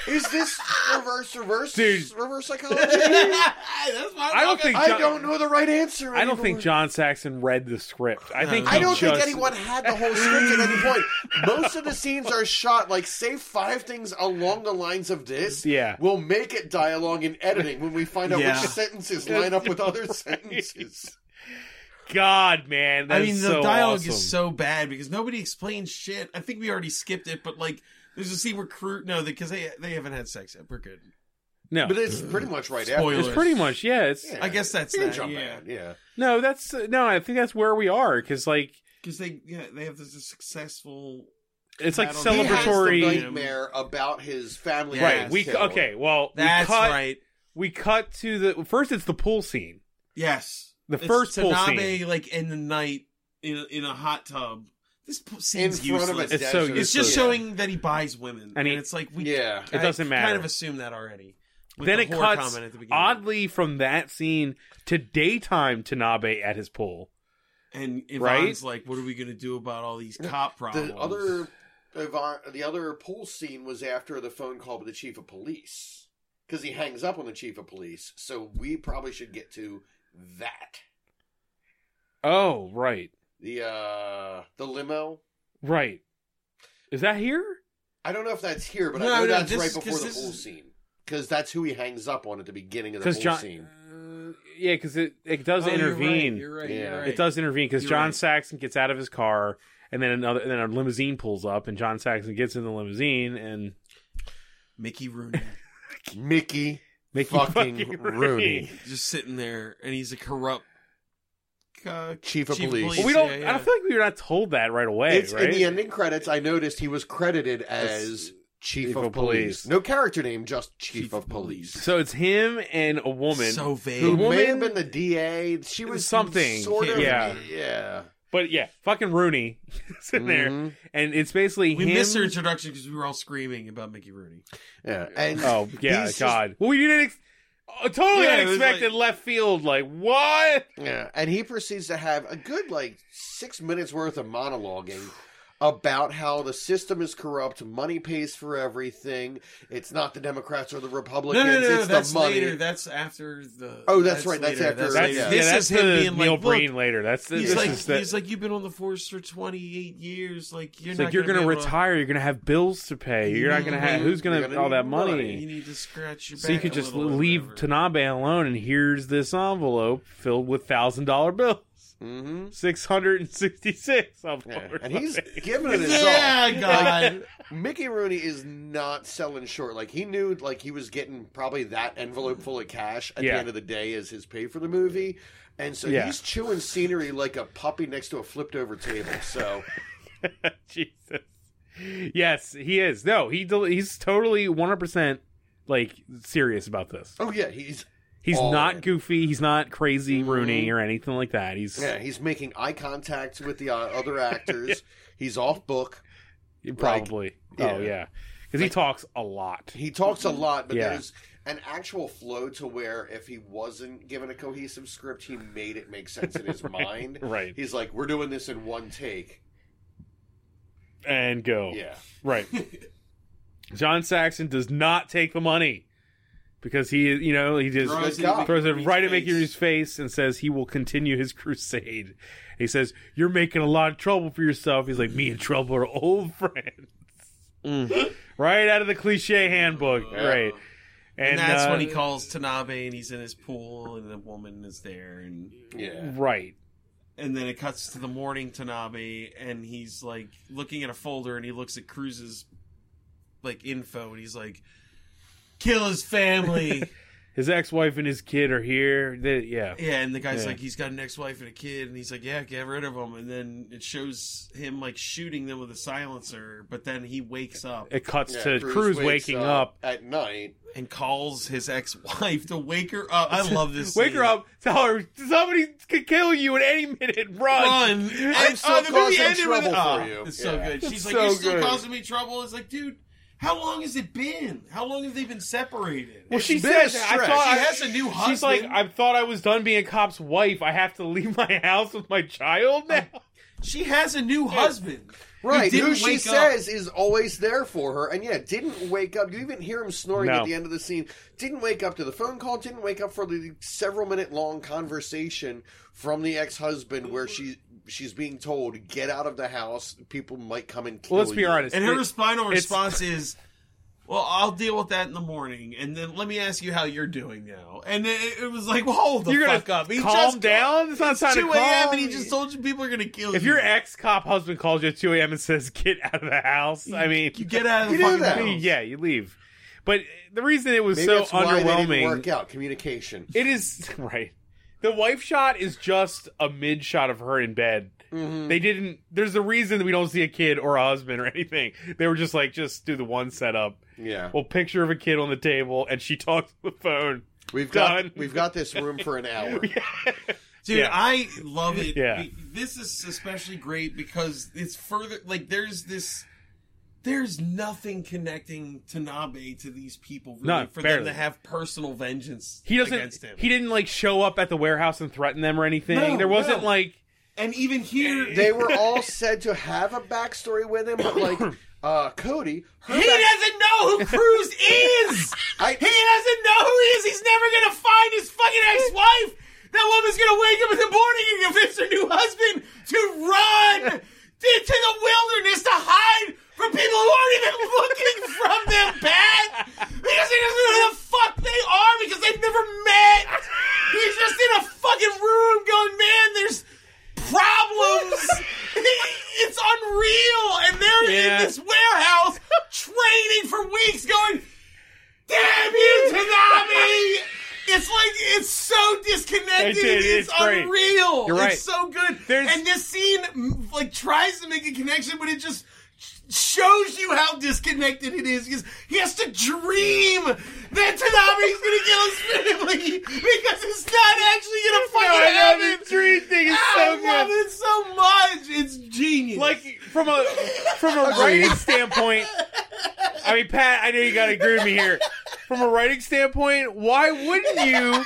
Speaker 2: is this reverse reverse
Speaker 3: Dude.
Speaker 2: reverse psychology?
Speaker 11: that's why I'm
Speaker 3: I
Speaker 11: not
Speaker 3: don't think
Speaker 11: gonna-
Speaker 2: I don't know the right answer.
Speaker 3: I don't think
Speaker 2: anymore.
Speaker 3: John Saxon read the script. I think
Speaker 2: I
Speaker 3: he
Speaker 2: don't think
Speaker 3: just-
Speaker 2: anyone had the whole script at any point. Most of the scenes are shot like say five things along the lines of this.
Speaker 3: Yeah.
Speaker 2: we'll make it dialogue in editing when we find out
Speaker 11: Yeah.
Speaker 2: which sentences line up with other sentences.
Speaker 3: God, man,
Speaker 11: I
Speaker 3: that's
Speaker 11: mean, the
Speaker 3: so
Speaker 11: dialogue
Speaker 3: awesome.
Speaker 11: is so bad because nobody explains shit. I think we already skipped it, but like, there's a scene where crew no, because they they haven't had sex yet. We're good.
Speaker 3: no.
Speaker 2: But it's pretty much right
Speaker 11: Spoiler.
Speaker 2: after.
Speaker 3: It's pretty much yeah. It's
Speaker 11: I guess that's
Speaker 2: You can
Speaker 11: that.
Speaker 2: jump
Speaker 11: yeah,
Speaker 2: ahead, yeah.
Speaker 3: no, that's no. I think that's where we are because like
Speaker 11: because they yeah they have this successful.
Speaker 3: it's like
Speaker 11: I don't know.
Speaker 2: He has the
Speaker 3: celebratory.
Speaker 11: He
Speaker 2: nightmare about his family.
Speaker 3: Right.
Speaker 11: Yes.
Speaker 3: We
Speaker 2: killing.
Speaker 3: okay. Well,
Speaker 11: That's
Speaker 3: we cut,
Speaker 11: right.
Speaker 3: We cut to the first. It's the pool scene.
Speaker 11: Yes,
Speaker 3: The
Speaker 11: It's
Speaker 3: first pool
Speaker 11: Tanabe
Speaker 3: scene.
Speaker 11: like in the night in a, in a hot tub. This p-
Speaker 2: in
Speaker 11: scene's
Speaker 2: front of a
Speaker 11: useless.
Speaker 2: desert.
Speaker 3: It's so
Speaker 11: It's
Speaker 3: useless.
Speaker 11: just
Speaker 2: Yeah.
Speaker 11: showing that he buys women,
Speaker 3: And
Speaker 11: and,
Speaker 3: he-
Speaker 11: it's like we
Speaker 2: Yeah.
Speaker 3: It doesn't
Speaker 11: I
Speaker 3: matter.
Speaker 11: Kind of assume that already. with
Speaker 3: then
Speaker 11: the
Speaker 3: it
Speaker 11: whore
Speaker 3: cuts
Speaker 11: comment at the beginning.
Speaker 3: oddly from that scene to daytime Tanabe at his pool.
Speaker 11: and
Speaker 3: right?
Speaker 11: Ivan's like, "What are we going to do about all these cop problems?"
Speaker 2: The other Yvonne, the other pool scene was after the phone call with the chief of police because he hangs up on the chief of police. So we probably should get to that.
Speaker 3: Oh, right,
Speaker 2: The uh the limo.
Speaker 3: right. Is that here?
Speaker 2: I don't know if that's here, but
Speaker 11: No,
Speaker 2: I know
Speaker 11: no,
Speaker 2: that's
Speaker 11: this-
Speaker 2: right before
Speaker 11: 'cause
Speaker 2: the
Speaker 11: this
Speaker 2: pool
Speaker 11: is-
Speaker 2: scene because that's who he hangs up on at the beginning of the
Speaker 3: Because
Speaker 2: pool
Speaker 3: John,
Speaker 2: scene.
Speaker 3: uh, yeah, because it it does
Speaker 11: Oh, you're right,
Speaker 3: intervene.
Speaker 11: You're right.
Speaker 2: Yeah.
Speaker 11: You're right.
Speaker 3: It does intervene because
Speaker 11: You're
Speaker 3: John
Speaker 11: right.
Speaker 3: Saxon gets out of his car, and then another, and then a limousine pulls up, and John Saxon gets in the limousine, and
Speaker 11: Mickey Rooney
Speaker 2: Mickey,
Speaker 3: Mickey
Speaker 2: fucking,
Speaker 3: fucking
Speaker 2: Rooney,
Speaker 3: Rooney.
Speaker 11: just sitting there, and he's a corrupt. Uh,
Speaker 2: chief of
Speaker 11: Chief of
Speaker 2: police.
Speaker 11: police.
Speaker 3: Well, we
Speaker 11: Yeah,
Speaker 3: don't. I
Speaker 11: yeah.
Speaker 3: don't feel like we were not told that right away,
Speaker 2: It's
Speaker 3: right?
Speaker 2: in the ending credits. I noticed he was credited as chief, of, police. No character name, just chief,
Speaker 11: Chief
Speaker 2: of
Speaker 11: of
Speaker 2: police.
Speaker 3: so it's him and a woman.
Speaker 11: so
Speaker 2: Who
Speaker 11: vague.
Speaker 3: Who-
Speaker 2: may
Speaker 3: woman-
Speaker 2: have been the DA? She was
Speaker 3: Something.
Speaker 2: Sort of,
Speaker 3: Yeah.
Speaker 2: yeah.
Speaker 3: but yeah, fucking Rooney is in
Speaker 11: Mm-hmm.
Speaker 3: there,
Speaker 2: Mhm.
Speaker 3: and it's basically
Speaker 11: We
Speaker 3: him.
Speaker 11: missed her introduction because we were all screaming about Mickey Rooney.
Speaker 2: Yeah. And
Speaker 3: Oh yeah,
Speaker 2: he's just-
Speaker 3: God. well, we didn't. Ex- oh, totally
Speaker 11: Yeah, it was
Speaker 3: unexpected left field. Like what?
Speaker 2: yeah. And he proceeds to have a good like six minutes worth of monologuing about how the system is corrupt, money pays for everything. It's not the Democrats or the
Speaker 11: No,
Speaker 2: Republicans.
Speaker 11: no, no,
Speaker 2: it's
Speaker 11: that's
Speaker 2: the money.
Speaker 11: later. That's after the.
Speaker 2: Oh, that's right, that's
Speaker 11: later,
Speaker 2: after-
Speaker 3: That's,
Speaker 11: later.
Speaker 2: yeah.
Speaker 3: yeah,
Speaker 11: This
Speaker 3: that's
Speaker 11: is him
Speaker 3: the
Speaker 11: being
Speaker 3: Neil
Speaker 11: like,
Speaker 3: Breen
Speaker 11: "Look,
Speaker 3: later. That's the,
Speaker 11: He's
Speaker 3: this
Speaker 11: like,
Speaker 3: is the,
Speaker 11: he's like, you've been on the force for 28 years. Like, you're
Speaker 3: It's
Speaker 11: not
Speaker 3: like you're
Speaker 11: gonna,
Speaker 3: gonna,
Speaker 11: be able to- Mm-hmm.
Speaker 3: retire. You're gonna have bills to pay. You're not gonna have who's gonna,
Speaker 2: You're gonna
Speaker 3: all that
Speaker 2: need
Speaker 3: money.
Speaker 11: You need to scratch your.
Speaker 3: So you
Speaker 11: back
Speaker 3: could
Speaker 11: a
Speaker 3: just
Speaker 11: little or
Speaker 3: leave
Speaker 11: whatever.
Speaker 3: Tanabe alone, and here's this envelope filled with thousand dollar bills,
Speaker 2: Mm-hmm.
Speaker 3: six hundred and sixty six.
Speaker 2: Yeah. And he's giving it his all.
Speaker 11: Yeah, God.
Speaker 2: Mickey Rooney is not selling short. Like he knew, like he was getting probably that envelope full of cash at
Speaker 3: Yeah.
Speaker 2: the end of the day as his pay for the movie, and so
Speaker 3: Yeah.
Speaker 2: he's chewing scenery like a puppy next to a flipped over table. So
Speaker 3: Jesus. Yes, he is. No, he del- he's totally one hundred percent like serious about this.
Speaker 2: oh yeah, he's
Speaker 3: He's
Speaker 2: All
Speaker 3: not
Speaker 2: in.
Speaker 3: goofy. He's not crazy Rooney
Speaker 2: Mhm.
Speaker 3: or anything like that. He's
Speaker 2: yeah he's making eye contact with the uh, other actors. He's off book.
Speaker 3: probably. oh
Speaker 2: yeah.
Speaker 3: yeah, because he talks a lot.
Speaker 2: He talks a lot, but
Speaker 3: Yeah.
Speaker 2: there's an actual flow to where if he wasn't given a cohesive script, he made it make sense in his mind.
Speaker 3: right.
Speaker 2: He's like, we're doing this in one take.
Speaker 3: And go.
Speaker 2: Yeah.
Speaker 3: Right. John Saxon does not take the money because he, you know, he just
Speaker 11: Throws
Speaker 3: throws,
Speaker 11: it
Speaker 2: God.
Speaker 11: in
Speaker 3: it
Speaker 11: Mickey
Speaker 3: right at
Speaker 11: Rooney's
Speaker 3: Mickey Rooney's
Speaker 11: face.
Speaker 3: face and says he will continue his crusade. He says, "You're making a lot of trouble for yourself." He's like, "Me and trouble are old friends."
Speaker 11: Mm.
Speaker 3: right out of the cliche handbook. Right.
Speaker 11: And that's
Speaker 3: uh,
Speaker 11: when he calls Tanabe, and he's in his pool, and the woman is there, and
Speaker 2: Yeah.
Speaker 3: Right.
Speaker 11: and then it cuts to the morning Tanabe, and he's like looking at a folder, and he looks at Cruz's like info, and he's like, "Kill his family."
Speaker 3: His ex-wife and his kid are here. They, yeah.
Speaker 11: Yeah, and the guy's
Speaker 3: Yeah.
Speaker 11: like, he's got an ex-wife and a kid, and he's like, yeah, get rid of them. And then it shows him like shooting them with a silencer, but then he wakes up
Speaker 3: It cuts
Speaker 2: Yeah,
Speaker 3: to
Speaker 2: Cruz
Speaker 3: Cruz
Speaker 2: wakes
Speaker 3: waking up.
Speaker 2: at night.
Speaker 11: and calls his ex-wife to wake her up. I love this.
Speaker 3: Wake
Speaker 11: scene.
Speaker 3: her up. Tell her somebody could kill you at any minute.
Speaker 11: run!
Speaker 2: I'm still causing
Speaker 11: uh, ended
Speaker 2: trouble
Speaker 11: "Ah,
Speaker 2: for you."
Speaker 11: It's so
Speaker 2: Yeah.
Speaker 11: good. She's like,
Speaker 3: so
Speaker 11: you're still
Speaker 3: good.
Speaker 11: causing me trouble. It's like, dude, how long has it been? How long have they been separated?
Speaker 3: Well, she
Speaker 2: been a
Speaker 3: says I
Speaker 2: stretch.
Speaker 3: thought
Speaker 11: she
Speaker 3: I-
Speaker 11: has a new husband.
Speaker 3: She's like, I thought I was done being a cop's wife. I have to leave my house with my child now.
Speaker 11: she has a new husband. who
Speaker 2: Right,
Speaker 11: didn't
Speaker 2: who she
Speaker 11: wake up.
Speaker 2: says is always there for her, and yeah, didn't wake up. You even hear him snoring
Speaker 3: No.
Speaker 2: at the end of the scene. Didn't wake up to the phone call. Didn't wake up for the several minute long conversation from the ex husband where she she's being told get out of the house. People might come and kill
Speaker 3: Well, let's be
Speaker 2: you."
Speaker 3: honest.
Speaker 11: And her
Speaker 3: It-
Speaker 11: final
Speaker 3: it's-
Speaker 11: response is, "Well, I'll deal with that in the morning, and then let me ask you how you're doing now." And it, it was like, well, "Hold the
Speaker 3: you're gonna
Speaker 11: fuck up! He
Speaker 3: calm
Speaker 11: just-
Speaker 3: down. It's not
Speaker 11: It's
Speaker 3: time to
Speaker 11: two a.m.
Speaker 3: calm.
Speaker 11: and he just told you people are gonna kill you.
Speaker 3: If your ex cop husband calls you at two a.m. and says get out of the house, I mean,
Speaker 11: you get out of the
Speaker 2: You do
Speaker 11: fucking
Speaker 2: that.
Speaker 3: I
Speaker 11: house.
Speaker 3: mean, yeah, you leave. But the reason it was
Speaker 2: Maybe
Speaker 3: so
Speaker 2: that's why they didn't work
Speaker 3: underwhelming,
Speaker 2: out communication.
Speaker 3: it is right. The wife shot is just a mid shot of her in bed.
Speaker 11: Mm-hmm.
Speaker 3: They didn't. There's a reason that we don't see a kid or a husband or anything. They were just like, just do the one setup.
Speaker 2: Yeah,
Speaker 3: Well, picture of a kid on the table, and she talks on the phone.
Speaker 2: we've got
Speaker 3: done.
Speaker 2: we've got this room for an hour.
Speaker 11: Dude,
Speaker 3: Yeah.
Speaker 11: I love it.
Speaker 3: Yeah.
Speaker 11: Be- This is especially great because it's further like there's this there's nothing connecting Tanabe to these people really
Speaker 3: Not
Speaker 11: for
Speaker 3: barely.
Speaker 11: them to have personal vengeance
Speaker 3: He doesn't.
Speaker 11: against him.
Speaker 3: He didn't like show up at the warehouse and threaten them or anything.
Speaker 11: No,
Speaker 3: there wasn't
Speaker 11: no.
Speaker 3: like
Speaker 11: and even here
Speaker 2: They were all said to have a backstory with him, but like uh, Cody, her
Speaker 11: He
Speaker 2: back-
Speaker 11: doesn't know who Cruz is.
Speaker 2: I-
Speaker 11: he doesn't know who he is. He's never gonna find his fucking ex-wife. That woman's gonna wake up in the morning and convince her new husband to run into the wilderness to hide from people who aren't even looking from them back because he doesn't know who the fuck they are because they've never met. He's just in a fucking room going, man, there's problems. it's unreal, and they're
Speaker 3: Yeah.
Speaker 11: in this warehouse training for weeks, going, "Damn you, Tanami!" It's like it's so disconnected.
Speaker 3: It is,
Speaker 11: it's
Speaker 3: it's great.
Speaker 11: unreal.
Speaker 3: You're right.
Speaker 11: It's so good.
Speaker 3: There's-
Speaker 11: And this scene mm, like tries to make a connection, but it just shows you how disconnected it is because he has to dream that Tanabe's gonna kill his family because it's not actually gonna fucking
Speaker 3: I
Speaker 11: happen.
Speaker 3: love the dream thing is so
Speaker 11: I love
Speaker 3: good.
Speaker 11: it so much. It's genius.
Speaker 3: Like from a from a writing standpoint. I mean, Pat, I know you gotta agree with me here. From a writing standpoint, why wouldn't you?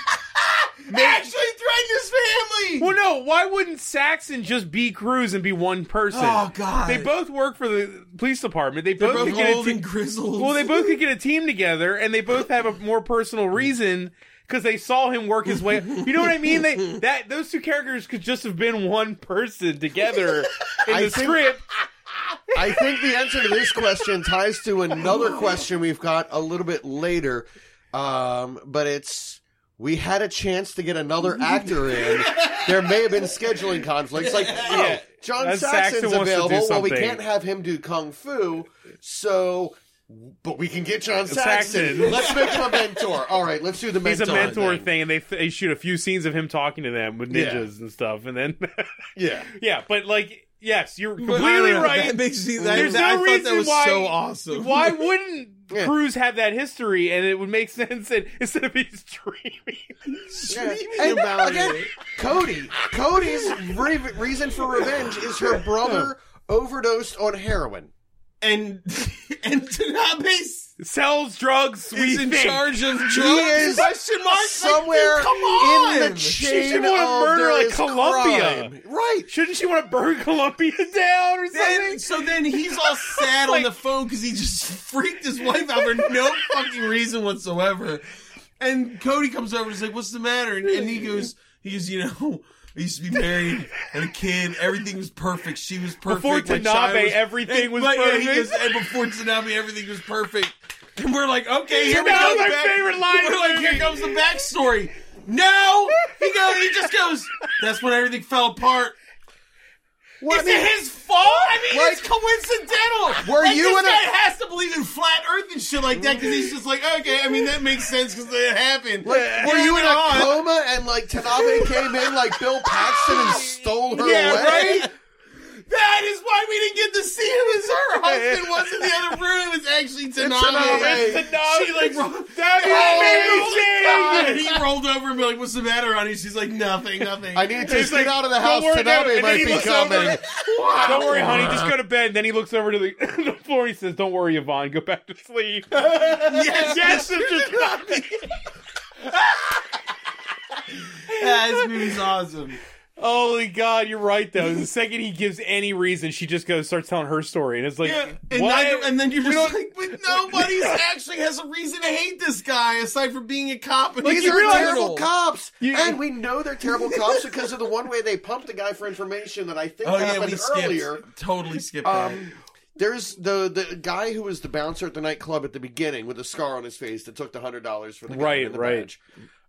Speaker 11: they actually threatened his family.
Speaker 3: Well, no, why wouldn't Saxon just be Cruz and be one person?
Speaker 11: Oh God!
Speaker 3: They both work for the police department. They
Speaker 11: They're
Speaker 3: both, could
Speaker 11: both
Speaker 3: get a
Speaker 11: old
Speaker 3: te-
Speaker 11: and grizzled.
Speaker 3: well, they both could get a team together, and they both have a more personal reason because they saw him work his way. You know what I mean? They that those two characters could just have been one person together in
Speaker 2: I
Speaker 3: the
Speaker 2: think-
Speaker 3: script.
Speaker 2: I think the answer to this question ties to another question we've got a little bit later. Um, but it's we had a chance to get another actor in. There may have been scheduling conflicts. Like, oh,
Speaker 3: Yeah.
Speaker 2: John
Speaker 3: Uh,
Speaker 2: Saxon's
Speaker 3: Saxon wants to do
Speaker 2: available. Well, we
Speaker 3: something.
Speaker 2: can't have him do kung fu, so. But we can get John Saxon.
Speaker 3: Saxon.
Speaker 2: Let's make him a mentor. All right, let's do the
Speaker 3: He's
Speaker 2: mentor.
Speaker 3: a mentor
Speaker 2: thing.
Speaker 3: thing, and they, they shoot a few scenes of him talking to them with
Speaker 2: Yeah.
Speaker 3: ninjas and stuff, and then
Speaker 2: Yeah.
Speaker 3: yeah, but like yes, you're
Speaker 11: But I
Speaker 3: completely
Speaker 11: don't know,
Speaker 3: right.
Speaker 11: That makes me, that,
Speaker 3: There's
Speaker 11: that-
Speaker 3: no
Speaker 11: I thought that
Speaker 3: reason
Speaker 11: was
Speaker 3: why-
Speaker 11: so awesome.
Speaker 3: Why wouldn't
Speaker 2: Yeah.
Speaker 3: Cruz have that history? And it would make sense that instead of he's dreaming,
Speaker 2: Yeah.
Speaker 11: Dreaming
Speaker 2: And
Speaker 11: about
Speaker 2: again,
Speaker 11: it.
Speaker 2: Cody. Cody's re- reason for revenge is her brother overdosed on heroin.
Speaker 11: And and Tanabe's
Speaker 3: sells drugs. We
Speaker 11: is in
Speaker 3: think.
Speaker 11: charge of drugs.
Speaker 2: is
Speaker 11: question mark? Like,
Speaker 2: Somewhere
Speaker 11: dude, come on.
Speaker 2: in the chain
Speaker 3: should
Speaker 2: of
Speaker 3: wanna murder,
Speaker 2: there
Speaker 3: like,
Speaker 2: is
Speaker 3: Columbia.
Speaker 2: crime. right?
Speaker 3: Shouldn't she want to burn Columbia down or something?
Speaker 11: Then, so then he's all sad on the phone because he just freaked his wife out for no fucking reason whatsoever. And Cody comes over and is like, "What's the matter?" And, and he goes, "He goes, you know, I used to be married and a kid. Everything was perfect. She was perfect.
Speaker 3: Before
Speaker 11: My child
Speaker 3: Tanabe,
Speaker 11: was-
Speaker 3: everything
Speaker 11: and-
Speaker 3: was
Speaker 11: but, yeah, he
Speaker 3: perfect.
Speaker 11: goes, and before Tanabe, everything was perfect." And we're like, "Okay, here we
Speaker 3: That
Speaker 11: go."
Speaker 3: was my
Speaker 11: back-
Speaker 3: favorite line
Speaker 11: We're
Speaker 3: in the
Speaker 11: like, "Here
Speaker 3: movie."
Speaker 11: comes the backstory." No, he goes. He just goes. That's when everything fell apart.
Speaker 2: What?
Speaker 11: Is it his fault? I mean,
Speaker 2: Like-
Speaker 11: it's coincidental.
Speaker 2: Were
Speaker 11: like,
Speaker 2: you
Speaker 11: this
Speaker 2: in a-
Speaker 11: guy has to believe in flat Earth and shit like that because he's just like, okay, I mean that makes sense because it happened.
Speaker 2: Were you in a coma and like Tanabe came in like Bill Paxton and stole her
Speaker 11: Yeah,
Speaker 2: away?
Speaker 11: right? That is why we didn't get to see him as her husband was in the other room. It's actually Tanabe.
Speaker 2: Tanabe.
Speaker 11: She Oh like rolled,
Speaker 3: That'd be amazing.
Speaker 11: he rolled over and be like, "What's the matter, honey?" She's like, "Nothing, nothing."
Speaker 2: I need to
Speaker 3: He's
Speaker 2: get
Speaker 3: like,
Speaker 2: out of the
Speaker 3: "Don't
Speaker 2: house.
Speaker 3: worry about it."
Speaker 2: Tanabe
Speaker 3: And then
Speaker 2: might
Speaker 3: he
Speaker 2: be
Speaker 3: looks over
Speaker 2: coming.
Speaker 3: and- Don't worry, honey. Just go to bed. And then he looks over to the, the floor. and He says, "Don't worry, Yvonne. Go back to sleep."
Speaker 11: yes,
Speaker 3: yes, Mr. Cop.
Speaker 11: yeah, this movie's awesome.
Speaker 3: Holy Oh God, you're right though. The second he gives any reason, she just goes starts telling her story, and it's like,
Speaker 11: Yeah, and,
Speaker 3: what?
Speaker 11: neither, and then you're
Speaker 3: We don't-
Speaker 11: just like, but nobody's actually has a reason to hate this guy aside from being a cop. And
Speaker 2: These
Speaker 11: he's
Speaker 2: are
Speaker 11: a
Speaker 2: terrible
Speaker 11: turtle.
Speaker 2: cops,
Speaker 3: You-
Speaker 2: and we know they're terrible cops because of the one way they pumped the guy for information that I think
Speaker 11: Oh yeah,
Speaker 2: happened
Speaker 11: we skipped.
Speaker 2: earlier.
Speaker 11: Totally skipped
Speaker 2: Um, there's the the guy who was the bouncer at the nightclub at the beginning with a scar on his face that took the hundred dollars for the gun
Speaker 3: Right,
Speaker 2: and the
Speaker 3: right.
Speaker 2: badge.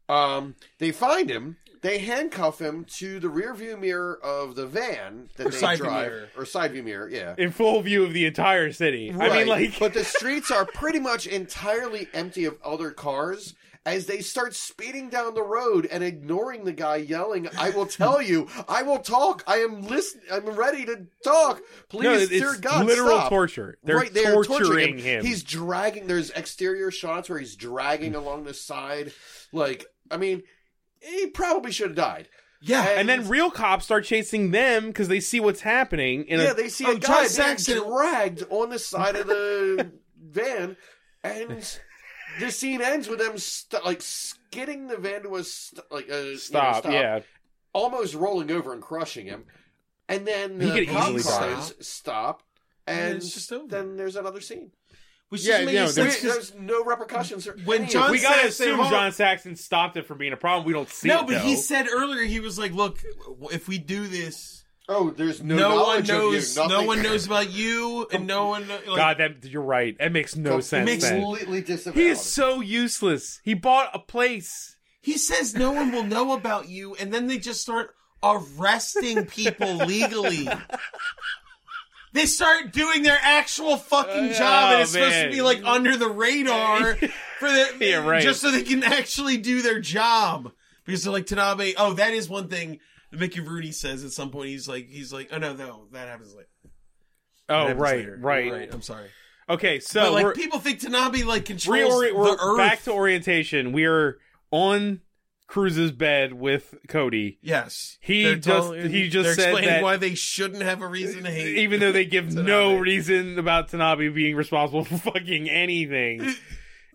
Speaker 2: Um, they find him. They handcuff him to the rear view mirror of the van that they
Speaker 11: side view
Speaker 2: drive,
Speaker 11: mirror.
Speaker 2: or side view mirror. Yeah,
Speaker 3: in full view of the entire city. I mean,
Speaker 2: Right.
Speaker 3: like,
Speaker 2: but the streets are pretty much entirely empty of other cars. As they start speeding down the road and ignoring the guy yelling, "I will tell you, I will talk, I am listen, I'm ready to talk. Please,
Speaker 3: no, it's
Speaker 2: dear God,
Speaker 3: literal
Speaker 2: stop."
Speaker 3: torture. They're
Speaker 2: right, they are
Speaker 3: torturing him.
Speaker 2: He's dragging. There's exterior shots where he's dragging along the side. Like, I mean, he probably should have died.
Speaker 11: Yeah.
Speaker 3: And then real cops start chasing them because they see what's happening. In
Speaker 2: yeah,
Speaker 3: a,
Speaker 2: they see
Speaker 11: Oh,
Speaker 2: a
Speaker 11: John
Speaker 2: guy being
Speaker 11: Saxon-
Speaker 2: dragged on the side of the van, and the scene ends with them st- like skidding the van to a st- like a you know,
Speaker 3: stop, Yeah,
Speaker 2: almost rolling over and crushing him, and then
Speaker 3: He
Speaker 2: the
Speaker 3: could
Speaker 2: cop
Speaker 3: easily
Speaker 11: die.
Speaker 2: says stop,
Speaker 11: And
Speaker 2: and
Speaker 11: it's just over.
Speaker 2: then there's another scene.
Speaker 11: Which
Speaker 3: Yeah,
Speaker 11: doesn't make
Speaker 3: you
Speaker 11: any
Speaker 3: know,
Speaker 2: There-
Speaker 11: sense 'cause-
Speaker 2: there's no repercussions. or
Speaker 11: When
Speaker 2: any of
Speaker 11: John
Speaker 2: it.
Speaker 3: we gotta
Speaker 11: Saxon,
Speaker 3: assume
Speaker 11: hold-
Speaker 3: John Saxon stopped it from being a problem. We don't see
Speaker 11: no,
Speaker 3: it,
Speaker 11: but
Speaker 3: though.
Speaker 11: he said earlier he was like, "Look, if we do this,
Speaker 2: oh, there's no,
Speaker 11: no, one
Speaker 2: knowledge
Speaker 11: knows,
Speaker 2: of you.
Speaker 11: no
Speaker 2: nothing-
Speaker 11: one knows about you, and no one." Know, like,
Speaker 3: God, that you're right. That makes no sense.
Speaker 11: makes
Speaker 3: then.
Speaker 2: completely disavowed.
Speaker 3: He is so useless. He bought a place.
Speaker 11: He says no one will know about you, and then they just start arresting people legally. They start doing their actual fucking job, and it's
Speaker 3: Oh,
Speaker 11: supposed to
Speaker 3: man.
Speaker 11: be like under the radar for the
Speaker 3: Yeah, right.
Speaker 11: just so they can actually do their job. Because they're like Tanabe. Oh, that is one thing that Mickey Rooney says at some point. He's like, he's like, oh no, no, that happens later. That
Speaker 3: Oh,
Speaker 11: happens
Speaker 3: right,
Speaker 11: later.
Speaker 3: right,
Speaker 11: right. I'm sorry,
Speaker 3: Okay, so
Speaker 11: but like
Speaker 3: we're,
Speaker 11: people think Tanabe like controls
Speaker 3: reorient, we're
Speaker 11: the earth.
Speaker 3: back to orientation. We are on Cruz's bed with Cody,
Speaker 11: Yes,
Speaker 3: He
Speaker 11: They're
Speaker 3: just-
Speaker 11: telling-
Speaker 3: he just
Speaker 11: they're
Speaker 3: said
Speaker 11: explaining
Speaker 3: that-
Speaker 11: why they shouldn't have a reason to hate.
Speaker 3: even though they give no
Speaker 11: Tanabe.
Speaker 3: reason about Tanabe being responsible for fucking anything.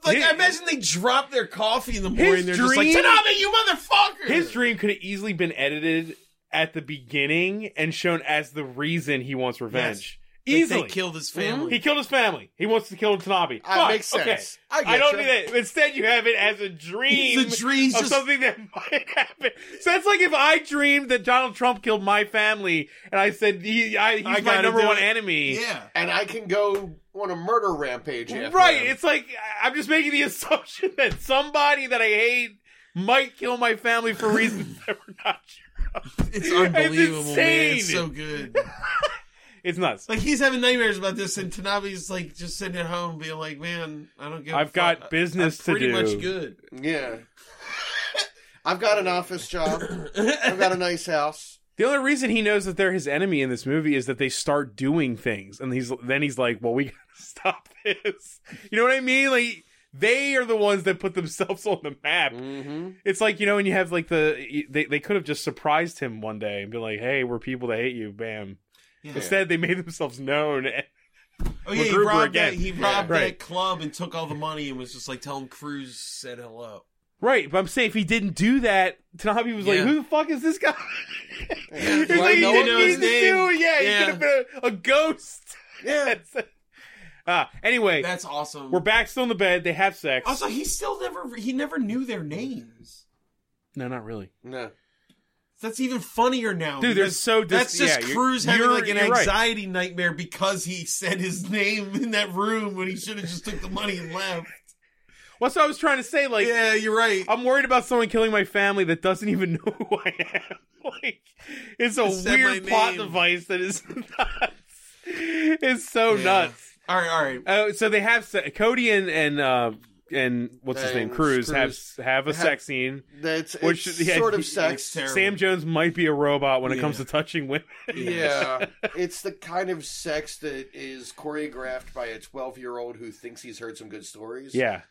Speaker 11: like
Speaker 3: his-
Speaker 11: I imagine they drop their coffee in the morning.
Speaker 3: His
Speaker 11: They're just like
Speaker 3: dream-
Speaker 11: Tanabe, you motherfucker.
Speaker 3: His dream could have easily been edited at the beginning and shown as the reason he wants revenge.
Speaker 11: Like,
Speaker 3: Easily.
Speaker 11: they killed his family.
Speaker 3: He killed his family. He wants to kill Tanabe.
Speaker 2: Ah,
Speaker 3: Fine,
Speaker 2: makes
Speaker 3: okay.
Speaker 2: sense. I get
Speaker 3: don't
Speaker 2: you.
Speaker 3: need that. Instead, you have it as a dream
Speaker 11: It's a dream,
Speaker 3: of
Speaker 11: just-
Speaker 3: something that might happen. So that's like if I dreamed that Donald Trump killed my family, and I said he, I, he's
Speaker 11: I
Speaker 3: my
Speaker 11: gotta
Speaker 3: number
Speaker 11: do
Speaker 3: one
Speaker 11: it.
Speaker 3: enemy.
Speaker 11: yeah,
Speaker 2: and I can go on a murder rampage. after
Speaker 3: Right.
Speaker 2: him.
Speaker 3: It's like I- I'm just making the assumption that somebody that I hate might kill my family for reasons that we're not sure. of.
Speaker 11: it's unbelievable. man. It's
Speaker 3: insane.
Speaker 11: so good.
Speaker 3: It's nuts.
Speaker 11: like he's having nightmares about this, and Tanabe's like just sitting at home, being like, "Man, I don't give. a
Speaker 3: I've
Speaker 11: fuck.
Speaker 3: got business
Speaker 11: I'm
Speaker 3: to
Speaker 11: pretty
Speaker 3: do."
Speaker 11: much good.
Speaker 2: Yeah. I've got an office job. I've got a nice house.
Speaker 3: The only reason he knows that they're his enemy in this movie is that they start doing things, and he's then he's like, "Well, we gotta stop this." You know what I mean? Like they are the ones that put themselves on the map. It's like you know, and you have like the they they could have just surprised him one day and be like, "Hey, we're people that hate you." Bam. Instead, they made themselves known.
Speaker 11: Oh yeah, he
Speaker 3: Magruber
Speaker 11: robbed
Speaker 3: again.
Speaker 11: that. He robbed
Speaker 3: Yeah.
Speaker 11: that club and took all the money and was just like, "Tell him Cruz said hello."
Speaker 3: Right, but I'm saying if he didn't do that, Tanabe was like,
Speaker 11: Yeah.
Speaker 3: "Who the fuck is this guy?" He's
Speaker 2: Well,
Speaker 3: like,
Speaker 2: no
Speaker 3: he
Speaker 2: one
Speaker 3: didn't
Speaker 11: knows
Speaker 3: mean
Speaker 11: his
Speaker 3: to
Speaker 11: name.
Speaker 3: do it. Yeah,
Speaker 11: Yeah.
Speaker 3: he could have been a, a ghost.
Speaker 2: Yeah.
Speaker 3: Ah, anyway,
Speaker 11: That's awesome.
Speaker 3: we're back still in the bed. They have sex.
Speaker 11: Also, he still never he never knew their names.
Speaker 3: no, not really.
Speaker 2: No.
Speaker 11: That's even funnier now,
Speaker 3: Dude, they're
Speaker 11: because
Speaker 3: so dis-
Speaker 11: that's just
Speaker 3: yeah, you're-
Speaker 11: Cruz having
Speaker 3: you're-
Speaker 11: like an
Speaker 3: you're right.
Speaker 11: anxiety nightmare because he said his name in that room when he should have just took the money and left.
Speaker 3: Well, so I was trying to say, like, um,
Speaker 11: yeah, you're right.
Speaker 3: I'm worried about someone killing my family that doesn't even know who I am. like, it's a
Speaker 11: Just said
Speaker 3: weird
Speaker 11: my
Speaker 3: plot
Speaker 11: name.
Speaker 3: device that is nuts. It's so
Speaker 11: Yeah.
Speaker 3: nuts.
Speaker 11: All right, all right.
Speaker 3: Oh, so they have se- Cody and and uh, and what's his name?
Speaker 2: And
Speaker 3: Cruz,
Speaker 2: Cruz.
Speaker 3: have have a
Speaker 2: Have-
Speaker 3: sex scene.
Speaker 2: That's
Speaker 3: Which-
Speaker 2: it's
Speaker 3: yeah,
Speaker 2: sort of
Speaker 3: it's
Speaker 2: sex.
Speaker 11: terrible.
Speaker 3: Sam Jones might be a robot when it comes to touching women.
Speaker 2: Yeah. it's the kind of sex that is choreographed by a 12 year old who thinks he's heard some good stories.
Speaker 3: yeah,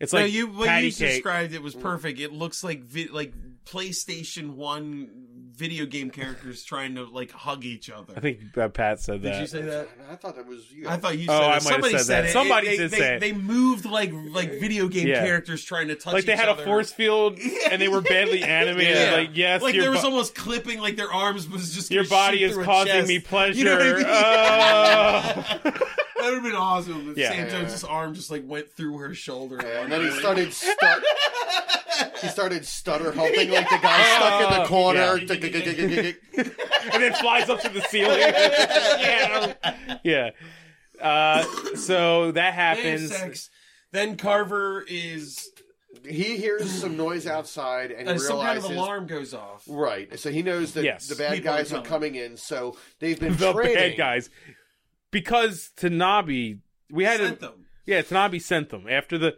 Speaker 3: it's
Speaker 11: No,
Speaker 3: like
Speaker 11: you what
Speaker 3: patty
Speaker 11: you
Speaker 3: cake.
Speaker 11: described it was perfect. It looks like vi- like PlayStation One video game characters trying to like hug each other.
Speaker 3: I think uh, Pat said that.
Speaker 11: Did you say that?
Speaker 2: I thought that was you.
Speaker 11: I thought you
Speaker 3: Oh, I
Speaker 11: said it.
Speaker 3: might have
Speaker 11: somebody
Speaker 3: said that.
Speaker 11: it.
Speaker 3: Somebody
Speaker 11: It- they,
Speaker 3: did
Speaker 11: they,
Speaker 3: say it.
Speaker 11: They moved like like video game
Speaker 3: Yeah.
Speaker 11: characters trying to touch.
Speaker 3: like they
Speaker 11: each
Speaker 3: had
Speaker 11: other.
Speaker 3: a force field and they were badly animated.
Speaker 11: Yeah.
Speaker 3: Like yes,
Speaker 11: like
Speaker 3: your
Speaker 11: there was
Speaker 3: bo-
Speaker 11: almost clipping. Like their arms was just
Speaker 3: your
Speaker 11: gonna
Speaker 3: body
Speaker 11: shoot
Speaker 3: is
Speaker 11: through a
Speaker 3: causing
Speaker 11: chest.
Speaker 3: me pleasure.
Speaker 11: You know what I mean?
Speaker 3: Oh.
Speaker 11: that would have been awesome. If
Speaker 3: Yeah.
Speaker 11: Sam Jones' arm just like went through her shoulder.
Speaker 2: And then he started stut- he started stutter humping like the guy stuck
Speaker 3: Oh,
Speaker 2: in the corner.
Speaker 3: and then flies up to the ceiling. yeah, yeah. Uh, so that
Speaker 11: They have
Speaker 3: happens.
Speaker 11: sex. Then Carver is
Speaker 2: he hears some noise outside and
Speaker 11: uh,
Speaker 2: realizes
Speaker 11: some kind of alarm goes off.
Speaker 2: Right. So he knows that
Speaker 3: Yes.
Speaker 2: the bad
Speaker 11: People are
Speaker 2: guys are
Speaker 11: coming.
Speaker 2: coming in, so they've been
Speaker 3: the
Speaker 2: training.
Speaker 3: bad guys because Tanabe we had
Speaker 11: Sent
Speaker 3: a,
Speaker 11: them.
Speaker 3: yeah Tanabe sent them after the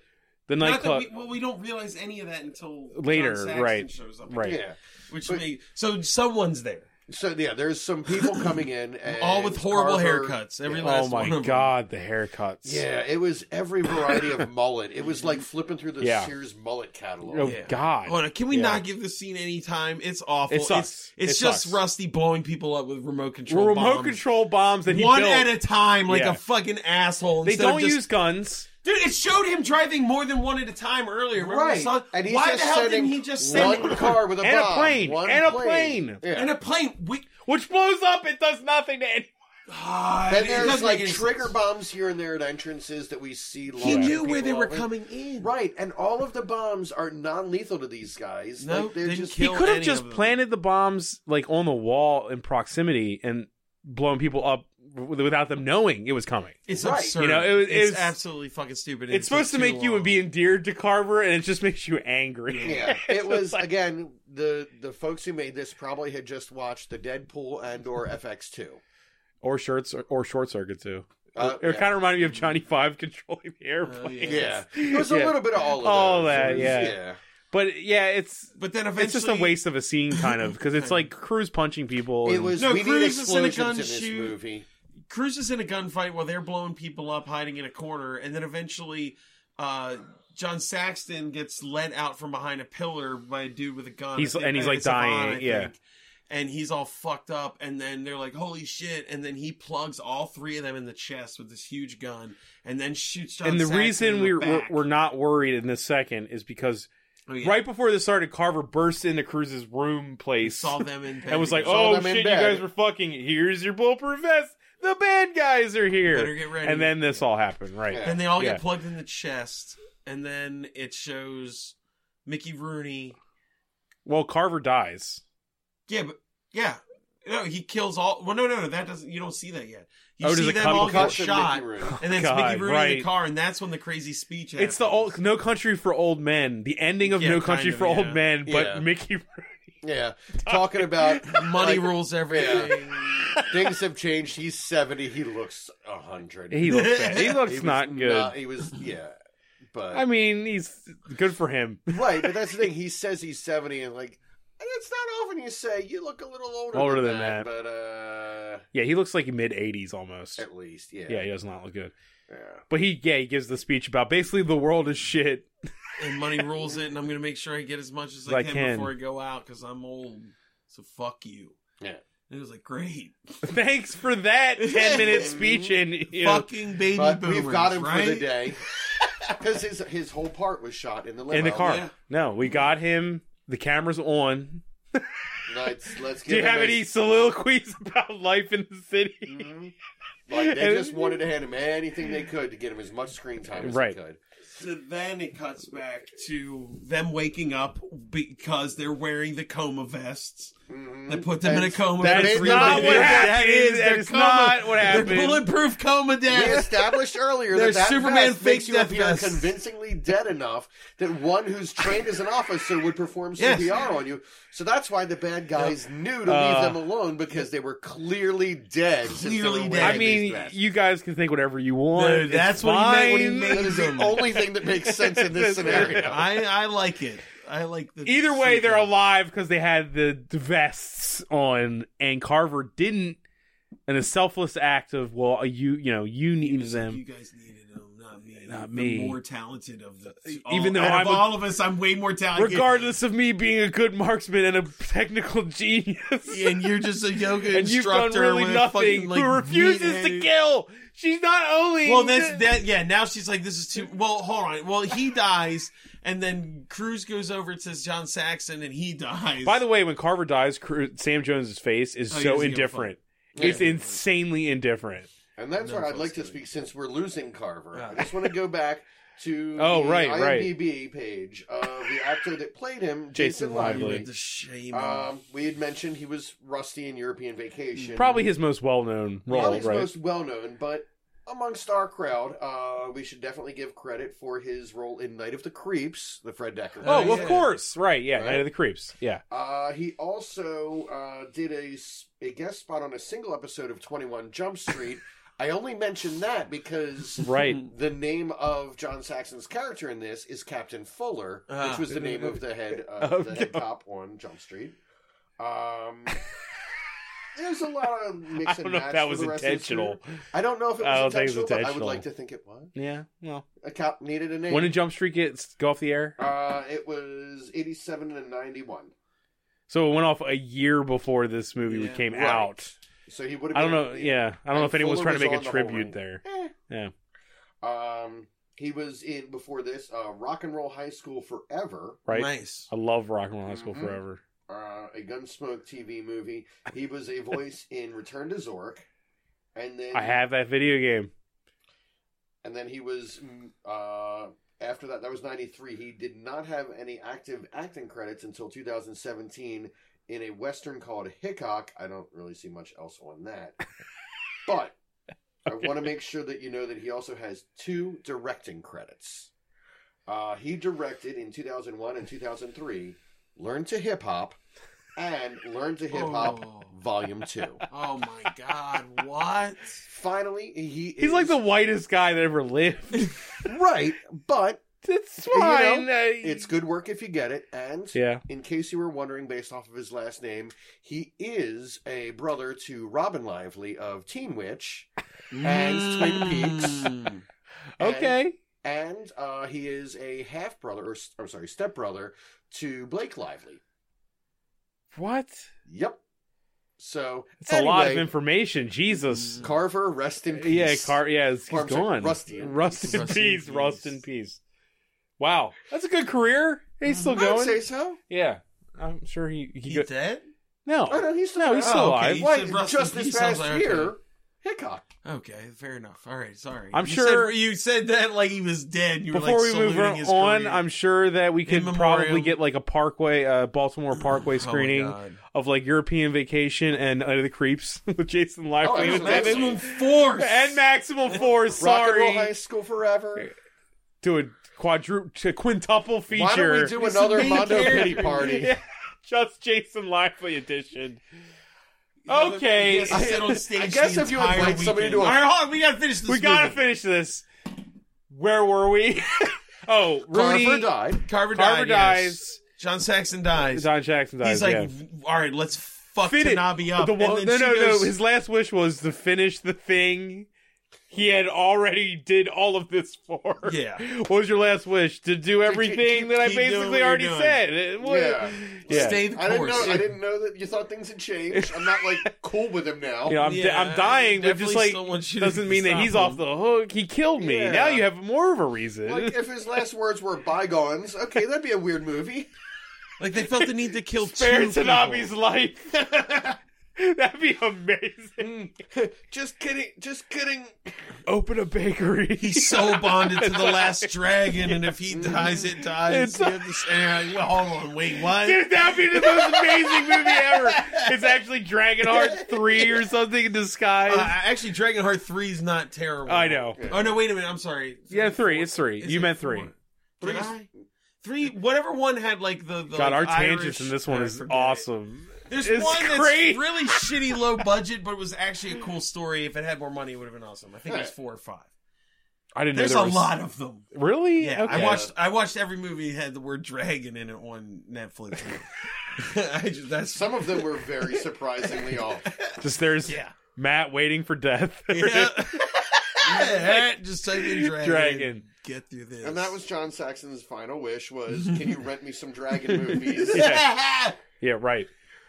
Speaker 3: the
Speaker 11: Not that
Speaker 3: nightclub
Speaker 11: we, well, we don't realize any of that until John
Speaker 3: Later,
Speaker 11: Saxton
Speaker 3: right.
Speaker 11: Shows up,
Speaker 3: right
Speaker 2: Yeah.
Speaker 11: Which
Speaker 2: But-
Speaker 11: may, so someone's there.
Speaker 2: So yeah, there's some people coming in, and
Speaker 11: All with horrible
Speaker 2: Carver-
Speaker 11: haircuts. Every
Speaker 2: Yeah.
Speaker 11: last
Speaker 3: Oh
Speaker 11: one of
Speaker 3: my
Speaker 11: 'em.
Speaker 3: god, the haircuts.
Speaker 2: Yeah, it was every variety of mullet. It was like flipping through the
Speaker 3: Yeah.
Speaker 2: Sears mullet catalog.
Speaker 3: Oh
Speaker 11: Yeah.
Speaker 3: god.
Speaker 11: Hold on, can we
Speaker 3: Yeah.
Speaker 11: not give this scene any time? It's awful.
Speaker 3: It sucks.
Speaker 11: It's, it's
Speaker 3: It
Speaker 11: just
Speaker 3: sucks.
Speaker 11: Rusty blowing people up with remote control.
Speaker 3: remote
Speaker 11: bombs.
Speaker 3: control bombs that he
Speaker 11: One
Speaker 3: built.
Speaker 11: at a time, like
Speaker 3: Yeah.
Speaker 11: a fucking asshole.
Speaker 3: they
Speaker 11: instead of
Speaker 3: don't
Speaker 11: just-
Speaker 3: use guns.
Speaker 11: Dude, it showed him driving more than one at a time earlier. Remember
Speaker 2: Right,
Speaker 11: the song?
Speaker 2: and he's
Speaker 11: Why
Speaker 2: just
Speaker 11: the hell
Speaker 2: sending
Speaker 11: didn't he just send
Speaker 2: one car with a
Speaker 3: And a
Speaker 2: bomb,
Speaker 3: plane,
Speaker 2: one
Speaker 3: and a plane.
Speaker 2: Yeah.
Speaker 11: in a plane? We,
Speaker 3: Which blows up, it does nothing to anyone.
Speaker 11: God,
Speaker 2: Then
Speaker 11: it
Speaker 2: there's
Speaker 11: doesn't
Speaker 2: like
Speaker 11: make any
Speaker 2: trigger
Speaker 11: sense.
Speaker 2: bombs here and there at entrances that we see.
Speaker 11: He
Speaker 2: launching
Speaker 11: knew where they
Speaker 2: people
Speaker 11: were
Speaker 2: off.
Speaker 11: coming in.
Speaker 2: Right, and all of the bombs are non-lethal to these guys.
Speaker 11: No,
Speaker 2: like, they're
Speaker 11: didn't
Speaker 2: just
Speaker 11: kill-
Speaker 3: He could have
Speaker 11: any of
Speaker 3: just
Speaker 11: them.
Speaker 3: planted the bombs like on the wall in proximity and blown people up w- without them knowing it was coming.
Speaker 11: It's
Speaker 2: Right.
Speaker 11: absurd.
Speaker 3: You know, it was- it
Speaker 11: it's
Speaker 3: was-
Speaker 11: absolutely fucking stupid. and
Speaker 3: It's supposed to
Speaker 11: took too
Speaker 3: make you
Speaker 11: long.
Speaker 3: be endeared to Carver, and it just makes you angry.
Speaker 2: Yeah,
Speaker 3: It's
Speaker 2: it was
Speaker 3: like,
Speaker 2: again the the folks who made this probably had just watched the Deadpool and or FX two.
Speaker 3: or shorts or, or short circuit too.
Speaker 2: Uh,
Speaker 3: it
Speaker 2: yeah.
Speaker 3: kind of reminded me of Johnny Five controlling the
Speaker 11: Oh,
Speaker 3: airplane.
Speaker 2: Yeah, it was a
Speaker 3: Yeah.
Speaker 2: little bit of all of
Speaker 3: All
Speaker 2: those.
Speaker 3: that,
Speaker 2: It was-
Speaker 3: yeah.
Speaker 2: yeah.
Speaker 3: But yeah, it's
Speaker 11: But then eventually,
Speaker 3: it's just a waste of a scene, kind of, because it's like Cruz punching people.
Speaker 2: It
Speaker 3: and-
Speaker 2: was
Speaker 11: No,
Speaker 2: we need
Speaker 11: Cruz is in a
Speaker 2: explosions in,
Speaker 11: gun
Speaker 2: this
Speaker 11: shoot.
Speaker 2: movie.
Speaker 11: Cruz is in a gunfight while they're blowing people up, hiding in a corner, and then eventually, uh, John Saxton gets let out from behind a pillar by a dude with a gun.
Speaker 3: He's-
Speaker 11: I think-
Speaker 3: and he's, like,
Speaker 11: it's Yvonne,
Speaker 3: dying,
Speaker 11: I
Speaker 3: yeah.
Speaker 11: think. And he's all fucked up, and then they're like, "Holy shit!" And then he plugs all three of them in the chest with this huge gun, and then shoots. John
Speaker 3: and the
Speaker 11: Saxton in
Speaker 3: reason
Speaker 11: the
Speaker 3: we're, we're
Speaker 11: back.
Speaker 3: we're not worried in this second is because
Speaker 11: Oh, yeah.
Speaker 3: right before this started, Carver bursts into Cruz's room place
Speaker 11: saw them in bed.
Speaker 3: and was like,
Speaker 11: together.
Speaker 2: saw
Speaker 3: "Oh
Speaker 2: them in
Speaker 3: shit, you
Speaker 2: bed."
Speaker 3: guys were fucking. Here's your bulletproof vest. The bad guys are here.
Speaker 11: Better get ready."
Speaker 3: And then this all happened, right?
Speaker 2: Yeah.
Speaker 11: And they all
Speaker 3: Yeah.
Speaker 11: get plugged in the chest, and then it shows Mickey Rooney.
Speaker 3: Well, Carver dies.
Speaker 11: Yeah, but yeah, no, he kills all. Well, no, no, no, that doesn't. You don't see that yet. You
Speaker 3: Oh, does
Speaker 11: see
Speaker 3: it
Speaker 11: them
Speaker 3: cut-
Speaker 11: all
Speaker 3: it
Speaker 11: get
Speaker 3: cuts
Speaker 2: Cuts in Mickey
Speaker 11: shot,
Speaker 2: Rooney.
Speaker 11: and then it's
Speaker 3: God,
Speaker 11: Mickey Rooney in the
Speaker 3: right.
Speaker 11: car, and that's when the crazy speech.
Speaker 3: It's the
Speaker 11: happens.
Speaker 3: old No Country for Old Men, the ending of
Speaker 11: Yeah,
Speaker 3: No
Speaker 11: kind
Speaker 3: Country
Speaker 11: of,
Speaker 3: for
Speaker 11: yeah.
Speaker 3: Old Men, but
Speaker 2: Yeah.
Speaker 3: Mickey.
Speaker 2: Yeah, talking about
Speaker 11: money
Speaker 2: like,
Speaker 11: rules everything.
Speaker 2: Things have changed. He's seventy. He looks hundred.
Speaker 3: He looks bad. He looks not good.
Speaker 2: he was yeah. But
Speaker 3: I mean, he's good for him.
Speaker 2: right, but that's the thing. He says he's seventy, and like it's not often you say you look a little older,
Speaker 3: Older than that.
Speaker 2: but uh,
Speaker 3: Yeah, he looks like mid '80s almost.
Speaker 2: at least yeah,
Speaker 3: Yeah, he does not look good.
Speaker 2: yeah.
Speaker 3: But he, yeah, he gives the speech about basically the world is shit.
Speaker 11: and money rules it, and I'm gonna make sure I get as much as I,
Speaker 3: I
Speaker 11: can,
Speaker 3: can.
Speaker 11: before I go out because I'm old. So fuck you.
Speaker 2: Yeah.
Speaker 11: And it was like great,
Speaker 3: Thanks for that ten minute speech and you know,
Speaker 11: fucking baby
Speaker 2: But
Speaker 11: boomers.
Speaker 2: we've got him
Speaker 11: right?
Speaker 2: for the day because his his whole part was shot in the limo.
Speaker 3: in the car.
Speaker 11: yeah.
Speaker 3: No, we got him. The camera's on.
Speaker 2: Let's let's.
Speaker 3: Do you
Speaker 2: give him
Speaker 3: have
Speaker 2: a-
Speaker 3: any soliloquies about life in the city?
Speaker 2: Mhm. Like they
Speaker 3: And-
Speaker 2: just wanted to hand him anything they could to get him as much screen time as
Speaker 3: Right.
Speaker 2: they could.
Speaker 11: So then it cuts back to them waking up because they're wearing the coma vests. They put them in a
Speaker 2: That's-
Speaker 3: Mm-hmm.
Speaker 11: coma
Speaker 3: That
Speaker 11: vest.
Speaker 3: is
Speaker 2: They-
Speaker 3: not
Speaker 2: they-
Speaker 3: what
Speaker 2: they-
Speaker 3: happened.
Speaker 11: That is
Speaker 3: That
Speaker 11: their
Speaker 3: is
Speaker 11: coma.
Speaker 3: not what
Speaker 11: They're
Speaker 3: happened.
Speaker 11: bulletproof coma
Speaker 2: We
Speaker 11: desk.
Speaker 2: established earlier
Speaker 11: There's
Speaker 2: that that
Speaker 11: Superman
Speaker 2: vest
Speaker 11: fake
Speaker 2: makes you
Speaker 11: death
Speaker 2: appear
Speaker 11: vest.
Speaker 2: convincingly dead enough that one who's trained as an officer would perform
Speaker 11: Yes.
Speaker 2: CPR on you. So that's why the bad guys knew to
Speaker 3: Uh,
Speaker 2: leave them alone because they were clearly dead. since they
Speaker 11: Clearly
Speaker 2: were
Speaker 11: dead.
Speaker 2: wearing
Speaker 3: I mean,
Speaker 2: these vests.
Speaker 3: you guys can think whatever you want.
Speaker 11: No,
Speaker 3: It's
Speaker 11: that's what he meant when he
Speaker 3: fine.
Speaker 11: made
Speaker 2: that is the
Speaker 11: them.
Speaker 2: only thing that makes sense in this scenario.
Speaker 11: I, I like it. I like the.
Speaker 3: Either way, they're
Speaker 11: all
Speaker 3: alive because they had the vests on, and Carver didn't. And a selfless act of well, uh, you you know you need them.
Speaker 11: You guys needed them, not me.
Speaker 3: Not
Speaker 11: I'm
Speaker 3: me. E-,
Speaker 11: The more talented of the.
Speaker 3: Even though
Speaker 11: out
Speaker 3: I'm
Speaker 11: of
Speaker 3: a-
Speaker 11: all of us, I'm way more talented.
Speaker 3: regardless of me being a good marksman and a technical genius.
Speaker 11: And you're just a yoga
Speaker 3: and you've done
Speaker 11: instructor
Speaker 3: really
Speaker 11: with
Speaker 3: nothing.
Speaker 11: fucking, like,
Speaker 3: who refuses to
Speaker 11: meat-headed-
Speaker 3: kill? She's not only
Speaker 11: Well, that's that. Yeah, now she's like, this is too. Well, hold on. Well, he dies, and then Cruz goes over and says John Saxon, and he dies.
Speaker 3: By the way, when Carver dies, Cru- Sam Jones's face is
Speaker 11: Oh, he
Speaker 3: so
Speaker 11: doesn't give a
Speaker 3: indifferent.
Speaker 2: fuck.
Speaker 3: It's
Speaker 2: Yeah.
Speaker 3: insanely indifferent.
Speaker 2: And that's
Speaker 11: No
Speaker 2: where I'd like to
Speaker 11: fucks
Speaker 2: speak since we're losing Carver.
Speaker 11: Yeah.
Speaker 2: I just want to go back to
Speaker 3: Oh,
Speaker 2: the
Speaker 3: right, right.
Speaker 2: IMDb page of the actor that played him,
Speaker 3: Jason
Speaker 2: Jason,
Speaker 3: Lively.
Speaker 2: Lively.
Speaker 11: way, the shame. of-
Speaker 2: Um, we had mentioned he was Rusty in European Vacation.
Speaker 3: Probably his most well-known role,
Speaker 2: Probably his
Speaker 3: right?
Speaker 2: most well known, but amongst our crowd, uh, we should definitely give credit for his role in Night of the Creeps, the Fred Decker.
Speaker 3: oh,
Speaker 11: yeah.
Speaker 3: of course, right? Yeah,
Speaker 2: Right.
Speaker 3: Night of the Creeps. Yeah,
Speaker 2: Uh, he also uh, did a, s- a guest spot on a single episode of 21 Jump Street. I only mention that because
Speaker 3: right.
Speaker 2: the name of John Saxon's character in this is Captain Fuller,
Speaker 11: Ah.
Speaker 2: which was the name of the head, uh,
Speaker 3: Oh,
Speaker 2: the head
Speaker 3: no.
Speaker 2: cop on Jump Street. Um, There's a lot of mix
Speaker 3: I
Speaker 2: and
Speaker 3: don't know if
Speaker 2: match
Speaker 3: that
Speaker 2: for
Speaker 3: was
Speaker 2: the rest of this
Speaker 3: intentional.
Speaker 2: year. I don't know if it
Speaker 3: I don't
Speaker 2: was
Speaker 3: think it's
Speaker 2: intentional, but I would
Speaker 3: intentional.
Speaker 2: like to think it was.
Speaker 3: Yeah. Well,
Speaker 2: A cop needed a name.
Speaker 3: when did Jump Street get go off the air?
Speaker 2: uh, it was 87 and 91.
Speaker 3: So it went off a year before this movie
Speaker 11: Yeah.
Speaker 3: came
Speaker 2: Right.
Speaker 3: out.
Speaker 2: So he would have
Speaker 3: I don't
Speaker 2: been-
Speaker 3: know. Yeah, I don't know
Speaker 2: And
Speaker 3: if anyone's
Speaker 2: Fuller
Speaker 3: trying to make
Speaker 2: was
Speaker 3: a
Speaker 2: on the whole
Speaker 3: tribute
Speaker 2: ring.
Speaker 3: there.
Speaker 2: Eh.
Speaker 3: Yeah.
Speaker 2: Um, he was in before this uh, Rock and Roll High School Forever,
Speaker 3: Right.
Speaker 11: Nice.
Speaker 3: I love Rock and Roll High School
Speaker 2: Mhm.
Speaker 3: Forever.
Speaker 2: uh, a Gunsmoke TV movie. He was a voice in Return to Zork, and then
Speaker 3: I have that video game.
Speaker 2: and then he was mm, uh, after that. That was ninety three. He did not have any active acting credits until two thousand seventeen in a western called Hickok. I don't really see much else on that, but. I want to make sure that you know that he also has two directing credits. Uh, he directed in 2001 and 2003 Learn to Hip Hop and Learn to Hip Hop
Speaker 11: Oh.
Speaker 2: Volume 2.
Speaker 11: Oh my god, what?
Speaker 2: Finally, he
Speaker 3: He's
Speaker 2: is,
Speaker 3: like the whitest guy that ever lived.
Speaker 2: right, but
Speaker 3: That's
Speaker 2: You know,
Speaker 3: fine.
Speaker 2: it's good work if you get it. And
Speaker 3: yeah.
Speaker 2: in case you were wondering, based off of his last name, he is a brother to Robin Lively of Teen Witch and Twin Peaks.
Speaker 11: Mm.
Speaker 2: And-
Speaker 3: Okay.
Speaker 2: and uh, he is a half brother, or s- I'm sorry, step brother to Blake Lively.
Speaker 3: What?
Speaker 2: Yep. So
Speaker 3: It's a lot of
Speaker 2: anyway,
Speaker 3: information. Jesus.
Speaker 2: Carver, rest in peace.
Speaker 3: Yeah. Car. Yeah. He's,
Speaker 2: Or,
Speaker 3: he's
Speaker 2: I'm sorry,
Speaker 3: gone.
Speaker 2: Rusty in
Speaker 3: Rust
Speaker 11: peace.
Speaker 3: in
Speaker 11: Rust in
Speaker 3: peace. Rust
Speaker 11: peace.
Speaker 3: in peace. Wow. That's a good career. He's still
Speaker 2: Mm-hmm. I would say
Speaker 3: going.
Speaker 2: so.
Speaker 3: Yeah. I'm sure he. he,
Speaker 11: He
Speaker 3: go-
Speaker 11: dead?
Speaker 3: no.
Speaker 2: Oh no, he's still
Speaker 3: No, he's
Speaker 2: around.
Speaker 3: still
Speaker 11: Oh, okay.
Speaker 3: alive.
Speaker 11: He
Speaker 2: Wait,
Speaker 11: said rest
Speaker 2: just
Speaker 11: in
Speaker 2: this
Speaker 11: peace. I was
Speaker 2: past
Speaker 11: like, okay.
Speaker 2: year, Hickok.
Speaker 11: Okay, fair enough. All right, sorry.
Speaker 3: I'm
Speaker 11: You
Speaker 3: sure-
Speaker 11: said, you said that like he was dead. You
Speaker 3: Before
Speaker 11: were
Speaker 3: we
Speaker 11: like
Speaker 3: move
Speaker 11: saluting his
Speaker 3: on,
Speaker 11: career.
Speaker 3: I'm sure that we could probably
Speaker 11: memoriam.
Speaker 3: get like a Parkway, uh, Baltimore Parkway
Speaker 11: Oh my
Speaker 3: screening
Speaker 11: God.
Speaker 3: of like European Vacation and Under the Creeps with Jason Lively
Speaker 2: Oh,
Speaker 3: and,
Speaker 2: absolutely.
Speaker 11: maximum force.
Speaker 3: and Maximum Force.
Speaker 2: Rock and Roll High
Speaker 3: Sorry,
Speaker 2: School Forever.
Speaker 3: to a quadru- to quintuple feature.
Speaker 2: Why don't we do
Speaker 11: He's the
Speaker 2: another
Speaker 11: main
Speaker 2: Mondo
Speaker 11: character.
Speaker 2: Pity Party?
Speaker 3: Yeah, just Jason Lively edition?
Speaker 11: Yeah, but
Speaker 3: Okay.
Speaker 11: he has to sit on stage
Speaker 2: I guess
Speaker 11: the
Speaker 2: if you
Speaker 11: entire
Speaker 2: invite somebody
Speaker 11: weekend.
Speaker 2: to a-
Speaker 11: All right, hold on, we gotta finish "Oh, this.
Speaker 3: We gotta
Speaker 11: movie.
Speaker 3: finish this. Where were we? oh, Rudy
Speaker 2: Carver died.
Speaker 11: Carver,
Speaker 3: Carver
Speaker 11: died, yes.
Speaker 3: dies.
Speaker 11: John Saxon dies.
Speaker 3: Don Jackson dies.
Speaker 11: He's like,
Speaker 3: yeah.
Speaker 11: all right, let's fuck
Speaker 3: Fin-
Speaker 11: Tanabe up.
Speaker 3: the
Speaker 11: and
Speaker 3: wa-
Speaker 11: then
Speaker 3: no,
Speaker 11: she
Speaker 3: no,
Speaker 11: goes,
Speaker 3: no. His last wish was to finish the thing he had already did all of this for.
Speaker 11: Yeah.
Speaker 3: What was your last wish? To do everything
Speaker 2: keep-
Speaker 3: that I
Speaker 11: keep doing what
Speaker 3: basically
Speaker 11: you're
Speaker 3: already
Speaker 11: doing.
Speaker 3: said. It was-
Speaker 2: Yeah.
Speaker 3: yeah.
Speaker 11: stay the
Speaker 2: I
Speaker 11: course.
Speaker 2: didn't know. I didn't know that you thought things had changed. I'm not like cool with him now.
Speaker 3: You know, I'm,
Speaker 11: Yeah,
Speaker 3: I'm dying, but just
Speaker 11: definitely
Speaker 3: like
Speaker 11: still want you to
Speaker 3: doesn't mean that
Speaker 11: stop
Speaker 3: he's
Speaker 11: him.
Speaker 3: off the hook. He killed me.
Speaker 2: Yeah.
Speaker 3: Now you have more of a reason.
Speaker 2: Like if his last words were bygones, okay, that'd be a weird movie.
Speaker 11: Like they felt the need to kill
Speaker 3: Spare
Speaker 11: two people.
Speaker 3: Tanabe's life. That'd be amazing.
Speaker 11: Hmm.
Speaker 2: just kidding, just kidding.
Speaker 3: Open a bakery.
Speaker 11: He's so bonded to the last dragon, and if he dies, it dies.
Speaker 3: Mm. It's-
Speaker 11: You have to say, "Well, hold on, wait, what?
Speaker 3: Dude, that'd be the most amazing movie ever. It's actually Dragonheart 3 or something in disguise.
Speaker 11: Uh, actually, Dragonheart three is not terrible.
Speaker 3: I know.
Speaker 11: Oh no, wait a minute. I'm sorry.
Speaker 3: yeah, 3. It's 3.
Speaker 11: Is
Speaker 3: you
Speaker 11: it
Speaker 3: meant
Speaker 11: four?
Speaker 3: 3.
Speaker 11: Three, three. Whatever one had like the, the
Speaker 3: God, our
Speaker 11: like,
Speaker 3: tangents
Speaker 11: Irish-
Speaker 3: in this one
Speaker 11: I
Speaker 3: is
Speaker 11: forget it.
Speaker 3: awesome.
Speaker 11: There's
Speaker 3: It's
Speaker 11: one that's
Speaker 3: great.
Speaker 11: really shitty, low budget, but was actually a cool story. If it had more money, it would have been awesome. I think there's four or five.
Speaker 3: I didn't
Speaker 11: There's
Speaker 3: know there
Speaker 11: a
Speaker 3: was...
Speaker 11: lot of them.
Speaker 3: Really?
Speaker 11: Yeah,
Speaker 3: okay.
Speaker 11: I watched. I watched every movie that had the word dragon in it on Netflix. I just that's
Speaker 2: Some of them were very surprisingly off.
Speaker 3: Just there's
Speaker 11: yeah.
Speaker 3: Matt waiting for death.
Speaker 11: Yeah. Yeah, just type in dragon.
Speaker 3: Dragon.
Speaker 11: Get through this.
Speaker 2: And that was John Saxon's final wish: was Can you rent me some dragon movies?
Speaker 3: Yeah. Yeah, right.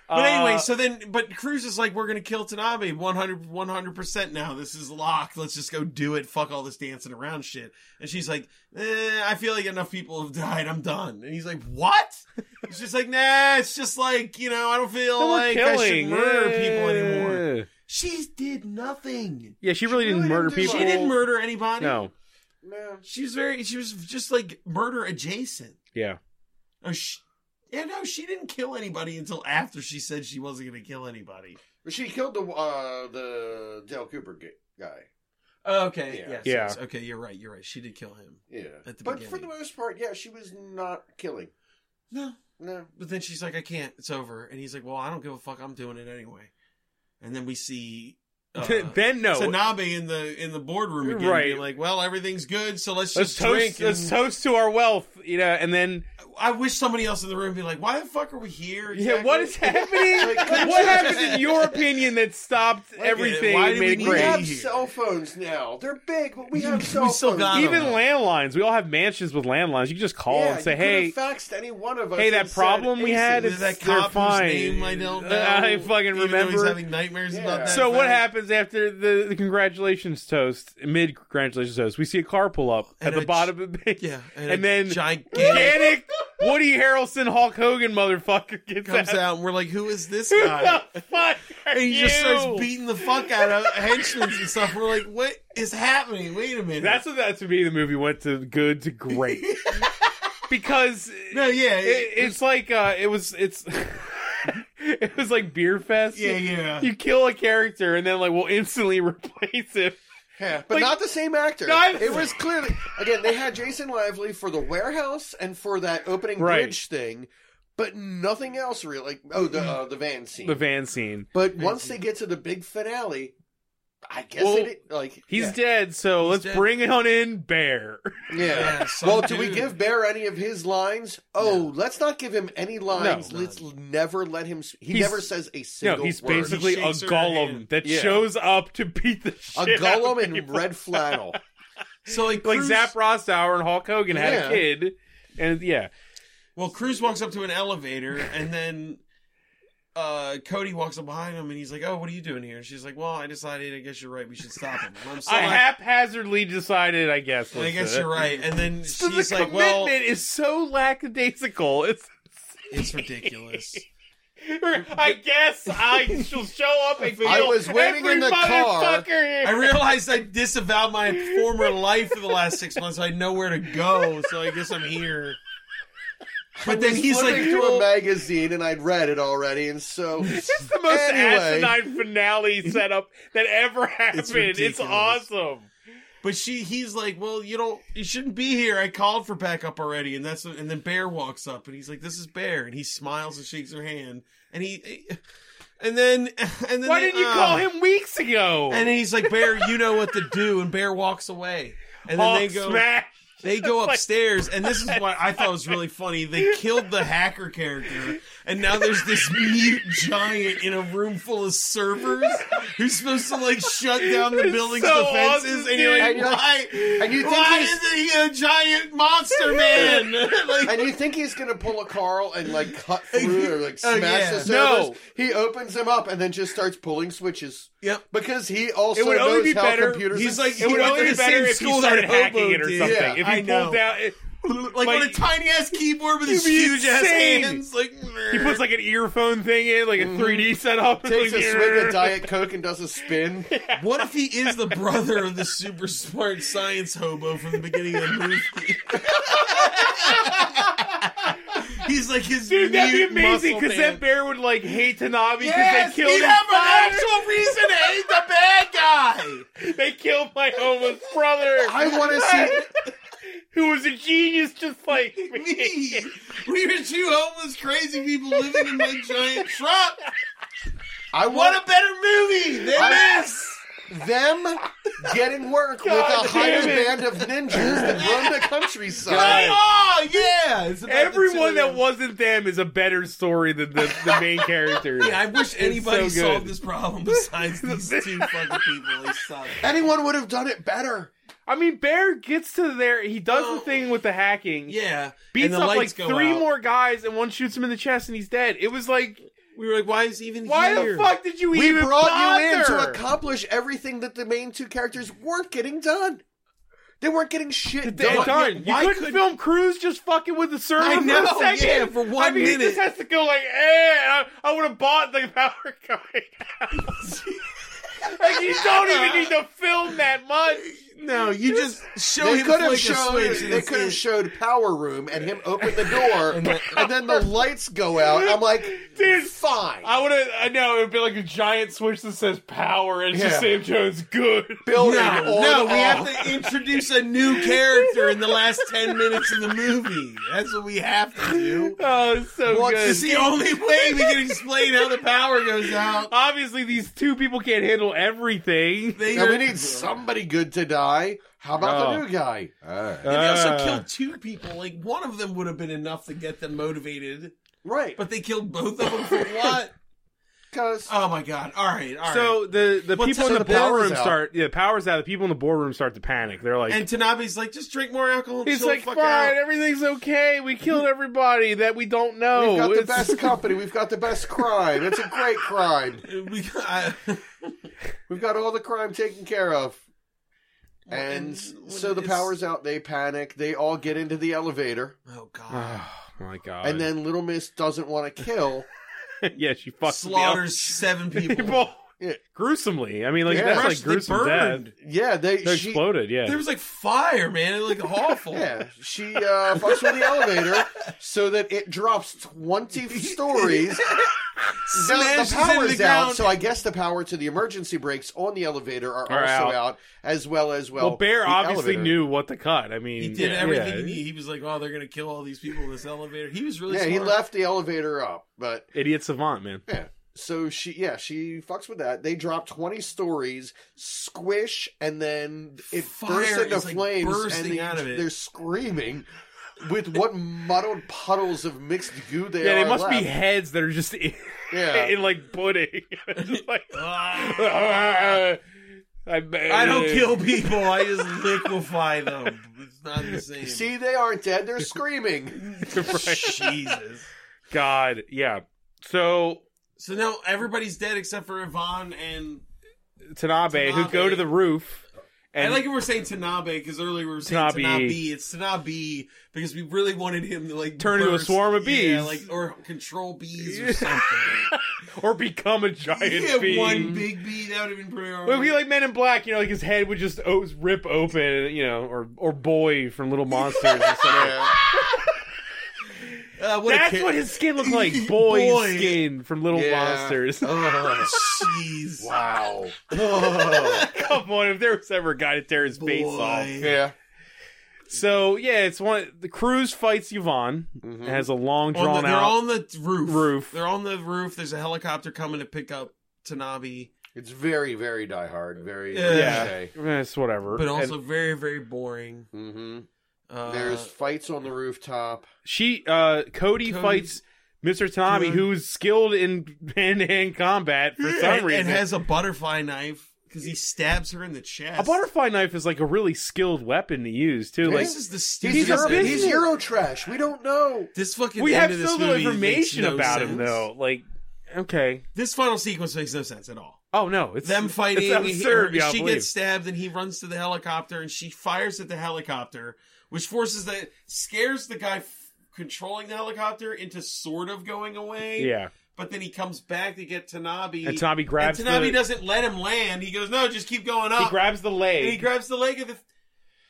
Speaker 11: But
Speaker 3: Uh,
Speaker 11: anyway, so then, but Cruz is like, we're gonna kill Tanabe 100 percent now. This is locked. Let's just go do it. Fuck all this dancing around shit. And she's like, eh, I feel like enough people have died. I'm done. And he's like, what? she's like, nah. It's just like you know, I don't feel
Speaker 3: they were
Speaker 11: like I should
Speaker 3: killing. eh.
Speaker 11: murder
Speaker 3: yeah.
Speaker 11: people anymore. She did nothing.
Speaker 3: Yeah, she really didn't
Speaker 2: really
Speaker 3: murder
Speaker 2: didn't do
Speaker 3: people.
Speaker 11: She didn't murder anybody.
Speaker 3: No.
Speaker 2: No.
Speaker 11: She was very. She was just like murder adjacent.
Speaker 3: Yeah.
Speaker 11: Oh, sh yeah, no, she didn't kill anybody until after she said she wasn't going to kill anybody.
Speaker 2: But she killed the uh, the Dale Cooper g- guy.
Speaker 11: Oh, okay.
Speaker 2: Yeah.
Speaker 11: Yes,
Speaker 3: Yeah.
Speaker 11: yes. Okay, you're right. You're right. She did kill him.
Speaker 2: Yeah.
Speaker 11: At the
Speaker 2: but for
Speaker 11: beginning.
Speaker 2: the most part, yeah, she was not killing.
Speaker 11: No.
Speaker 2: No.
Speaker 11: But then she's like, I can't. It's over. And he's like, Well, I don't give a fuck. I'm doing it anyway. And then we see uh,
Speaker 3: then no.
Speaker 11: Tanabe in the in the boardroom again,
Speaker 3: Right.
Speaker 11: being like, "Well, everything's good, so let's
Speaker 3: let's
Speaker 11: just drink."
Speaker 3: toast.
Speaker 11: and-
Speaker 3: Let's toast to our wealth, you know. And then
Speaker 11: I wish somebody else in the room be like, "Why the fuck are we here?"
Speaker 3: yeah, what is
Speaker 11: exactly?"
Speaker 3: happening?
Speaker 11: Like,
Speaker 3: what happened in your opinion that stopped everything
Speaker 11: why
Speaker 3: and
Speaker 11: do
Speaker 3: made
Speaker 11: we
Speaker 3: it
Speaker 11: need
Speaker 2: We
Speaker 3: great?
Speaker 2: have
Speaker 11: here.
Speaker 2: cell phones now. They're big, but we have cell
Speaker 11: still
Speaker 2: phones.
Speaker 11: got 'em.
Speaker 3: Even landlines. We all have mansions with landlines. You can just call
Speaker 2: yeah,
Speaker 3: and say,
Speaker 2: you could
Speaker 3: "Hey,
Speaker 2: have faxed any one of us.
Speaker 3: hey,
Speaker 2: and
Speaker 3: that
Speaker 2: said,
Speaker 3: problem we
Speaker 2: "Hey,
Speaker 3: had, it's,
Speaker 11: Is that
Speaker 3: they're
Speaker 11: cop whose
Speaker 3: fine."
Speaker 11: name I don't know?
Speaker 3: I fucking
Speaker 11: even though He's
Speaker 3: remember.
Speaker 11: having nightmares
Speaker 2: Yeah.
Speaker 11: about that.
Speaker 3: So what
Speaker 11: fact.
Speaker 3: happens after the, the congratulations toast, mid congratulations toast? We see a car pull up at
Speaker 11: And
Speaker 3: the
Speaker 11: a
Speaker 3: bottom of the page,
Speaker 11: Yeah,
Speaker 3: and,
Speaker 11: and, a
Speaker 3: then
Speaker 11: gigantic
Speaker 3: gigantic Woody Harrelson Hulk Hogan motherfucker gets
Speaker 11: comes
Speaker 3: out.
Speaker 11: out, and we're like, "Who is this
Speaker 3: Who
Speaker 11: guy?"
Speaker 3: the fuck are
Speaker 11: And he
Speaker 3: you?
Speaker 11: just starts beating the fuck out of henchmen and stuff. We're like, "What is happening? Wait a minute."
Speaker 3: That's what that to me. The movie went to good to great because
Speaker 11: no, yeah,
Speaker 3: it, it's like uh, it was it's it was like beer fest.
Speaker 11: yeah, yeah.
Speaker 3: You kill a character and then like we'll instantly replace it.
Speaker 2: Yeah, but
Speaker 3: Like-
Speaker 2: not the same actor.
Speaker 3: Not-
Speaker 2: It was clearly again they had Jason Lively for the warehouse and for that opening
Speaker 3: Right.
Speaker 2: bridge thing, but nothing else really. Like oh the uh, the van scene.
Speaker 3: The van scene.
Speaker 2: but once they get to the big finale, I guess
Speaker 3: Well,
Speaker 2: they did, like
Speaker 3: He's
Speaker 2: yeah.
Speaker 3: dead, so let's
Speaker 11: dead.
Speaker 3: bring on in Bear.
Speaker 2: Yeah.
Speaker 11: Yeah, some
Speaker 2: well, do we
Speaker 11: dude.
Speaker 2: give Bear any of his lines? Oh, let's not give him any lines.
Speaker 11: No.
Speaker 2: let's never let him. s- He
Speaker 3: He's-
Speaker 2: never says a single
Speaker 3: no, he's
Speaker 2: word.
Speaker 3: basically
Speaker 11: He
Speaker 3: a
Speaker 11: shakes her
Speaker 3: golem
Speaker 11: hand.
Speaker 3: that
Speaker 2: Yeah.
Speaker 3: shows up to beat the
Speaker 2: a
Speaker 3: shit out of
Speaker 2: golem in
Speaker 3: people.
Speaker 2: red flannel.
Speaker 11: So like,
Speaker 3: Like
Speaker 11: Cruz-
Speaker 3: Zap Rossauer and Hulk Hogan had
Speaker 2: Yeah.
Speaker 3: a kid, and yeah,
Speaker 11: Well, Cruz walks up to an elevator, and then uh, Cody walks up behind him, and he's like, "Oh, what are you doing here?" And she's like, "Well, I decided. I guess you're right. We should stop him." And I'm so
Speaker 3: I
Speaker 11: like,
Speaker 3: haphazardly decided. I guess.
Speaker 11: I
Speaker 3: let's
Speaker 11: guess
Speaker 3: do it.
Speaker 11: you're right. And then
Speaker 3: So the
Speaker 11: she's like,
Speaker 3: commitment
Speaker 11: "Well,
Speaker 3: is so lackadaisical. It's.
Speaker 11: it's ridiculous."
Speaker 3: I guess I shall show up and kill
Speaker 2: I was waiting
Speaker 3: every
Speaker 2: in the car.
Speaker 3: motherfucker here.
Speaker 11: I realized I disavowed my former life for the last six months. I know where to go, so I guess I'm here. But then he's like,
Speaker 2: Flipping through a
Speaker 11: well,
Speaker 2: magazine, and I'd read it already, and so
Speaker 3: It's the most
Speaker 2: Anyway.
Speaker 3: asinine finale setup that ever happened. It's,
Speaker 11: ridiculous.
Speaker 3: awesome.
Speaker 11: but she, he's like, well, you don't, you shouldn't be here. I called for backup already, and that's, and then Bear walks up, and he's like, this is Bear, and he smiles and shakes her hand, and he, and then, and then
Speaker 3: Why
Speaker 11: they-
Speaker 3: didn't you
Speaker 11: ah.
Speaker 3: call him weeks ago?
Speaker 11: And then he's like, Bear, you know what to do, and Bear walks away, and then
Speaker 3: Hulk
Speaker 11: they go.
Speaker 3: smash.
Speaker 11: They go upstairs, and this is what I thought was really funny. They killed the hacker character, and now there's this mute giant in a room full of servers who's supposed to like shut down the
Speaker 3: It's
Speaker 11: building's
Speaker 3: so
Speaker 11: defenses.
Speaker 3: awesome,
Speaker 11: and you're like,
Speaker 2: dude. And you're like-
Speaker 11: why?
Speaker 2: and you think
Speaker 11: why
Speaker 2: he's-
Speaker 11: is he a giant monster man? like,
Speaker 2: And you think he's gonna pull a Carl and like cut through or like
Speaker 11: Oh,
Speaker 2: smash
Speaker 11: yeah.
Speaker 2: the servers?
Speaker 3: No.
Speaker 2: He opens him up and then just starts pulling switches.
Speaker 11: Yep.
Speaker 2: Because he also
Speaker 3: It would
Speaker 2: knows
Speaker 3: only be
Speaker 2: how
Speaker 3: better-
Speaker 2: computers.
Speaker 11: he's like,
Speaker 3: It
Speaker 11: he
Speaker 3: would
Speaker 11: went
Speaker 3: only
Speaker 11: to
Speaker 3: be
Speaker 11: the
Speaker 3: better
Speaker 11: same
Speaker 3: if you
Speaker 11: school that
Speaker 3: started
Speaker 11: Hobo
Speaker 3: hacking it or
Speaker 11: did.
Speaker 3: something.
Speaker 2: Yeah,
Speaker 3: if
Speaker 11: I
Speaker 3: you
Speaker 11: know.
Speaker 3: pulled down, it,
Speaker 11: like, what a
Speaker 3: like-
Speaker 11: tiny ass keyboard with his
Speaker 3: It'd be
Speaker 11: huge ass
Speaker 3: insane.
Speaker 11: hands. Like,
Speaker 3: he puts like an earphone thing in, like a
Speaker 11: Mm-hmm.
Speaker 3: 3D setup.
Speaker 2: takes a
Speaker 3: Like,
Speaker 2: swig of Diet Coke and does a spin.
Speaker 11: What if he is the brother of the super smart science hobo from the beginning of the movie? He's like his
Speaker 3: Dude, that'd be
Speaker 11: mute
Speaker 3: amazing
Speaker 11: muscle
Speaker 3: because that
Speaker 11: man.
Speaker 3: bear would like hate Tanabe because
Speaker 11: Yes,
Speaker 3: they killed
Speaker 11: he'd
Speaker 3: his
Speaker 11: have an
Speaker 3: father.
Speaker 11: actual reason to hate the bad guy.
Speaker 3: They killed my homeless brother.
Speaker 2: I want to see.
Speaker 3: who was a genius just like me.
Speaker 11: Me, we were two homeless, crazy people living in my giant truck.
Speaker 2: I
Speaker 11: What
Speaker 2: want
Speaker 11: a better movie than
Speaker 2: I-
Speaker 11: this!
Speaker 2: them getting work
Speaker 3: God
Speaker 2: with a hired
Speaker 3: damn
Speaker 2: band of ninjas that run the countryside.
Speaker 11: Oh yeah! It's about the
Speaker 3: Everyone
Speaker 11: two of
Speaker 3: that
Speaker 11: them.
Speaker 3: wasn't them is a better story than the, the main characters.
Speaker 11: Yeah, I wish anybody
Speaker 3: so
Speaker 11: solved
Speaker 3: good.
Speaker 11: this problem besides these two fucking people. They suck.
Speaker 2: Anyone would have done it better.
Speaker 3: I mean, Bear gets to there. He does the thing with the hacking.
Speaker 11: Oh. Yeah,
Speaker 3: Beats
Speaker 11: and the
Speaker 3: up like
Speaker 11: lights go
Speaker 3: three
Speaker 11: out.
Speaker 3: more guys, and one shoots him in the chest, and he's dead. It was like,
Speaker 11: We were like, why is he even
Speaker 3: why
Speaker 11: here?
Speaker 3: the fuck did you
Speaker 2: We
Speaker 3: even
Speaker 2: brought
Speaker 3: bother?
Speaker 2: you in to accomplish everything that the main two characters weren't getting done. They weren't getting shit
Speaker 3: They-
Speaker 2: done.
Speaker 3: darn, you
Speaker 11: why
Speaker 3: couldn't
Speaker 11: couldn't-
Speaker 3: film Cruise just fucking with the server
Speaker 11: I
Speaker 3: for
Speaker 11: know,
Speaker 3: a second.
Speaker 11: yeah, for one
Speaker 3: I mean, He
Speaker 11: minute.
Speaker 3: just has to go like, eh, I, would have bought the power guy. like you don't even need to film that much.
Speaker 2: No, you just
Speaker 11: Show
Speaker 2: they
Speaker 11: him
Speaker 2: could have
Speaker 11: flick a
Speaker 2: shown
Speaker 11: switch and
Speaker 2: they
Speaker 11: it's
Speaker 2: could have
Speaker 11: it.
Speaker 2: showed Power Room and him open the door and, then the lights go out. I'm like,
Speaker 3: Dude,
Speaker 2: fine.
Speaker 3: I would have. I know it would be like a giant switch that says power, and it's just
Speaker 2: Yeah.
Speaker 3: Sam Jones good.
Speaker 2: Building
Speaker 11: No,
Speaker 2: on
Speaker 11: no, we
Speaker 2: off.
Speaker 11: have to introduce a new character in the last ten minutes of the movie. That's what we have to do.
Speaker 3: Oh, it's so
Speaker 2: What's
Speaker 3: good.
Speaker 11: It's the only way we can explain how the power goes out.
Speaker 3: Obviously, these two people can't handle everything.
Speaker 11: They
Speaker 2: Now
Speaker 11: are-
Speaker 2: we need somebody good to die. How about
Speaker 3: Oh.
Speaker 2: the new guy?
Speaker 11: And they also
Speaker 3: Ah.
Speaker 11: killed two people. Like one of them would have been enough to get them motivated,
Speaker 2: Right,
Speaker 11: but they killed both of them for what?
Speaker 2: because
Speaker 11: Oh my god! All right, all right.
Speaker 3: So the the
Speaker 11: Well,
Speaker 3: people
Speaker 11: so
Speaker 3: in the,
Speaker 11: the
Speaker 2: power's
Speaker 3: boardroom
Speaker 2: out.
Speaker 3: start. Yeah, the powers out. The people in the boardroom start to panic. They're like,
Speaker 11: and Tanabe's like, just drink more alcohol. And
Speaker 3: it's
Speaker 11: chill
Speaker 3: like
Speaker 11: the fuck
Speaker 3: fine,
Speaker 11: Out.
Speaker 3: everything's okay. We killed everybody that we don't know.
Speaker 2: we've got the
Speaker 3: Oh, It's-
Speaker 2: best company. We've got the best crime. It's a great crime.
Speaker 11: We got, I,
Speaker 2: We've got all the crime taken care of. And
Speaker 11: and
Speaker 2: so the
Speaker 11: it's-
Speaker 2: power's out. They panic. They all get into the elevator.
Speaker 11: oh god!
Speaker 3: Oh my god!
Speaker 2: And then Little Miss doesn't want to kill.
Speaker 3: yeah, she fucks
Speaker 11: Slaughters seven
Speaker 3: the other
Speaker 11: people.
Speaker 3: people
Speaker 2: Yeah.
Speaker 3: gruesomely. I mean, like
Speaker 2: Yeah.
Speaker 3: that's like
Speaker 11: Crushed, they
Speaker 3: gruesome death.
Speaker 11: burned.
Speaker 2: Yeah, they
Speaker 3: They
Speaker 2: she,
Speaker 3: exploded. Yeah,
Speaker 11: There was like fire, man. It looked awful.
Speaker 2: Yeah, she uh, fucks with the elevator so that it drops twenty stories. Now,
Speaker 11: Smashes
Speaker 2: the
Speaker 11: into
Speaker 2: power's
Speaker 11: the
Speaker 2: out,
Speaker 11: ground.
Speaker 2: so I guess the power to the emergency brakes on the elevator are,
Speaker 3: Are
Speaker 2: also
Speaker 3: out.
Speaker 2: out. as well as well.
Speaker 3: well, Bear
Speaker 2: the
Speaker 3: obviously
Speaker 2: elevator.
Speaker 3: knew what to cut. I mean,
Speaker 11: He did
Speaker 3: yeah,
Speaker 11: everything
Speaker 3: yeah.
Speaker 11: he needed. He was like, "Oh, they're gonna kill all these people in this elevator." He was really
Speaker 2: Yeah,
Speaker 11: smart.
Speaker 2: he left the elevator up, but
Speaker 3: Idiot savant, man.
Speaker 2: yeah. So she, yeah, she fucks with that. They drop twenty stories, squish, and then it
Speaker 11: Fire
Speaker 2: bursts into
Speaker 11: is, like,
Speaker 2: flames,
Speaker 11: bursting
Speaker 2: and they,
Speaker 11: out of it.
Speaker 2: they're screaming. With what muddled puddles of mixed goo they
Speaker 3: Yeah,
Speaker 2: are
Speaker 3: they must
Speaker 2: left.
Speaker 3: be heads that are just in,
Speaker 2: Yeah.
Speaker 3: in like pudding. Just like,
Speaker 11: Ah,
Speaker 3: I,
Speaker 11: I don't kill people. I just liquefy them. It's not the same.
Speaker 2: See, they aren't dead. They're screaming.
Speaker 11: Jesus.
Speaker 3: God, yeah. So
Speaker 11: So now everybody's dead except for Yvonne and
Speaker 3: Tanabe, who
Speaker 11: Tanabe.
Speaker 3: go to the roof,
Speaker 11: I
Speaker 3: and
Speaker 11: like if we're saying Tanabe because earlier we were saying
Speaker 3: Tanabe.
Speaker 11: Tanabe. It's Tanabe because we really wanted him to like
Speaker 3: Turn into a swarm of
Speaker 11: yeah,
Speaker 3: bees.
Speaker 11: like or control bees or something.
Speaker 3: or become a giant
Speaker 11: If he
Speaker 3: bee.
Speaker 11: had one big bee, that would have been pretty.
Speaker 3: Well,
Speaker 11: alright.
Speaker 3: he like Men in Black, you know, like his head would just o- rip open, you know, or or boy from Little Monsters. or something.
Speaker 11: Uh, what a
Speaker 3: That's
Speaker 11: ca-
Speaker 3: what his skin looked like, boy,
Speaker 11: Boy.
Speaker 3: skin from Little
Speaker 2: Yeah.
Speaker 3: Monsters.
Speaker 2: Ugh.
Speaker 11: Jeez.
Speaker 2: wow.
Speaker 3: Come on, if there was ever a guy to tear his face off.
Speaker 11: Boy.
Speaker 2: yeah.
Speaker 3: So yeah, it's one. The Cruz fights Yvonne. It has a long
Speaker 11: On the,
Speaker 3: drawn
Speaker 11: they're
Speaker 3: out.
Speaker 11: on the roof.
Speaker 3: Roof.
Speaker 11: They're on the roof. There's a helicopter coming to pick up Tanabe,
Speaker 2: It's very, very Die Hard. Very.
Speaker 11: Yeah.
Speaker 3: yeah, it's whatever.
Speaker 11: but also
Speaker 3: And
Speaker 11: very, very boring.
Speaker 2: hmm
Speaker 11: Uh,
Speaker 2: There's fights on the rooftop.
Speaker 3: she, uh, Cody,
Speaker 11: Cody-
Speaker 3: fights Mr. Tanami,
Speaker 11: Cody-
Speaker 3: who's skilled in hand-to-hand combat for some
Speaker 11: and,
Speaker 3: reason.
Speaker 11: and has a butterfly knife because he stabs her in the chest.
Speaker 3: a butterfly knife is like a really skilled weapon to use too. Like
Speaker 11: This is the
Speaker 2: He's,
Speaker 11: stupidest.
Speaker 3: a
Speaker 2: Euro,
Speaker 3: business-
Speaker 2: he's Euro trash. We don't know.
Speaker 11: This fucking
Speaker 3: we
Speaker 11: end
Speaker 3: have
Speaker 11: of this
Speaker 3: so little
Speaker 11: movie makes
Speaker 3: information
Speaker 11: no
Speaker 3: about him
Speaker 11: sense.
Speaker 3: though. Like, okay,
Speaker 11: This final sequence makes no sense at all.
Speaker 3: oh no, it's
Speaker 11: Them
Speaker 3: it's
Speaker 11: fighting, he-
Speaker 3: absurd,
Speaker 11: her-
Speaker 3: beyond
Speaker 11: she
Speaker 3: belief.
Speaker 11: gets stabbed, and he runs to the helicopter, and she fires at the helicopter, which forces the scares the guy f- controlling the helicopter into sort of going away.
Speaker 3: yeah.
Speaker 11: but then he comes back to get Tanabe,
Speaker 3: And Tanabe grabs
Speaker 11: And Tanabe
Speaker 3: the-
Speaker 11: doesn't let him land. He goes, "No, just keep going up."
Speaker 3: He grabs the leg.
Speaker 11: and he grabs the leg of the.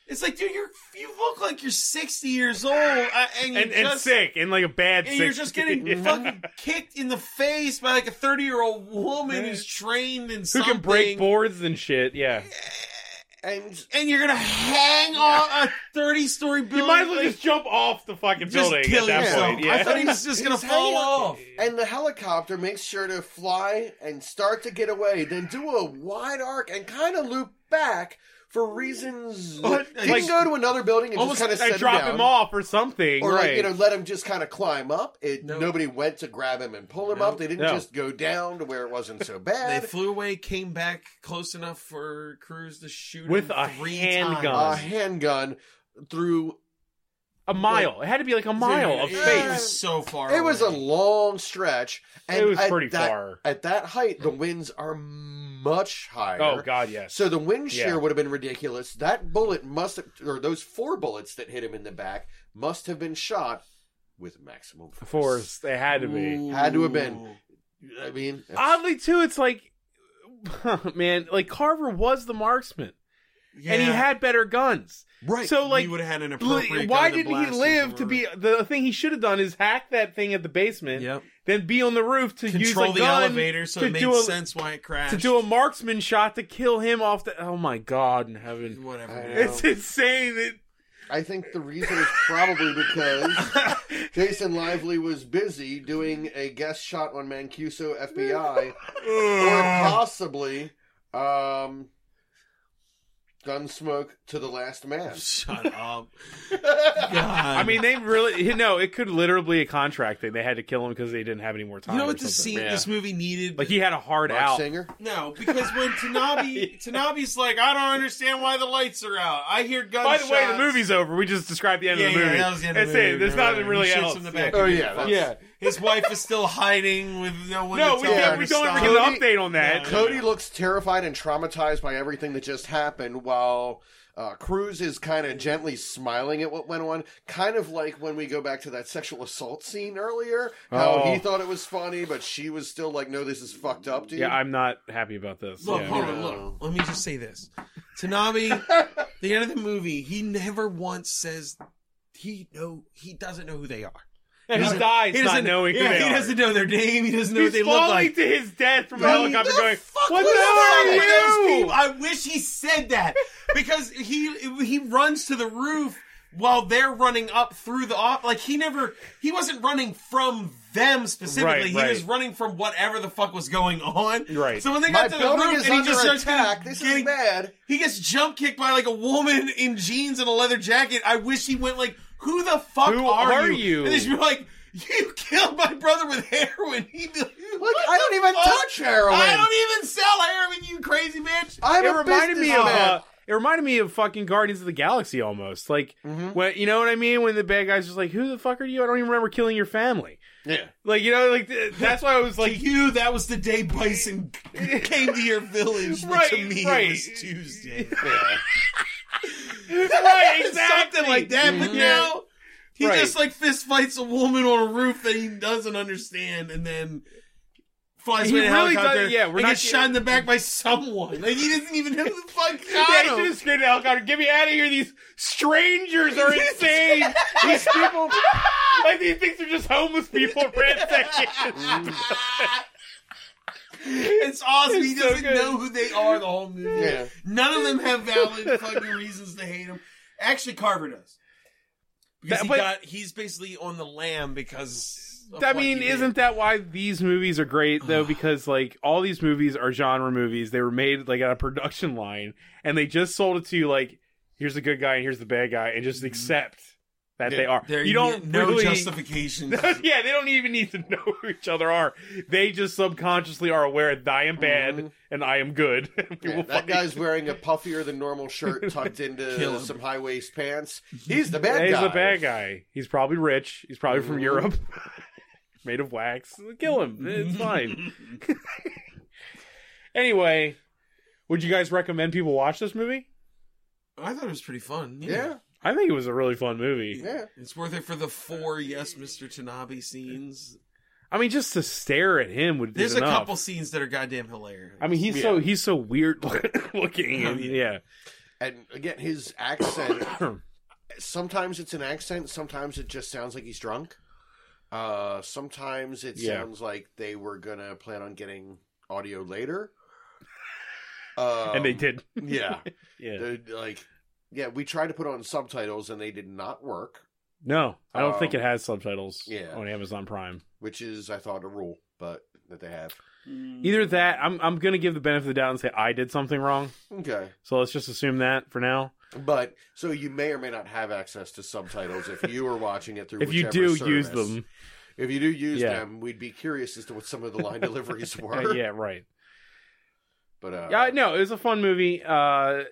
Speaker 11: It's like, dude, you you look like you're 60 years old, uh, and you're
Speaker 3: and, and
Speaker 11: just
Speaker 3: sick and like a bad
Speaker 11: and
Speaker 3: sick.
Speaker 11: you're just getting
Speaker 3: Yeah.
Speaker 11: fucking kicked in the face by like a 30 year old woman who's trained in
Speaker 3: who
Speaker 11: something.
Speaker 3: can break boards and shit. Yeah,
Speaker 2: And
Speaker 11: And you're gonna hang on a 30 story building.
Speaker 3: you might as well just jump off the fucking
Speaker 11: Just
Speaker 3: building
Speaker 11: kill
Speaker 3: at that
Speaker 11: yourself.
Speaker 3: point. Yeah.
Speaker 11: I thought he was just gonna fall
Speaker 2: hanging-
Speaker 11: off.
Speaker 2: and the helicopter makes sure to fly and start to get away, then do a wide arc and kind of loop back for reasons.
Speaker 11: What?
Speaker 2: he
Speaker 11: Like-
Speaker 2: can go to another building and
Speaker 3: almost
Speaker 2: just kind of
Speaker 3: like
Speaker 2: set
Speaker 3: drop
Speaker 2: him, down.
Speaker 3: him off or something.
Speaker 2: or
Speaker 3: right.
Speaker 2: like you know let him just kind of climb up it
Speaker 11: No.
Speaker 2: nobody went to grab him and pull him
Speaker 11: No.
Speaker 2: up they didn't
Speaker 3: No.
Speaker 2: just go down to where it wasn't so
Speaker 11: They
Speaker 2: bad
Speaker 11: flew away, came back close enough for Cruz to shoot
Speaker 3: With
Speaker 11: him
Speaker 3: a
Speaker 11: three
Speaker 3: handgun.
Speaker 2: a
Speaker 11: times.
Speaker 2: handgun through
Speaker 3: a mile. it had to be like a mile of
Speaker 11: Dude,
Speaker 3: space.
Speaker 11: It was so far.
Speaker 2: it was a
Speaker 11: away.
Speaker 2: long stretch and
Speaker 3: It was
Speaker 2: at
Speaker 3: pretty
Speaker 2: that-
Speaker 3: far.
Speaker 2: at that height
Speaker 11: Mm.
Speaker 2: the winds are much higher
Speaker 3: Oh God, yes.
Speaker 2: so the wind shear
Speaker 3: Yeah.
Speaker 2: would have been ridiculous that bullet must have or those four bullets that hit him in the back must have been shot with maximum force,
Speaker 3: Force. They had to be.
Speaker 2: Had to have been. i mean
Speaker 3: Oddly too, it's like, man, like Carver was the marksman. and he
Speaker 11: Yeah.
Speaker 3: had better guns.
Speaker 11: Right.
Speaker 3: So like
Speaker 11: he would have had an
Speaker 3: Bl-
Speaker 11: appropriate.
Speaker 3: why
Speaker 11: gun to
Speaker 3: didn't he
Speaker 11: blast
Speaker 3: live to
Speaker 11: him
Speaker 3: be the thing he should have done is hack that thing at the basement
Speaker 11: Yep.
Speaker 3: then be on the roof to
Speaker 11: control
Speaker 3: use a
Speaker 11: the
Speaker 3: gun
Speaker 11: elevator so
Speaker 3: to
Speaker 11: it made
Speaker 3: do a,
Speaker 11: sense why it crashed?
Speaker 3: to do a marksman shot to kill him off the oh my god in heaven
Speaker 11: whatever.
Speaker 2: I
Speaker 11: dude.
Speaker 2: know.
Speaker 3: it's insane that
Speaker 2: I think the reason is probably because Jason Lively was busy doing a guest shot on Mancuso FBI, or possibly um, Gunsmoke to the Last Man.
Speaker 11: Shut up.
Speaker 3: I mean they really you know it could literally be a contract thing they had to kill him because they didn't have any more time
Speaker 11: you know
Speaker 3: or
Speaker 11: what this
Speaker 3: something.
Speaker 11: scene, this movie needed?
Speaker 3: like he had a hard
Speaker 2: Mark
Speaker 3: out
Speaker 2: Singer.
Speaker 11: no, because when Tanabe, Tanabe's like, I don't understand why the lights are out. I hear
Speaker 3: by
Speaker 11: gunshots.
Speaker 3: the way the movie's over we just described the end
Speaker 11: Yeah,
Speaker 3: of the movie
Speaker 11: yeah, that was the end of the
Speaker 3: That's it.
Speaker 11: movie.
Speaker 3: there's
Speaker 11: Never
Speaker 3: nothing
Speaker 11: mind.
Speaker 3: really
Speaker 11: He shoots
Speaker 3: else
Speaker 11: him in the back.
Speaker 2: Oh yeah, that's,
Speaker 3: yeah
Speaker 11: His wife is still hiding with no one.
Speaker 3: no
Speaker 11: to
Speaker 3: we,
Speaker 11: tell
Speaker 2: Yeah.
Speaker 11: her
Speaker 3: we
Speaker 11: to
Speaker 3: don't ever
Speaker 11: stop.
Speaker 3: get an
Speaker 2: Cody-
Speaker 3: update on that
Speaker 2: Cody looks terrified and traumatized by everything that just happened, while uh, Cruz is kind of gently smiling at what went on, kind of like when we go back to that sexual assault scene earlier. How
Speaker 3: Oh.
Speaker 2: he thought it was funny, but she was still like, "No, this is fucked up, dude."
Speaker 3: Yeah, I'm not happy about this.
Speaker 11: Look,
Speaker 3: Yeah.
Speaker 11: hold on, look. Let me just say this. Tanabe, the end of the movie, he never once says he know he doesn't know who they are.
Speaker 3: Yeah, he
Speaker 11: doesn't-
Speaker 3: dies
Speaker 11: he
Speaker 3: not
Speaker 11: doesn't-
Speaker 3: knowing
Speaker 11: yeah,
Speaker 3: who they
Speaker 11: he
Speaker 3: are.
Speaker 11: doesn't know their name. He doesn't know
Speaker 3: He's
Speaker 11: what they
Speaker 3: falling
Speaker 11: look like.
Speaker 3: to his death from a
Speaker 11: Who
Speaker 3: helicopter,
Speaker 11: the
Speaker 3: going,
Speaker 11: fuck
Speaker 3: "What the
Speaker 11: was
Speaker 3: hell
Speaker 11: that?
Speaker 3: are
Speaker 11: Those
Speaker 3: you?"
Speaker 11: people- I wish he said that because he he runs to the roof while they're running up through the off. Like he never he wasn't running from them specifically.
Speaker 3: Right,
Speaker 11: he
Speaker 3: right.
Speaker 11: was running from whatever the fuck was going on.
Speaker 3: Right.
Speaker 11: So when they
Speaker 2: My
Speaker 11: got to the
Speaker 2: building
Speaker 11: roof
Speaker 2: is
Speaker 11: and he
Speaker 2: under
Speaker 11: just starts
Speaker 2: attack.
Speaker 11: getting,
Speaker 2: This is
Speaker 11: getting-
Speaker 2: bad.
Speaker 11: he gets jump kicked by like a woman in jeans and a leather jacket. I wish he went like, "Who the fuck
Speaker 3: Who
Speaker 11: are,
Speaker 3: are you?
Speaker 11: you?" And they should be like, "You killed my brother with heroin." He'd be like,
Speaker 2: Look, I don't even touch heroin.
Speaker 11: I don't even sell heroin, you crazy bitch.
Speaker 2: I'm
Speaker 3: It
Speaker 2: a
Speaker 3: reminded me of.
Speaker 2: businessman.
Speaker 3: Uh, it reminded me of fucking Guardians of the Galaxy almost. Like
Speaker 11: Mm-hmm.
Speaker 3: when you know what I mean when the bad guys just like, "Who the fuck are you? I don't even remember killing your family."
Speaker 2: yeah.
Speaker 3: Like you know, like th- that's why I was
Speaker 11: Like
Speaker 3: like,
Speaker 11: you, that was the day Bison came to your village. but to
Speaker 3: Right,
Speaker 11: me,
Speaker 3: right.
Speaker 11: it was Tuesday.
Speaker 3: "Right, exactly."
Speaker 11: Something like that. But
Speaker 3: Yeah.
Speaker 11: now he
Speaker 3: Right.
Speaker 11: just like fist fights a woman on a roof that he doesn't understand, and then flies
Speaker 3: He
Speaker 11: away in a
Speaker 3: really
Speaker 11: helicopter.
Speaker 3: doesn't- yeah, we're
Speaker 11: and
Speaker 3: not
Speaker 11: gets shot in the back by someone. Like he doesn't even know who the fuck
Speaker 3: Yeah, he
Speaker 11: shot
Speaker 3: should
Speaker 11: him.
Speaker 3: have screamed at the helicopter, get me out of here. These strangers are insane. these people, like, these things are just homeless people
Speaker 11: Mm.
Speaker 3: ransacking.
Speaker 11: It's awesome. he
Speaker 3: It's so
Speaker 11: doesn't
Speaker 3: good.
Speaker 11: know who they are the whole movie.
Speaker 2: Yeah.
Speaker 11: None of them have valid fucking reasons to hate him. Actually, Carver does. Because
Speaker 3: That-
Speaker 11: he
Speaker 3: but-
Speaker 11: got, he's basically on the lamb because. of
Speaker 3: I
Speaker 11: what
Speaker 3: mean,
Speaker 11: he did.
Speaker 3: isn't that why these movies are great though? Because like all these movies are genre movies. They were made like on a production line, and they just sold it to you like, here's the good guy and here's the bad guy, and just accept that they are.
Speaker 11: There
Speaker 3: you don't
Speaker 11: Mm-hmm. no
Speaker 3: really.
Speaker 11: justification.
Speaker 3: yeah, they don't even need to know who each other are. They just subconsciously are aware that I am bad
Speaker 11: Mm-hmm.
Speaker 3: and I am good. We
Speaker 2: Yeah,
Speaker 3: will
Speaker 2: that
Speaker 3: fight.
Speaker 2: guy's wearing a puffier than normal shirt tucked
Speaker 11: Kill
Speaker 2: into
Speaker 11: him.
Speaker 2: some high waist pants. He's the bad
Speaker 3: He's
Speaker 2: guy.
Speaker 3: a bad guy. He's probably rich. He's probably from
Speaker 2: Mhm.
Speaker 3: Europe. Made of wax. Kill him. It's fine. anyway, would you guys recommend people watch this movie?
Speaker 11: I thought it was pretty fun. Yeah.
Speaker 2: Yeah,
Speaker 3: I think it was a really fun movie.
Speaker 2: yeah.
Speaker 11: It's worth it for the four yes, Mr. Tanabe scenes.
Speaker 3: I mean, just to stare at him would
Speaker 11: There's
Speaker 3: is
Speaker 11: a
Speaker 3: enough.
Speaker 11: couple scenes that are goddamn hilarious.
Speaker 3: I mean, he's so he's so weird looking.
Speaker 2: Um,
Speaker 3: And, yeah,
Speaker 2: And again, his accent sometimes it's an accent, sometimes it just sounds like he's drunk. Uh, sometimes it
Speaker 3: Yeah.
Speaker 2: sounds like they were gonna plan on getting audio later. Um,
Speaker 3: and they did.
Speaker 2: yeah.
Speaker 3: Yeah.
Speaker 2: They're, like, yeah, we tried to put on subtitles and they did not work,
Speaker 3: No, I don't think
Speaker 2: Um,
Speaker 3: it has subtitles
Speaker 2: yeah.
Speaker 3: on Amazon Prime.
Speaker 2: which is, I thought, a rule, but that they have.
Speaker 3: Either that, I'm I'm gonna give the benefit of the doubt and say I did something wrong.
Speaker 2: Okay,
Speaker 3: So let's just assume that for now.
Speaker 2: but so you may or may not have access to subtitles if you are watching it through.
Speaker 3: if you do
Speaker 2: whichever
Speaker 3: use
Speaker 2: service.
Speaker 3: them
Speaker 2: if you do use
Speaker 3: Yeah.
Speaker 2: them, we'd be curious as to what some of the line deliveries were.
Speaker 3: Uh, yeah right
Speaker 2: but uh,
Speaker 3: yeah no it was a fun movie uh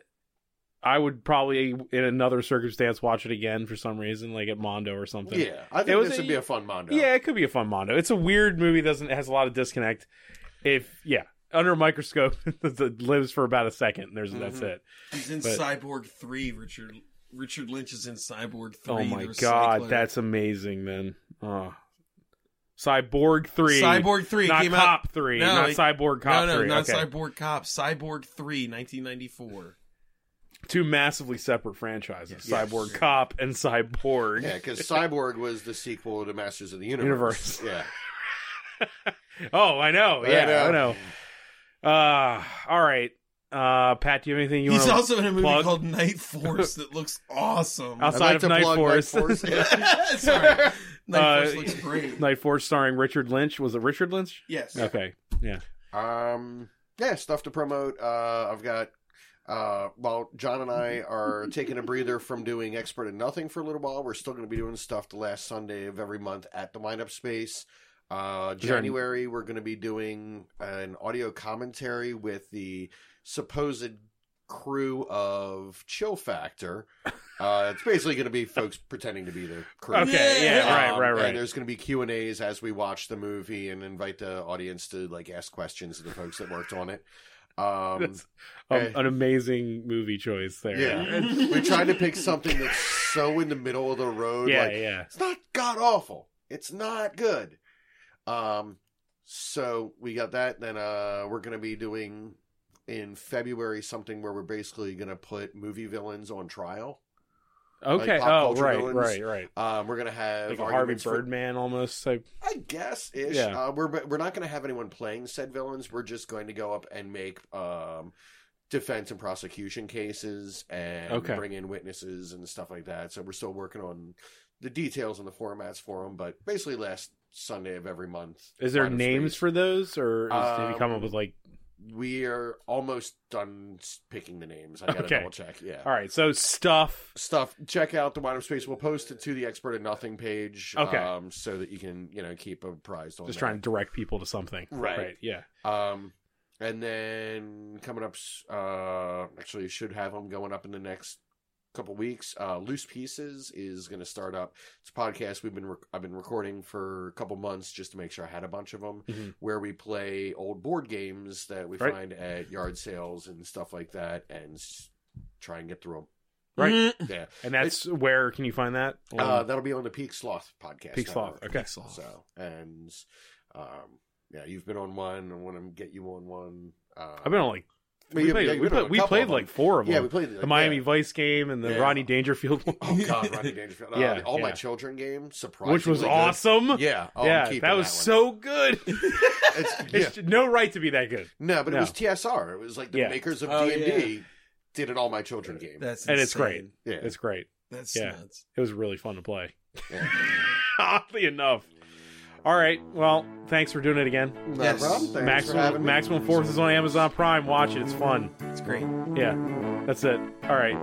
Speaker 3: i would probably in another circumstance watch it again for some reason like at mondo or something
Speaker 2: yeah, I
Speaker 3: It
Speaker 2: think
Speaker 3: was
Speaker 2: this
Speaker 3: a-
Speaker 2: would be a fun Mondo.
Speaker 3: yeah it could be a fun mondo it's a weird movie doesn't has a lot of disconnect if yeah under a microscope it lives for about a second and
Speaker 2: Mm-hmm.
Speaker 3: there's that's it
Speaker 11: he's in
Speaker 3: but-
Speaker 11: Cyborg Three. Richard Richard Lynch is in Cyborg Three.
Speaker 3: oh
Speaker 11: the
Speaker 3: my
Speaker 11: recycler.
Speaker 3: god that's amazing then oh cyborg 3
Speaker 11: Cyborg Three
Speaker 3: not
Speaker 11: came out.
Speaker 3: cop 3
Speaker 11: No,
Speaker 3: not
Speaker 11: it-
Speaker 3: cyborg cop
Speaker 11: no, no,
Speaker 3: 3
Speaker 11: not
Speaker 3: okay.
Speaker 11: Cyborg Cop. Cyborg Three, 1994.
Speaker 3: two massively separate franchises,
Speaker 2: Yes.
Speaker 3: Cyborg Cop and Cyborg
Speaker 2: Yeah, because Cyborg was the sequel to Masters of the Universe.
Speaker 3: Universe.
Speaker 2: Yeah.
Speaker 3: Oh, I know.
Speaker 2: I
Speaker 3: Yeah, I know.
Speaker 2: know.
Speaker 3: Uh, all right. Uh, Pat, do you have anything you
Speaker 11: He's
Speaker 3: want
Speaker 11: also in a movie
Speaker 3: plug?
Speaker 11: called Night Force that looks awesome.
Speaker 3: Outside of Night Force.
Speaker 2: yeah.
Speaker 11: Sorry. Night
Speaker 3: Uh,
Speaker 11: Force looks great.
Speaker 3: Night Force starring Richard Lynch. Was it Richard Lynch?
Speaker 11: Yes.
Speaker 3: Okay. Yeah.
Speaker 2: Um, yeah, stuff to promote. Uh, I've got. Uh, while John and I are taking a breather from doing Expert in Nothing for a little while, we're still going to be doing stuff the last Sunday of every month at the Wind Up Space. Uh,
Speaker 3: there an-
Speaker 2: January, we're going to be doing an audio commentary with the supposed crew of Chill Factor. Uh, it's basically going to be folks pretending to be the crew.
Speaker 3: Okay. Yeah.
Speaker 11: Yeah.
Speaker 3: Right.
Speaker 2: Um,
Speaker 3: Right.
Speaker 2: and
Speaker 3: Right.
Speaker 2: there's going to be Q and A's as we watch the movie and invite the audience to like ask questions to the folks that worked on it. Um,
Speaker 3: That's um,
Speaker 2: okay.
Speaker 3: an amazing movie choice there.
Speaker 2: yeah, And we tried to pick something that's so in the middle of the road.
Speaker 3: Yeah.
Speaker 2: like,
Speaker 3: yeah.
Speaker 2: it's not god awful. It's not good. Um, so we got that. Then uh, we're going to be doing in February something where we're basically going to put movie villains on trial.
Speaker 3: Okay.
Speaker 2: pop
Speaker 3: oh,
Speaker 2: culture
Speaker 3: right.
Speaker 2: villains.
Speaker 3: Right. Right.
Speaker 2: Um, we're going to have
Speaker 3: Like a Harvey
Speaker 2: arguments for-
Speaker 3: Birdman almost type.
Speaker 2: I guess ish.
Speaker 3: Yeah.
Speaker 2: Uh, we're but we're not going to have anyone playing said villains. We're just going to go up and make um, defense and prosecution cases and
Speaker 3: Okay.
Speaker 2: bring in witnesses and stuff like that. So we're still working on the details and the formats for them. But basically, last Sunday of every month.
Speaker 3: Is there
Speaker 2: Line of
Speaker 3: names
Speaker 2: Space.
Speaker 3: for those, or is, have you come up
Speaker 2: Um,
Speaker 3: with like?
Speaker 2: We are almost done s- picking the names. I got to
Speaker 3: Okay.
Speaker 2: double check. Yeah.
Speaker 3: All right. So stuff.
Speaker 2: Stuff. Check out the Wide Open Space. We'll post it to the Expert in Nothing page.
Speaker 3: Okay.
Speaker 2: Um, so that you can you know keep apprised on.
Speaker 3: Just
Speaker 2: that.
Speaker 3: trying to direct people to something.
Speaker 2: Oh, Right.
Speaker 3: Yeah.
Speaker 2: Um, and then coming up, s- uh, actually should have them going up in the next couple weeks. Uh, Loose Pieces is going to start up. It's a podcast we've been rec- I've been recording for a couple months just to make sure I had a bunch of them,
Speaker 3: Mhm.
Speaker 2: where we play old board games that we
Speaker 3: Right.
Speaker 2: find at yard sales and stuff like that, and s- try and get through
Speaker 3: Right.
Speaker 2: them. Yeah,
Speaker 3: And that's where can you find that?
Speaker 2: Mm-hmm. uh, that'll be on the Peak Sloth podcast.
Speaker 3: Peak Sloth.
Speaker 2: network.
Speaker 3: Okay.
Speaker 2: So and um, yeah, you've been on one. I want to get you on one. Uh,
Speaker 3: I've been on like we,
Speaker 2: yeah,
Speaker 3: played,
Speaker 2: yeah,
Speaker 3: we,
Speaker 2: we've been
Speaker 3: played,
Speaker 2: on a
Speaker 3: we
Speaker 2: couple
Speaker 3: played
Speaker 2: of
Speaker 3: like
Speaker 2: them.
Speaker 3: four of them.
Speaker 2: Yeah, we played like,
Speaker 3: the Miami
Speaker 2: yeah.
Speaker 3: Vice game and the
Speaker 2: Yeah.
Speaker 3: Ronnie Dangerfield one,
Speaker 2: Oh God, Ronnie Dangerfield. Uh,
Speaker 3: Yeah,
Speaker 2: the All My
Speaker 3: yeah.
Speaker 2: Children game, surprisingly,
Speaker 3: which was
Speaker 2: good.
Speaker 3: awesome.
Speaker 2: Yeah, oh, I'm
Speaker 3: Yeah,
Speaker 2: keeping
Speaker 3: that was
Speaker 2: one.
Speaker 3: so good.
Speaker 2: It's, yeah.
Speaker 3: It's no right to be that good,
Speaker 2: No, but
Speaker 3: No.
Speaker 2: it was TSR. It was like the
Speaker 3: Yeah.
Speaker 2: makers of
Speaker 11: Oh,
Speaker 2: D and D did an All My Children game.
Speaker 11: That's
Speaker 3: and it's
Speaker 11: insane.
Speaker 3: great.
Speaker 2: yeah,
Speaker 3: It's great.
Speaker 11: That's
Speaker 3: Yeah.
Speaker 11: nuts.
Speaker 3: It was really fun to play.
Speaker 2: Yeah.
Speaker 3: Oddly enough. All right. Well, thanks for doing it again.
Speaker 2: no
Speaker 11: Yes.
Speaker 2: problem. Thanks for
Speaker 3: Maximum
Speaker 2: having me.
Speaker 3: Maximum Force is on Amazon Prime. Watch it. It's fun.
Speaker 11: It's great.
Speaker 3: Yeah. That's it. All right.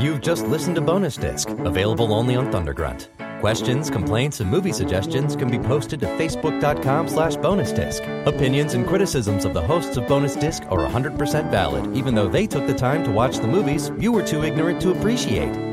Speaker 1: You've just listened to Bonus Disc, available only on Thundergrunt. Questions, complaints, and movie suggestions can be posted to facebook.com slash bonus disc. Opinions and criticisms of the hosts of Bonus Disc are 100% valid, even though they took the time to watch the movies you were too ignorant to appreciate.